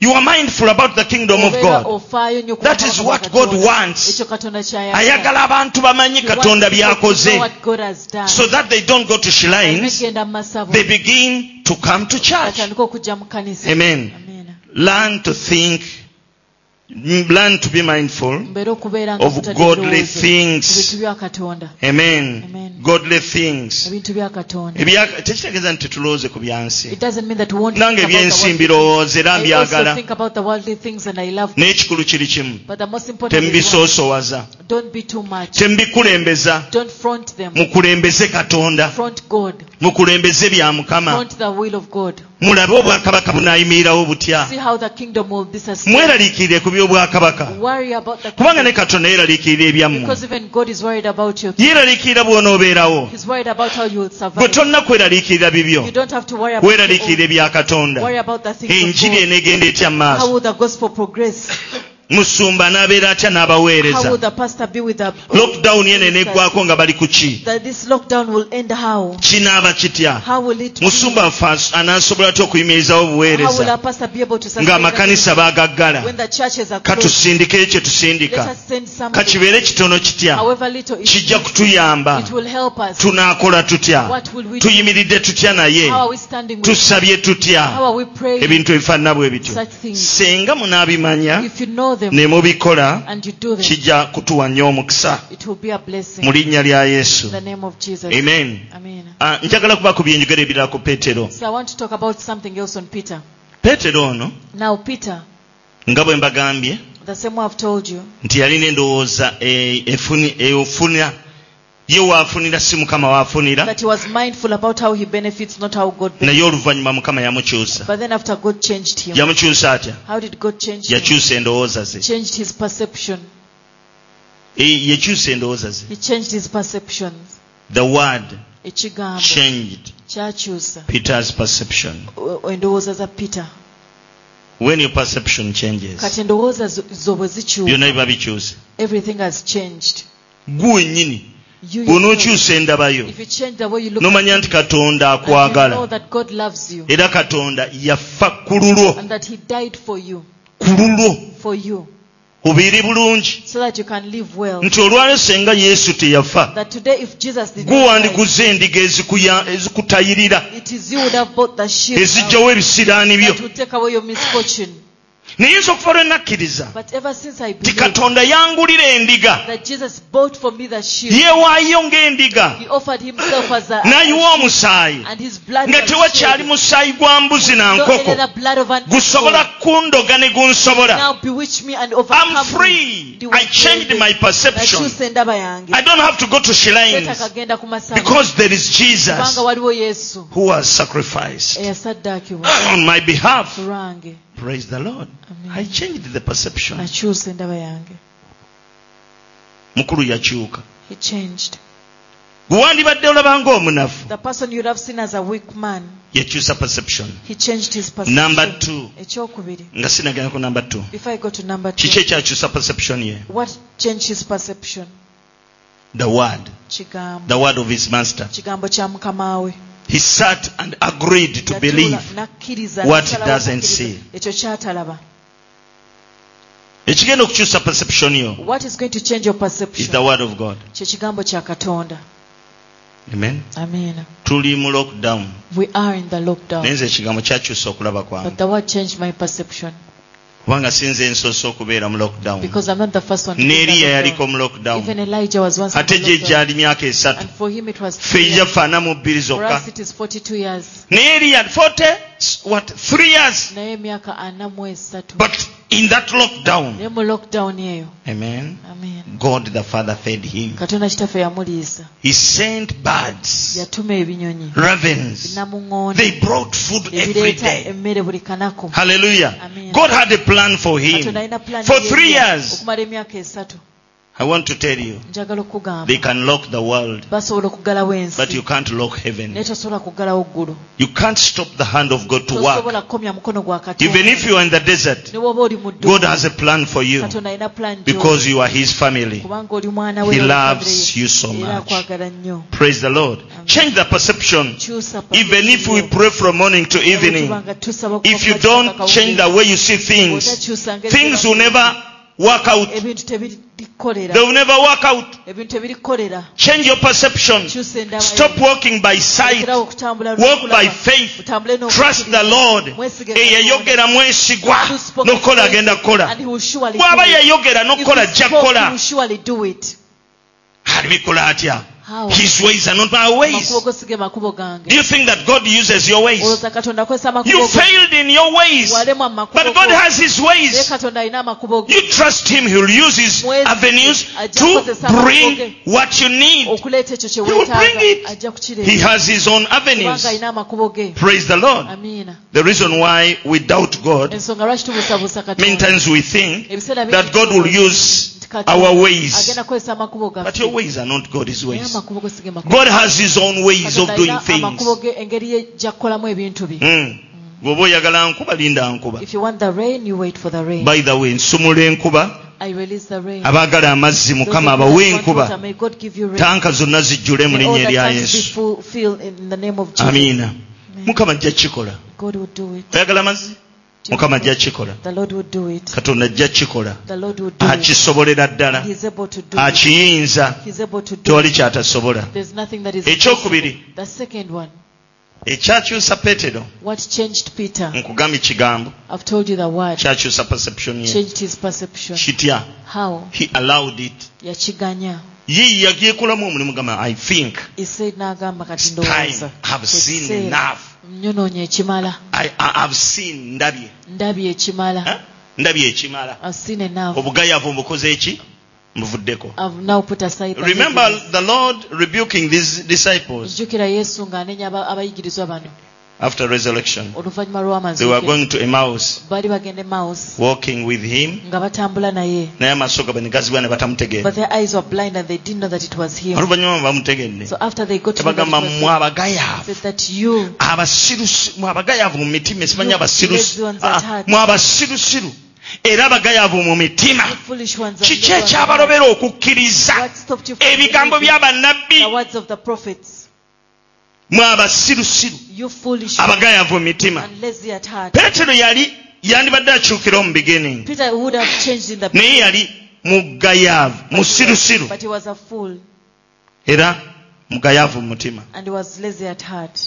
S1: you are mindful about the kingdom of
S2: Obeera
S1: god
S2: ofaayo nnyo ku
S1: That
S2: Mukama
S1: is
S2: wa
S1: what
S2: Katonda.
S1: God wants.
S2: Ekyo Katonda ky'ayagala.
S1: ayagala abantu bamanyi
S2: He wants
S1: katonda
S2: people to know
S1: byakoze
S2: what God has done.
S1: so that they don't go to shrines
S2: Bagenda mu masabo,
S1: they begin to come to church
S2: batandike okujja mu kkanisa.
S1: amen
S2: Amen.
S1: learn to think learn to be mindful
S2: mbeere okubeera nga
S1: of
S2: mutadde
S1: godly
S2: eddoboozi ku bintu
S1: things
S2: bya katonda
S1: amen
S2: Amen.
S1: godly things
S2: ebintu bya katonda
S1: Ebya- tekitegeeza nti tetulowooze ku byansi
S2: It doesn't mean that we won't
S1: nange
S2: think about the
S1: ebyensi
S2: worldly-
S1: mbirowooza era
S2: I also
S1: mbyagala
S2: think about the worldly things and I love them.
S1: n'ekikulu kiri kimu
S2: But the most important is what?
S1: temubisoosowaza
S2: don't be too much.
S1: temubikulembeza
S2: Don't front them.
S1: mukulembeze katonda
S2: Front God.
S1: mukulembeze bya mukama
S2: Front the will of God.
S1: mulabe obwakabaka bunayimirirawo butya
S2: See how the kingdom will be sustained.
S1: mweraliikirire ku byobwakabaka
S2: Worry about the
S1: kubanga ne
S2: kingdom.
S1: katonda yeeraliikirira ebyammwe
S2: Because even God is worried about you.
S1: yeeraliikirira bw'onoobeerawo
S2: He's worried about how you will
S1: gwe
S2: survive.
S1: tolina kweraliikirira bibyo
S2: You don't have to worry about
S1: weeraliikirira
S2: your own.
S1: ebya katonda
S2: Worry about the things
S1: enjiri
S2: of God.
S1: eneegenda etya mu maaso
S2: How will the gospel progress?
S1: musumba n'abeera atya
S2: How
S1: n'abaweereza
S2: will the pastor be with the
S1: lockdown eno eneeggwako nga bali ku ki
S2: that this lockdown will end how?
S1: kinaaba kitya
S2: How will it be?
S1: musumba ffe as- anaasobola ty okuyimirizawo
S2: How will
S1: obuweereza
S2: our pastor be able to sustain
S1: ng'amakanisa baagaggala
S2: when the churches are
S1: ka
S2: closed?
S1: tusindikeyo kye
S2: Let
S1: tusindika
S2: us send
S1: ka
S2: somebody,
S1: kibeere kitono kitya
S2: however little it
S1: kijja kutuyamba
S2: it will help us.
S1: tunaakola tutya
S2: What will we do?
S1: tuyimiridde tutya naye
S2: How are we standing with?
S1: tusabye tutya
S2: How are we praying?
S1: ebintu ebifaanana bwe bityo
S2: Such things.
S1: singa munaabimanya
S2: If you know them
S1: ne mubikola
S2: and you do them,
S1: kijja kutuwa nnyo omukisa
S2: it will be a
S1: mu
S2: blessing.
S1: linnya lya yesu
S2: In the name of Jesus.
S1: amen
S2: Amen.
S1: Ah, njagala kuba ku byenjogero ebirala ku peetero
S2: So I want to talk about something else on Peter.
S1: peetero ono
S2: Now Peter,
S1: nga bwe mbagambye
S2: the same way I've told you,
S1: nti yalina endowooza e- efuni- efunira ye waafunira si mukama waafunira
S2: that he was mindful about how he benefits, not how God benefits.
S1: naye oluvannyuma mukama yamukyusa
S2: But then after God changed him,
S1: yamukyusa atya
S2: how did God change him?
S1: yakyusa endowooza ze
S2: Changed his perception.
S1: E- yakyusa endowooza ze
S2: He changed his perceptions.
S1: the word
S2: Ekigambo
S1: changed
S2: kyakyusa
S1: peter's perception
S2: o- endowooza za Peter.
S1: when your perception changes
S2: kati endowooza zo- zo bwe zikyuka
S1: byonna biba bikyuse
S2: everything has changed
S1: gwe wennyini
S2: You yourself,
S1: bw'onookyusa endabayo
S2: if you change the way you look
S1: n'omanya nti katonda
S2: and you know
S1: akwagala
S2: that God loves you
S1: era katonda yafa ku lulwo
S2: and that he died for you
S1: ku lulwo
S2: for you
S1: obeere bulungi
S2: so that you can live well
S1: nti olwaleero senga yesu teyafa
S2: that today if Jesus did
S1: gwe
S2: not die,
S1: wandiguza endiga ezikuya- ezikutayirira
S2: it is you would have bought the sheep out
S1: ezijjawo ebisiraani byo
S2: that would take away your misfortune
S1: naye nza okuva lwe nakkiriza
S2: but ever since I
S1: ti
S2: believed
S1: katonda yangulira endiga
S2: that Jesus bought for me the sheep
S1: yeewaayo ng'endiga
S2: he offered himself as a
S1: n'ayiwa omusaayi
S2: and his blood
S1: nga
S2: was
S1: tewakyali
S2: shed.
S1: musaayi gwa mbuzi na
S2: no
S1: nkoko
S2: any other blood of an
S1: gusobola kundoga ne gunsobola
S2: now bewitch me and overcome
S1: I'm free. I changed my perception.
S2: nakyusa endaba yange
S1: I don't have to go to Shilaims
S2: tetakagenda ku masaba
S1: because there is Jesus
S2: kubanga waliwo yesu
S1: who was sacrificed
S2: eyasaddaakibwa
S1: on my
S2: ku
S1: behalf.
S2: lwange
S1: Praise the Lord.
S2: Mm-hmm. Amen.
S1: I changed the perception.
S2: nakyusa endaba yange
S1: Mukulu yakyuka.
S2: he changed
S1: Gwe wandibadde olaba ng'omunafu.
S2: the person you'd have seen as a weak man
S1: Yakyusa perception.
S2: he changed his perception.
S1: Number two.
S2: ekyokubiri
S1: Nga sinagenda ku number two.
S2: before i go to number two
S1: Kiki ekyakyusa perception ye?
S2: what changed his perception
S1: The word.
S2: kigambo
S1: The word of his master.
S2: kigambo kya mukamawe
S1: He sat and agreed to
S2: Yatuula,
S1: believe.
S2: n'akkiriza,
S1: what
S2: n'asalawo
S1: he doesn't
S2: n'akkiriza.
S1: see.
S2: ekyo kyatalaba
S1: Ekigenda okukyusa perception yo
S2: what is going to change your
S1: is the
S2: perception
S1: word of God.
S2: kye kigambo kya katonda
S1: Amen.
S2: amen
S1: Tuli mu lockdown.
S2: we are in the lockdown
S1: naye nze ekigambo kyakyusa okulaba
S2: But
S1: kwange
S2: the word changed my perception
S1: kubanga sinze nsoose okubeera mu lockdown
S2: because I'm not the first one. to be
S1: n'eriya
S2: in the
S1: yaliko
S2: lockdown.
S1: mu
S2: Even
S1: lockdown
S2: Elijah was once. in
S1: ate
S2: the
S1: gye
S2: lockdown.
S1: gyali myaka esatu
S2: And for him it was.
S1: ffe
S2: three years.
S1: gyafaana mu bbiri
S2: For
S1: zokka
S2: us it is 42 years.
S1: naye eriya 40 what 3 years
S2: Naye myaka ana mwezi satu.
S1: but in that lockdown
S2: Naye mu lockdown eyo.
S1: amen
S2: Amen.
S1: god the father fed him
S2: Katonda kitaffe yamuliisa.
S1: he sent birds
S2: Yatuma ebinyonyi.
S1: ravens
S2: Namuŋŋoona.
S1: they brought food every
S2: Ebireeta
S1: day
S2: emmere buli kanaku.
S1: hallelujah
S2: Amen.
S1: god had a plan for him
S2: Katonda alina plan
S1: for
S2: ye-
S1: three years
S2: Okumala emyaka esatu.
S1: i want to tell you
S2: Njagala okugamba.
S1: they can lock the world
S2: Basobola okuggalawo
S1: But you
S2: ensi.
S1: can't lock heaven.
S2: Naye tosobola kuggalawo ggulu.
S1: You can't stop the hand of God to work.
S2: Tosobola kukomya mukono gwa Katonda.
S1: Even if you are in the desert,
S2: Ne bw'oba oli mu
S1: God
S2: ddungu.
S1: has a plan for you
S2: katonda alina plan gy'oli.
S1: because you are His family.
S2: kubanga oli mwana
S1: He
S2: we
S1: loves you so
S2: era
S1: much.
S2: akwagala nnyo
S1: Praise the Lord. Change the perception.
S2: kyusa
S1: Even if we pray from morning to evening, if you don't change the way you see things, things will never work out
S2: ebintu tebirikolera
S1: they will never work out
S2: ebintu tebirikolera
S1: change your perception
S2: kyusa
S1: stop walking by sight
S2: endabakirawo okutambula
S1: walk by faith
S2: otambule
S1: trust the lord eyayogera mwesigwa n'okukola agenda kukola bw'aba yayogera n'okukola ajja kukola alibikola atya
S2: How?
S1: his ways are not my ways
S2: amakubo gosige makubo gange
S1: do you think that god uses your ways
S2: olowooza katonda
S1: you
S2: akozesa amakubo go-
S1: failed in your ways
S2: walemu amakubo
S1: but god
S2: go.
S1: has his
S2: naye
S1: ways
S2: katonda alina amakubo ge
S1: You trust him, he'll use his
S2: Mwezi
S1: avenues to
S2: ajakozesa amakubo
S1: bring
S2: ge.
S1: what you need.
S2: okuleeta ekyo kye
S1: He will
S2: weetaaga
S1: bring it.
S2: ajja
S1: He
S2: kukireeta
S1: has his own avenues.
S2: kubanga alina amakubo ge
S1: Praise the Lord.
S2: amiina
S1: The reason why we doubt God,
S2: ensonga lwaki tubuusabuusa
S1: many
S2: katonda
S1: times we think
S2: ebiseera
S1: that God will use our ways.
S2: agenda kukozesa amakubo
S1: But
S2: gaffe
S1: your ways are not God's
S2: naye
S1: ways.
S2: amakubo gosige makubo
S1: God has his own ways of
S2: Katonda
S1: doing
S2: alina amakubo
S1: things.
S2: ge engeri ye gya kukolamu ebintu bye
S1: Mm. bwoba oyagala nkuba linda nkuba
S2: if you want the rain you wait for the rain
S1: by the way nsumula enkuba
S2: i release the rain
S1: abaagala amazzi
S2: Those
S1: mukama
S2: of you
S1: abawe
S2: who want water,
S1: enkuba
S2: may god give you rain
S1: tanka zonna zijjule mu
S2: May all
S1: linnya
S2: the
S1: erya
S2: tanks be
S1: yesu
S2: full- filled in the name of Jesus.
S1: amiina mukama ajja kukikola
S2: God will do it.
S1: oyagala amazzi mukama ajja kukikola
S2: The Lord will do it.
S1: katonda ajja kukikola
S2: The Lord will do it.
S1: akisobolera ddala
S2: He is able to do it.
S1: akiyinza
S2: He is able to do it.
S1: tewali kyatasobola
S2: There's nothing that is
S1: Ekyokubiri.
S2: impossible. The second one.
S1: ekyakyusa peetero
S2: What changed Peter?
S1: nkugambye kigambo
S2: I've told you the word.
S1: kyakyusa perception ye
S2: Changed his perception.
S1: kitya
S2: How?
S1: he allowed it
S2: Yachiganya.
S1: ye yagyekolamu omulimu gamba i think
S2: He said n'agamba kati
S1: It's time.
S2: ndowooza.
S1: I've seen
S2: Ekiseera.
S1: enough.
S2: Nnyonoonye ekimala.
S1: I, I, have seen ndabye
S2: Ndabye ekimala.
S1: Huh? ndabye ekimala
S2: I've seen enough.
S1: obugayavu mbukoze eki mbuvuddeko
S2: I've now put aside. the
S1: remember
S2: wickedness.
S1: the lord rebuking these disciples
S2: jjukira yesu ng'anenya aba- abayigirizwa bano
S1: after resurrection
S2: oluvannyuma
S1: they were
S2: lw'amazuuke
S1: going to emmaus
S2: baali bagenda emawusi
S1: walking with him
S2: nga batambula naye
S1: naye amaaso gabe ne gaziba ne
S2: but
S1: batamutegeera
S2: their eyes were blind and they didn't know that it was him
S1: oluvannyuma bamutegedde
S2: so after they got to know that it
S1: tebagamba
S2: was
S1: mmwe
S2: him,
S1: abagayavu
S2: said that you
S1: abasirusi mwe abagayavu mu mitima simanyi
S2: You
S1: abasirusi
S2: blessed ones
S1: Ah,
S2: at heart.
S1: mwe abasirusiru era abagayavu mu mitima
S2: you foolish ones of
S1: kiki
S2: Lord,
S1: ekyabalobera okukkiriza
S2: what stopped you from
S1: ebigambo
S2: believing
S1: by'abannabbi
S2: the words of the prophets
S1: mwe abasirusiru
S2: you foolish ones
S1: abagayavu mu mitima
S2: and lazy at heart
S1: peetero yali yandibadde akyukira mu beginning
S2: peter would have changed in the
S1: naye yali mugayaavu musirusiru
S2: but he was a fool
S1: era mugayaavu mu mutima
S2: and he was lazy at heart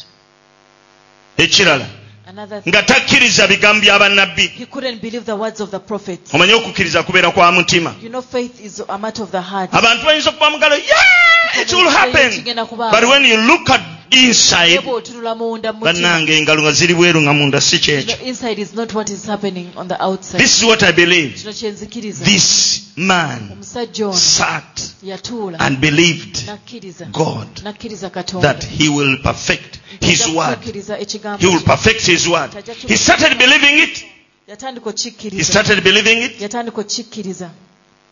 S1: ekirala
S2: another thing
S1: nga takkiriza bigambo by'abannabbi
S2: he couldn't believe the words of the prophets
S1: omanye okukkiriza kubeera kwa mutima
S2: you know faith is a matter of the heart
S1: abantu bayinza okuba mugalo "Yeah, it will happen
S2: Kigenda kubaawo.
S1: but when you look at inside
S2: Eba otunula munda mu mutima.
S1: bannange engalo nga ziri bweru nga munda si kyekyo
S2: The inside is not what is happening on the outside.
S1: this is what i believe
S2: Kino kye nzikiriza.
S1: this man
S2: Omusajja ono
S1: sat
S2: yatuula
S1: and believed
S2: n'akkiriza
S1: god
S2: n'akkiriza
S1: that
S2: Katonda. e
S1: he will perfect his
S2: Ajja
S1: word
S2: kukkiriza ekigambo
S1: He will
S2: kye.
S1: perfect his word. He started believing it. He
S2: Yatandika okkikkiriza.
S1: started believing it.
S2: Yatandika okkikkiriza.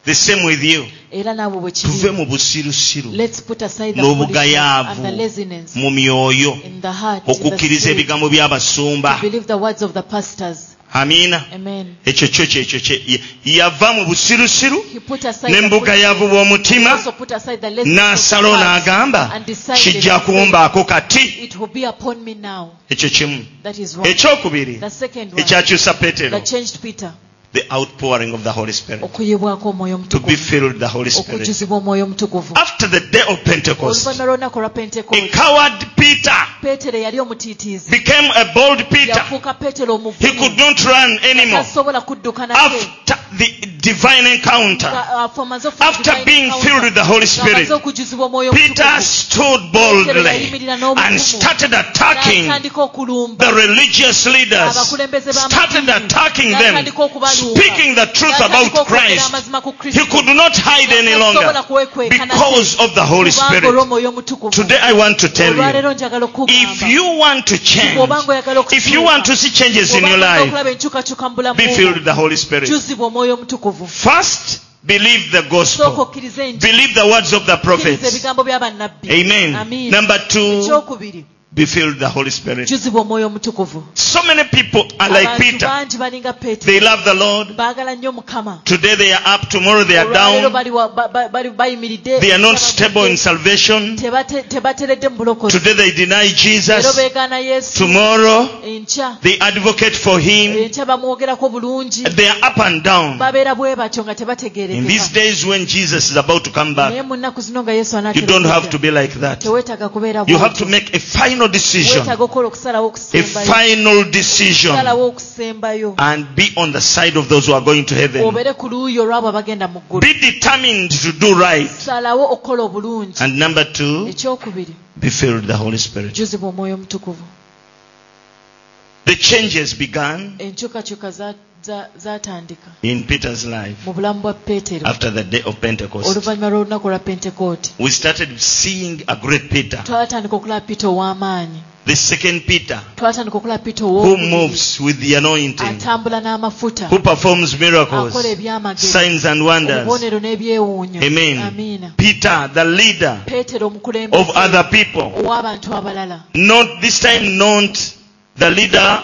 S1: The same with you.
S2: Era naawe bwe
S1: Tuve
S2: kiri.
S1: mu busirusiru,
S2: Let's put aside the
S1: n'obugayaavu,
S2: foolishness and the laziness
S1: mu myoyo,
S2: in the heart, in the
S1: okukkiriza
S2: spirit.
S1: ebigambo by'abasumba.
S2: Believe the words of the pastors.
S1: Amiina.
S2: Amen.
S1: Ekyo kyo kyekyo kye. ye- Yava mu busirusiru
S2: He put aside the
S1: n'embugayaavu
S2: foolishness,
S1: bw'omutima
S2: also put aside the laziness of
S1: n'asala
S2: the
S1: ono
S2: heart.
S1: agamba
S2: and decided
S1: kijja
S2: to
S1: kumbaako kati.
S2: It will be upon me now.
S1: Ekyo kimu.
S2: That is one.
S1: Ekyokubiri
S2: The second one
S1: ekyakyusa Peetero
S2: that changed Peter.
S1: the outpouring of the Holy Spirit
S2: Okuyibwako omwoyo
S1: to be
S2: omutukuvu.
S1: filled with the Holy Spirit.
S2: Okujuzibwa omwoyo omutukuvu.
S1: After the day of Pentecost,
S2: Oluvannyuma lw'olunaku lwa
S1: A
S2: Pentekoste.
S1: coward Peter
S2: Peetero yali omutiitiizi.
S1: became a bold Peter.
S2: Yafuuka Peetero
S1: He could
S2: omuvumu.
S1: not run anymore.
S2: Tasobola kudduka nate.
S1: After the divine encounter,
S2: Nga- afu amaze okufuuka
S1: after
S2: divine
S1: being
S2: encounter,
S1: filled with the Holy
S2: ng'amaze
S1: Spirit,
S2: okujuzibwa omwoyo
S1: Peter
S2: omutukuvu.
S1: stood boldly and started attacking
S2: N'atandika okulumba.
S1: the religious leaders,
S2: abakulembeze
S1: started
S2: b'amadiini.
S1: attacking them,
S2: N'atandika okubalumba.
S1: speaking the truth
S2: N'atandika
S1: about
S2: okwogera
S1: Christ.
S2: amazima ku Kristo.
S1: He could not hide any
S2: Tasobola
S1: longer
S2: kwekweka nate.
S1: because of the Holy
S2: Kubanga
S1: Spirit.
S2: olw'omwoyo omutukuvu.
S1: Today I want to tell you
S2: olwaleero njagala
S1: if
S2: okukugamba
S1: you want to change,
S2: bw'obanga oyagala
S1: if you want to see changes in your life,
S2: okulaba enkyukakyuka mu bulamu
S1: be filled with the Holy Spirit.
S2: juzibwa omwoyo omutukuvu
S1: First, believe the
S2: sooka
S1: gospel.
S2: okkiriza enjiriza
S1: Believe the words of the
S2: ebigambo
S1: prophets.
S2: by'abannabbi
S1: Amen.
S2: Amin.
S1: Number two,
S2: ekyokubiri
S1: be filled with the Holy Spirit.
S2: juzibwa omwoyo omutukuvu
S1: So many people are like
S2: abantu
S1: Peter.
S2: bangi balinga peetero
S1: They love the Lord.
S2: baagala nnyo mukama
S1: Today they are up, tomorrow they are
S2: olwaleero
S1: down.
S2: bali wa- ba- ba- bali- bayimiridde
S1: They are not stable in salvation.
S2: Tebate- tebateredde mu bulokozi
S1: Today they deny
S2: leero
S1: Jesus.
S2: beegaana yesu
S1: Tomorrow
S2: enkya
S1: they advocate for him.
S2: enkya bamwogerako bulungi
S1: They are up and down.
S2: babeera bwe batyo nga
S1: In these
S2: tebategeerekeka
S1: days when Jesus is about to come
S2: naye
S1: back,
S2: mu nnaku zino nga yesu
S1: you don't have to
S2: anaategeerekeka
S1: be like that.
S2: teweetaaga kubeera
S1: You
S2: bw'otyo.
S1: have to make a final decision,
S2: weetaaga okukola okusalawo
S1: a
S2: okusembayo
S1: final decision,
S2: okusalawo okusembayo
S1: and be on the side of those who are going to heaven.
S2: obeere ku luuyi olwabo abagenda mu ggulu
S1: Be determined to do right.
S2: salawo okukola obulungi
S1: And number two,
S2: ekyokubiri
S1: be filled with the Holy Spirit.
S2: juzibwa omwoyo omutukuvu
S1: The changes began
S2: enkyukakyuka za- za- zaatandika
S1: in Peter's life
S2: mu bulamu bwa peetero
S1: after the day of Pentecost.
S2: oluvannyuma lw'olunaku lwa pentekooti
S1: We started seeing a great Peter,
S2: twatandika okulaba peter ow'amaanyi
S1: the second Peter,
S2: twatandika okulaba peter
S1: who
S2: ow'omubiri,
S1: moves with the anointing,
S2: atambula n'amafuta
S1: who performs
S2: akola
S1: miracles,
S2: ebyamagero
S1: signs, and wonders.
S2: obubonero n'ebyewuunyo
S1: Amen.
S2: amiina
S1: Peter, the leader
S2: peetero
S1: of
S2: omukulembeze
S1: other people,
S2: ow'abantu abalala
S1: not this time, not the leader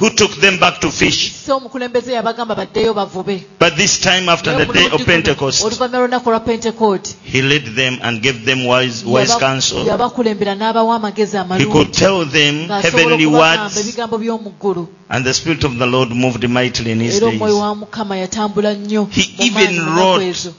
S1: who took them back to fish,
S2: si omukulembeze yabagamba baddeyo bavube
S1: but this time after the day of Pentecost,
S2: oluvannyuma lw'olunaku lwa pentekooti
S1: he led them and gave them wise, wise
S2: yaba-
S1: counsel.
S2: yabakulembera n'abawa amagezi
S1: He could
S2: amalungi
S1: tell them
S2: ng'asobola
S1: heavenly
S2: okubagamba
S1: words,
S2: ebigambo by'omu ggulu
S1: and the Spirit of the Lord moved mightily in his
S2: era omwoyo
S1: days.
S2: wa mukama yatambula nnyo
S1: He
S2: mu
S1: even
S2: maanyi mu nnaku
S1: wrote-
S2: ezo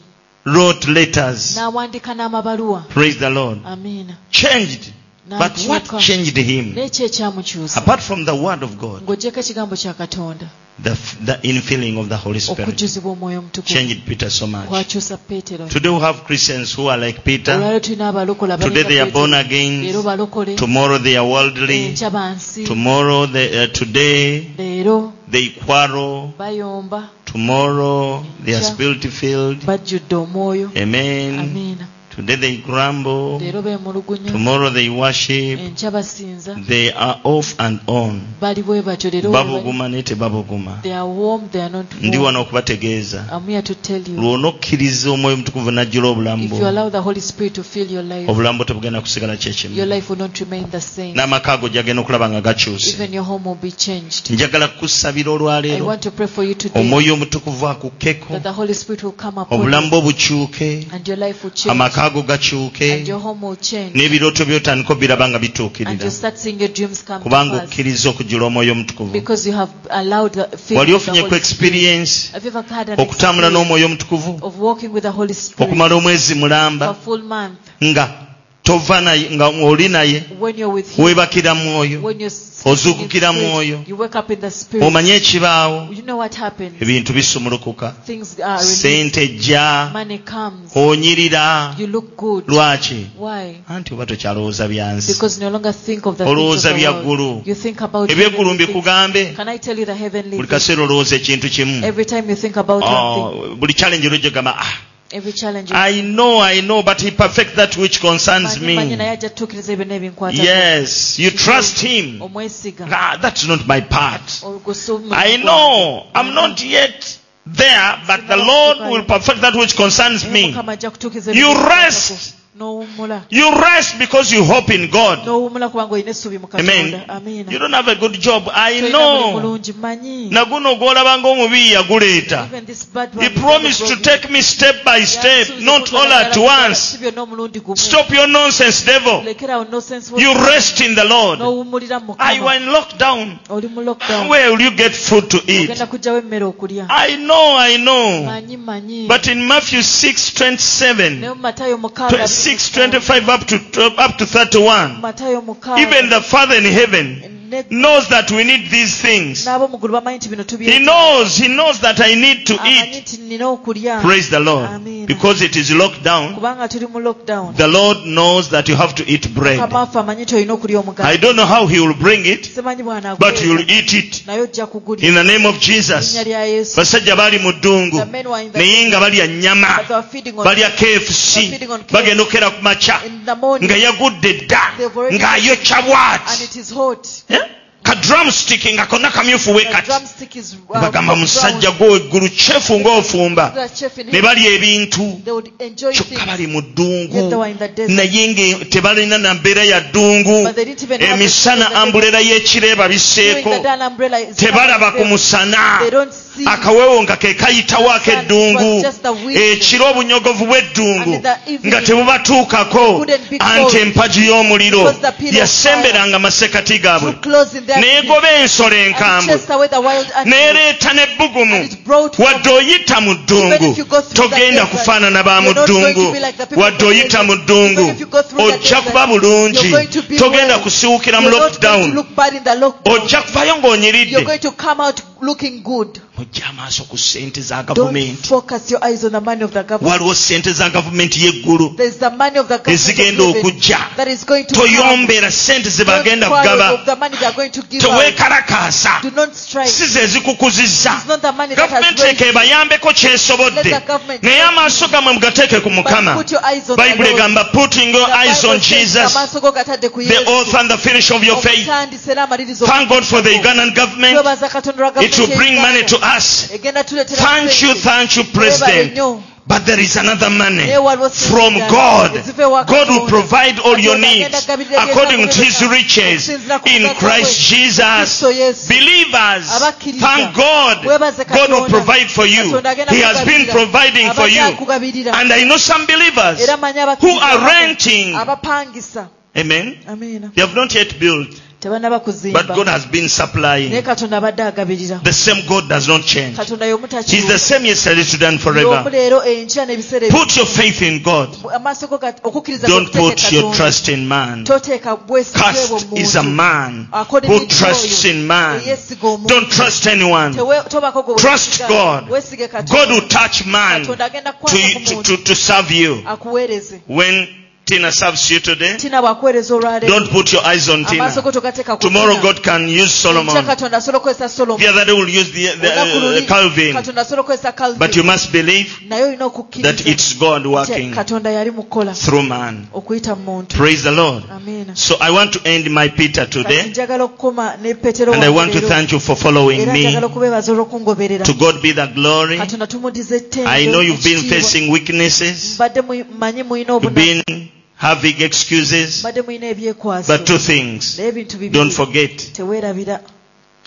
S1: Wrote letters.
S2: n'awandiika n'amabaluwa
S1: Praise the Lord.
S2: amiina
S1: Changed. But what
S2: N'akyuka.
S1: changed him?
S2: n'ekyo ekyamukyusa
S1: Apart from the Word of God,
S2: ng'ogyeko ekigambo kya katonda
S1: the, the infilling of the Holy Spirit
S2: okujjuzibwa omwoyo omutukuvu
S1: changed Peter so much.
S2: kwakyusa peetero
S1: Today we have Christians who are like Peter.
S2: olwaliro tulina abalokola
S1: Today
S2: abalinga
S1: they are born
S2: Peetero. leero
S1: again.
S2: balokole
S1: Tomorrow they are worldly.
S2: enkya bansi
S1: Tomorrow, they, uh, today,
S2: leero
S1: they quarrel.
S2: bayomba
S1: Tomorrow, they are spirit filled.
S2: bajjudde omwoyo
S1: Amen.
S2: amiina
S1: Today they grumble.
S2: leero beemulugunya
S1: Tomorrow they worship.
S2: enkya basinza
S1: They are off and on.
S2: bali bwe batyo leero bwe bali-
S1: Babuguma ne tebabuguma.
S2: They are warm, they are not warm.
S1: Ndi wano okubategeeza.
S2: I'm here to tell you.
S1: Lwona okkiriza omwoyo omutukuvu n'ajjula obulamu
S2: If
S1: bwo.
S2: you allow the Holy Spirit to fill your life,
S1: Obulamu bwo tebugenda kusigala
S2: your
S1: kyekimu.
S2: life will not remain the same.
S1: N'amaka go gyagenda okulaba nga gakyuse.
S2: Even your home will be changed.
S1: Njagala kukusabira
S2: I
S1: olwaleero.
S2: want to pray for you today
S1: Omwoyo omutukuvu akukkeko.
S2: that the Holy Spirit will come upon
S1: Obulamu
S2: you
S1: bwo bukyuke.
S2: and your life will change
S1: Amaka go
S2: and
S1: gakyuke.
S2: your home will change
S1: N'ebirooto by'otandika obiraba nga
S2: and you
S1: bituukirira.
S2: start seeing your dreams come to
S1: Kubanga
S2: pass
S1: okkiriza okujjula omwoyo omutukuvu.
S2: because you have allowed the faith
S1: Wali
S2: of the
S1: ofunyeko
S2: Holy Spirit.
S1: experience
S2: Have you ever had an
S1: okutambula
S2: experience
S1: n'omwoyo omutukuvu
S2: of walking with the Holy Spirit
S1: okumala omwezi
S2: for a
S1: mulamba
S2: full month
S1: nga tova naye nga oli naye
S2: when you're with Him,
S1: weebakira mwoyo
S2: when you're
S1: Ozuukukira
S2: in spirit,
S1: mwoyo.
S2: you wake up in the Spirit.
S1: omanye ekibaawo
S2: You know what happens.
S1: ebintu bisumulukuka
S2: Things are released.
S1: sente ejja
S2: Money comes.
S1: onyirira
S2: You look good.
S1: lwaki
S2: Why?
S1: anti oba tokyalowooza bya nsi
S2: Because you no longer think of the things
S1: olowooza
S2: of
S1: bya
S2: the world.
S1: ggulu
S2: You think about
S1: ebyeggulu
S2: heavenly things.
S1: mbikugambe
S2: Can I tell you the heavenly
S1: buli
S2: things?
S1: kaseera olowooza ekintu kimu
S2: Every time you think about one thing,
S1: Oh, buli challenge lwegyogamba ah,
S2: every challenge you
S1: i know i know but he perfect that which concerns
S2: Manyi- manyi
S1: me
S2: naye ajja tutuukiriza ebyo n'ebinkwata.
S1: Yes, you trust
S2: Oh,
S1: him.
S2: Omwesiga.
S1: Ah, that's not my part.
S2: Olwo so-
S1: I know I'm not yet there, but the Lord will perfect that which concerns me.
S2: Mukama ajja kutuukiriza
S1: You
S2: ebinkwatako.
S1: rest.
S2: N'owummula.
S1: You rest because you hope in God.
S2: N'owummula kubanga olina essuubi mu
S1: Amen.
S2: Katonda. Amiina.
S1: You don't have a good job. I
S2: Tolina mulimu
S1: know.
S2: mulungi, mmanyi.
S1: Naguno gwolaba ng'omubi yaguleeta.
S2: Even this bad one
S1: He
S2: is not a
S1: promised to
S2: problem.
S1: take me step by step, not all at once. Stop your nonsense, devil. You rest in the Lord.
S2: n'owummulira mu
S1: I were
S2: Mukama.
S1: in lockdown.
S2: oli mu lockdown
S1: Where will you get food to eat?
S2: ogenda kugyawo emmere okulya
S1: I know, I know.
S2: manyi manyi
S1: But in Matthew 6, 27,
S2: naye mu matayo mukaaga
S1: 6, 25 up to, up to 31,
S2: matayo mukaaga
S1: even the Father in heaven
S2: ne-
S1: knows that we need these things.
S2: n'ab'omu ggulu bamanyi nti bino
S1: He
S2: tubyeamanyi
S1: knows, He knows that I need to eat.
S2: nti nina okulya
S1: Praise the Lord.
S2: Amen.
S1: Because it is lockdown,
S2: kubanga tuli mu lockdown
S1: the Lord knows that you have to eat bread.
S2: kamaafe amanyi nti olina okulya
S1: I
S2: omugaati
S1: don't know how He will bring it,
S2: simanyi
S1: but you'll
S2: bw'anaagunaye
S1: eat it
S2: ojja kugulya
S1: in the name of
S2: linnya
S1: Jesus.
S2: lya yesu
S1: basajja baali mu ddungu
S2: The men were in the-
S1: naye nga balya nnyama
S2: But they were feeding on-
S1: balya kfc
S2: They're feeding on KFC.
S1: bagenda okukera ku makya
S2: in the morning
S1: nga yagudde dda
S2: They've already-
S1: ng'ayokya
S2: and
S1: bwati
S2: it is hot
S1: Eh? ka drumstick nga konna kamyufu we
S2: The
S1: kati
S2: drumstick is uh,
S1: bagamba
S2: brown.
S1: musajja gwe eggulu kyefu ng'ofumba
S2: That chef in
S1: ne
S2: him,
S1: balya ebintu
S2: They would enjoy
S1: kyokka
S2: things,
S1: bali mu ddungu
S2: Yet they were in the desert.
S1: naye nga tebalina na mbeera ya ddungu
S2: but they didn't
S1: eh,
S2: even have the
S1: emisana
S2: children.
S1: ambuleera y'ekire
S2: During the
S1: babiseeko
S2: dawn umbrella is
S1: tebalaba ku musana
S2: They don't see
S1: akawewo nga ke kayitawo ak'eddungu
S2: It was just a wind.
S1: ekiro obunyogovu bw'eddungu
S2: And the evening,
S1: nga tebubatuukako
S2: they couldn't be
S1: anti
S2: clothed.
S1: empagi y'omuliro
S2: Because the pillar of
S1: yasemberanga masekati gaabwe
S2: through clothes in their feet
S1: neegoba ensolo
S2: and
S1: enkambwe
S2: chased away the wild animals.
S1: n'ereeta n'ebbugumu
S2: And it brought forth-
S1: wadde oyita mu ddungu
S2: Even if you go through that
S1: togenda
S2: desert,
S1: kufaanana ba mu
S2: you're not going to
S1: ddungu
S2: be like the people
S1: wadde
S2: from the
S1: oyita mu
S2: desert.
S1: ddungu
S2: Even if you go through that
S1: ojja
S2: desert,
S1: kuba bulungi
S2: you're going to be
S1: togenda
S2: well.
S1: kusiwukira mu
S2: You're not going to
S1: lockdown
S2: look bad in the lockdown.
S1: ojja kuvayo
S2: You're
S1: ng'onyiridde
S2: going to come out looking good.
S1: mujja amaaso ku ssente za
S2: Don't
S1: gavumenti
S2: focus your eyes on the money of the government.
S1: waliwo ssente za gavumenti y'eggulu
S2: There's the money of the
S1: ezigenda
S2: government
S1: okujja
S2: that is going to come.
S1: toyombera ssente ze bagenda
S2: Don't
S1: kugaba
S2: quarrel of the money they are going to give out.
S1: teweekalakaasa
S2: Do not strike.
S1: si ze zikukuzizza
S2: It's not the money that has
S1: gavumenti
S2: raised,
S1: eka ebayambeko kyesobodde
S2: Let the government-
S1: naye amaaso gammwe mugateeke ku mukama
S2: but put your eyes on the
S1: bayibuli
S2: Lord.
S1: egamba putting your eyes on jesus
S2: amaaso go gatadde ku
S1: the author and the finish of your faith
S2: okutandisa era amalirizo
S1: thank god for the ugandan government
S2: twebaza katonda olwa
S1: it will bring money to us
S2: egenda tuleetera
S1: thank you
S2: sente.
S1: thank you
S2: Weebale
S1: president
S2: nnyo.
S1: But there is another money
S2: Naye waliwo
S1: from
S2: sente
S1: God.
S2: endala eziva ewa
S1: God will
S2: Katonda.
S1: provide all your
S2: Katonda
S1: needs
S2: agenda agabirira
S1: according to His
S2: ebyokulabirira
S1: riches
S2: okusinziira ku
S1: in
S2: kugatta
S1: Christ
S2: kwe.
S1: Jesus.
S2: Kristo Yesu.
S1: Believers,
S2: Abakkiriza,
S1: thank God.
S2: weebaze
S1: God will
S2: Katonda.
S1: provide for you.
S2: Katonda agenda
S1: He has been
S2: kugabirira.
S1: providing for
S2: Abadde
S1: you.
S2: akugabirira.
S1: And I know some believers
S2: era manyi
S1: who
S2: abakkiriza
S1: are
S2: abamu
S1: renting.
S2: abapangisa
S1: Amen.
S2: amina
S1: They have not yet built,
S2: tebanaba
S1: but God
S2: kuzimba
S1: has been
S2: naye
S1: supplying.
S2: katonda abadde agabirira
S1: The same God does not change.
S2: katonda yomu
S1: He's the same yesterday, today, and
S2: takiyomu
S1: forever.
S2: leero enkya n'ebiseera ebi-
S1: Put your faith in God.
S2: amaaso go gat- okukkiriza
S1: Don't
S2: kwe kuteeka
S1: put your
S2: Katonda.
S1: trust in man.
S2: toteeka bwesige bwo
S1: Cast is a
S2: muntu
S1: man
S2: According
S1: who
S2: to
S1: trusts
S2: Joel,
S1: in man.
S2: eyesiga omuntu.
S1: Don't trust anyone.
S2: Tewe- tobako gwe
S1: Trust
S2: weesiga.
S1: God.
S2: Weesige Katonda.
S1: God will touch man
S2: katonda agenda
S1: to,
S2: kukwata ku
S1: to,
S2: muntu
S1: to, to serve you.
S2: akuweereze
S1: When Tina serves you today,
S2: tina bwakuweereza olwaleero
S1: don't put your eyes on
S2: amaaso
S1: Tina.
S2: go togateeka ku
S1: Tomorrow
S2: Tina.
S1: God can use Solomon.
S2: Enkya katonda asobola okukozesa solomo
S1: The other day we'll use the, the,
S2: Olunaku
S1: uh,
S2: luli,
S1: Calvin.
S2: katonda asobola okukozesa
S1: But you
S2: calvin
S1: must believe
S2: naye olina
S1: that
S2: okukkiriza
S1: it's God
S2: nti
S1: working
S2: katonda yali mukola
S1: through man.
S2: okuyita mu muntu
S1: Praise the Lord.
S2: amiina
S1: So I want to end my Peter
S2: kati
S1: today.
S2: njagala okukoma ne petero
S1: And I want to
S2: wange leero.
S1: thank you for
S2: era
S1: following me.
S2: njagala okubeebaza olw'okungoberera
S1: To God be the glory.
S2: katonda tumudiza ettendo
S1: I know you've been
S2: ekitiibwa.
S1: facing weaknesses.
S2: mbadde mu- manyi mulina
S1: You've
S2: obunafu
S1: been having excuses.
S2: mbadde mulina ebyekwaso
S1: But two things.
S2: naye ebintu
S1: Don't
S2: bibiri
S1: forget.
S2: teweerabira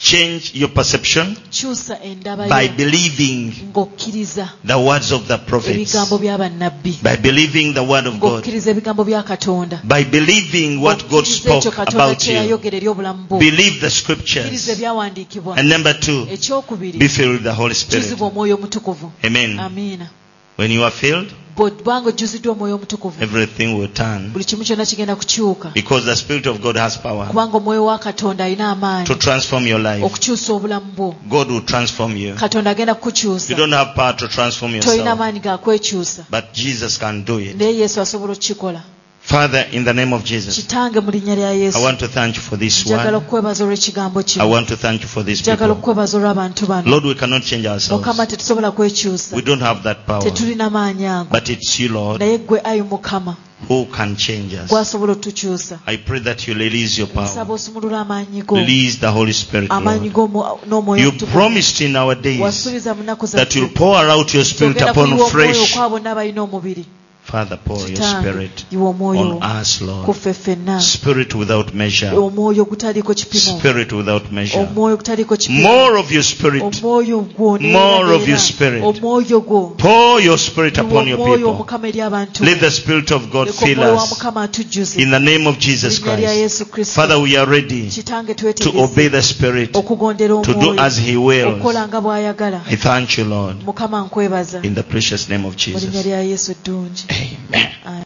S1: Change your perception
S2: kyusa endaba
S1: by
S2: yo
S1: believing
S2: ng'okkiriza
S1: the words of the prophets.
S2: ebigambo bya bannabbi
S1: By believing the word of God.
S2: ng'okkiriza ebigambo bya katonda
S1: By believing what God
S2: Okkiriza
S1: spoke
S2: ekyo katonda
S1: about
S2: kye
S1: you.
S2: yayogera eri obulamu bwo
S1: Believe the
S2: kkiriza
S1: scriptures.
S2: ebyawandiikibwa
S1: And number two,
S2: ekyokubiri
S1: be filled with the Holy Spirit.
S2: juzibwa omwoyo omutukuvu
S1: Amen.
S2: amiina
S1: When you are filled,
S2: bwobanga ojjuziddwa omwoyo omutukuvu
S1: everything will turn.
S2: buli kimu kyonna kigenda kukyuka
S1: Because the Spirit of God has power
S2: kubanga omwoyo wa katonda alina amaanyi
S1: to transform your life.
S2: okukyusa obulamu bwo
S1: God will transform you.
S2: katonda agenda
S1: You
S2: kukukyusa
S1: don't have power to transform
S2: tolina
S1: yourself,
S2: maanyi gakwekyusa
S1: but Jesus can do it.
S2: naye yesu asobola okukikola
S1: Father, in the name of Jesus,
S2: kitange mu linnya lya yesu
S1: I want to thank you for this
S2: njagala
S1: word.
S2: okukwebaza olw'ekigambo
S1: I
S2: kino
S1: want to thank you for these
S2: njagala
S1: people.
S2: okukwebaza olw'abantu bano
S1: Lord, we cannot change
S2: mukama
S1: ourselves.
S2: tetusobola kwekyusa
S1: We don't have that power.
S2: tetulina maanyi ago
S1: But it's you, Lord,
S2: naye ggwe ayi mukama
S1: who can change us.
S2: gwasobola otukyusa
S1: I pray that you release your
S2: nsaba
S1: power.
S2: osumulula amaanyi go
S1: Release the Holy Spirit,
S2: amaanyi
S1: Lord.
S2: go mu- n'omwoyo
S1: You
S2: omutukuvu.
S1: promised in our days
S2: wasuubiza mu nnaku
S1: that you'll
S2: zaffe
S1: pour out your Spirit
S2: ogenda
S1: upon
S2: kuyiwa omwoyo
S1: fresh.
S2: kwa bonna abalina omubiri
S1: Father, pour your
S2: kitange
S1: Spirit
S2: yiwa omwoyo
S1: on us,
S2: ku
S1: Lord.
S2: ffe ffenna
S1: Spirit without measure.
S2: omwoyo ogutaliiko kipimo
S1: Spirit without measure.
S2: omwoyo ogutaliiko kipimo
S1: oh, More of your spirit.
S2: omwoyo gwo
S1: More of
S2: neera-
S1: your spirit.
S2: omwoyo gwo
S1: Pour your spirit upon your
S2: omwoyo
S1: people.
S2: omukama eri abantu
S1: Let the spirit of God
S2: leka
S1: fill
S2: omwoyo wa
S1: us.
S2: mukama atujjuze
S1: In the name of Jesus
S2: linnya lya
S1: Christ.
S2: yesu kristo
S1: Father, we are ready
S2: kitange
S1: to
S2: twetegese
S1: obey the spirit, to
S2: okugondera
S1: do
S2: omwoyo
S1: as He
S2: okukola
S1: wills.
S2: nga bw'ayagala
S1: I thank you, Lord,
S2: mukama nkwebaza
S1: in the precious name of
S2: mu linnya
S1: Jesus.
S2: lya yesu ddungi
S1: Amen.
S2: Amen.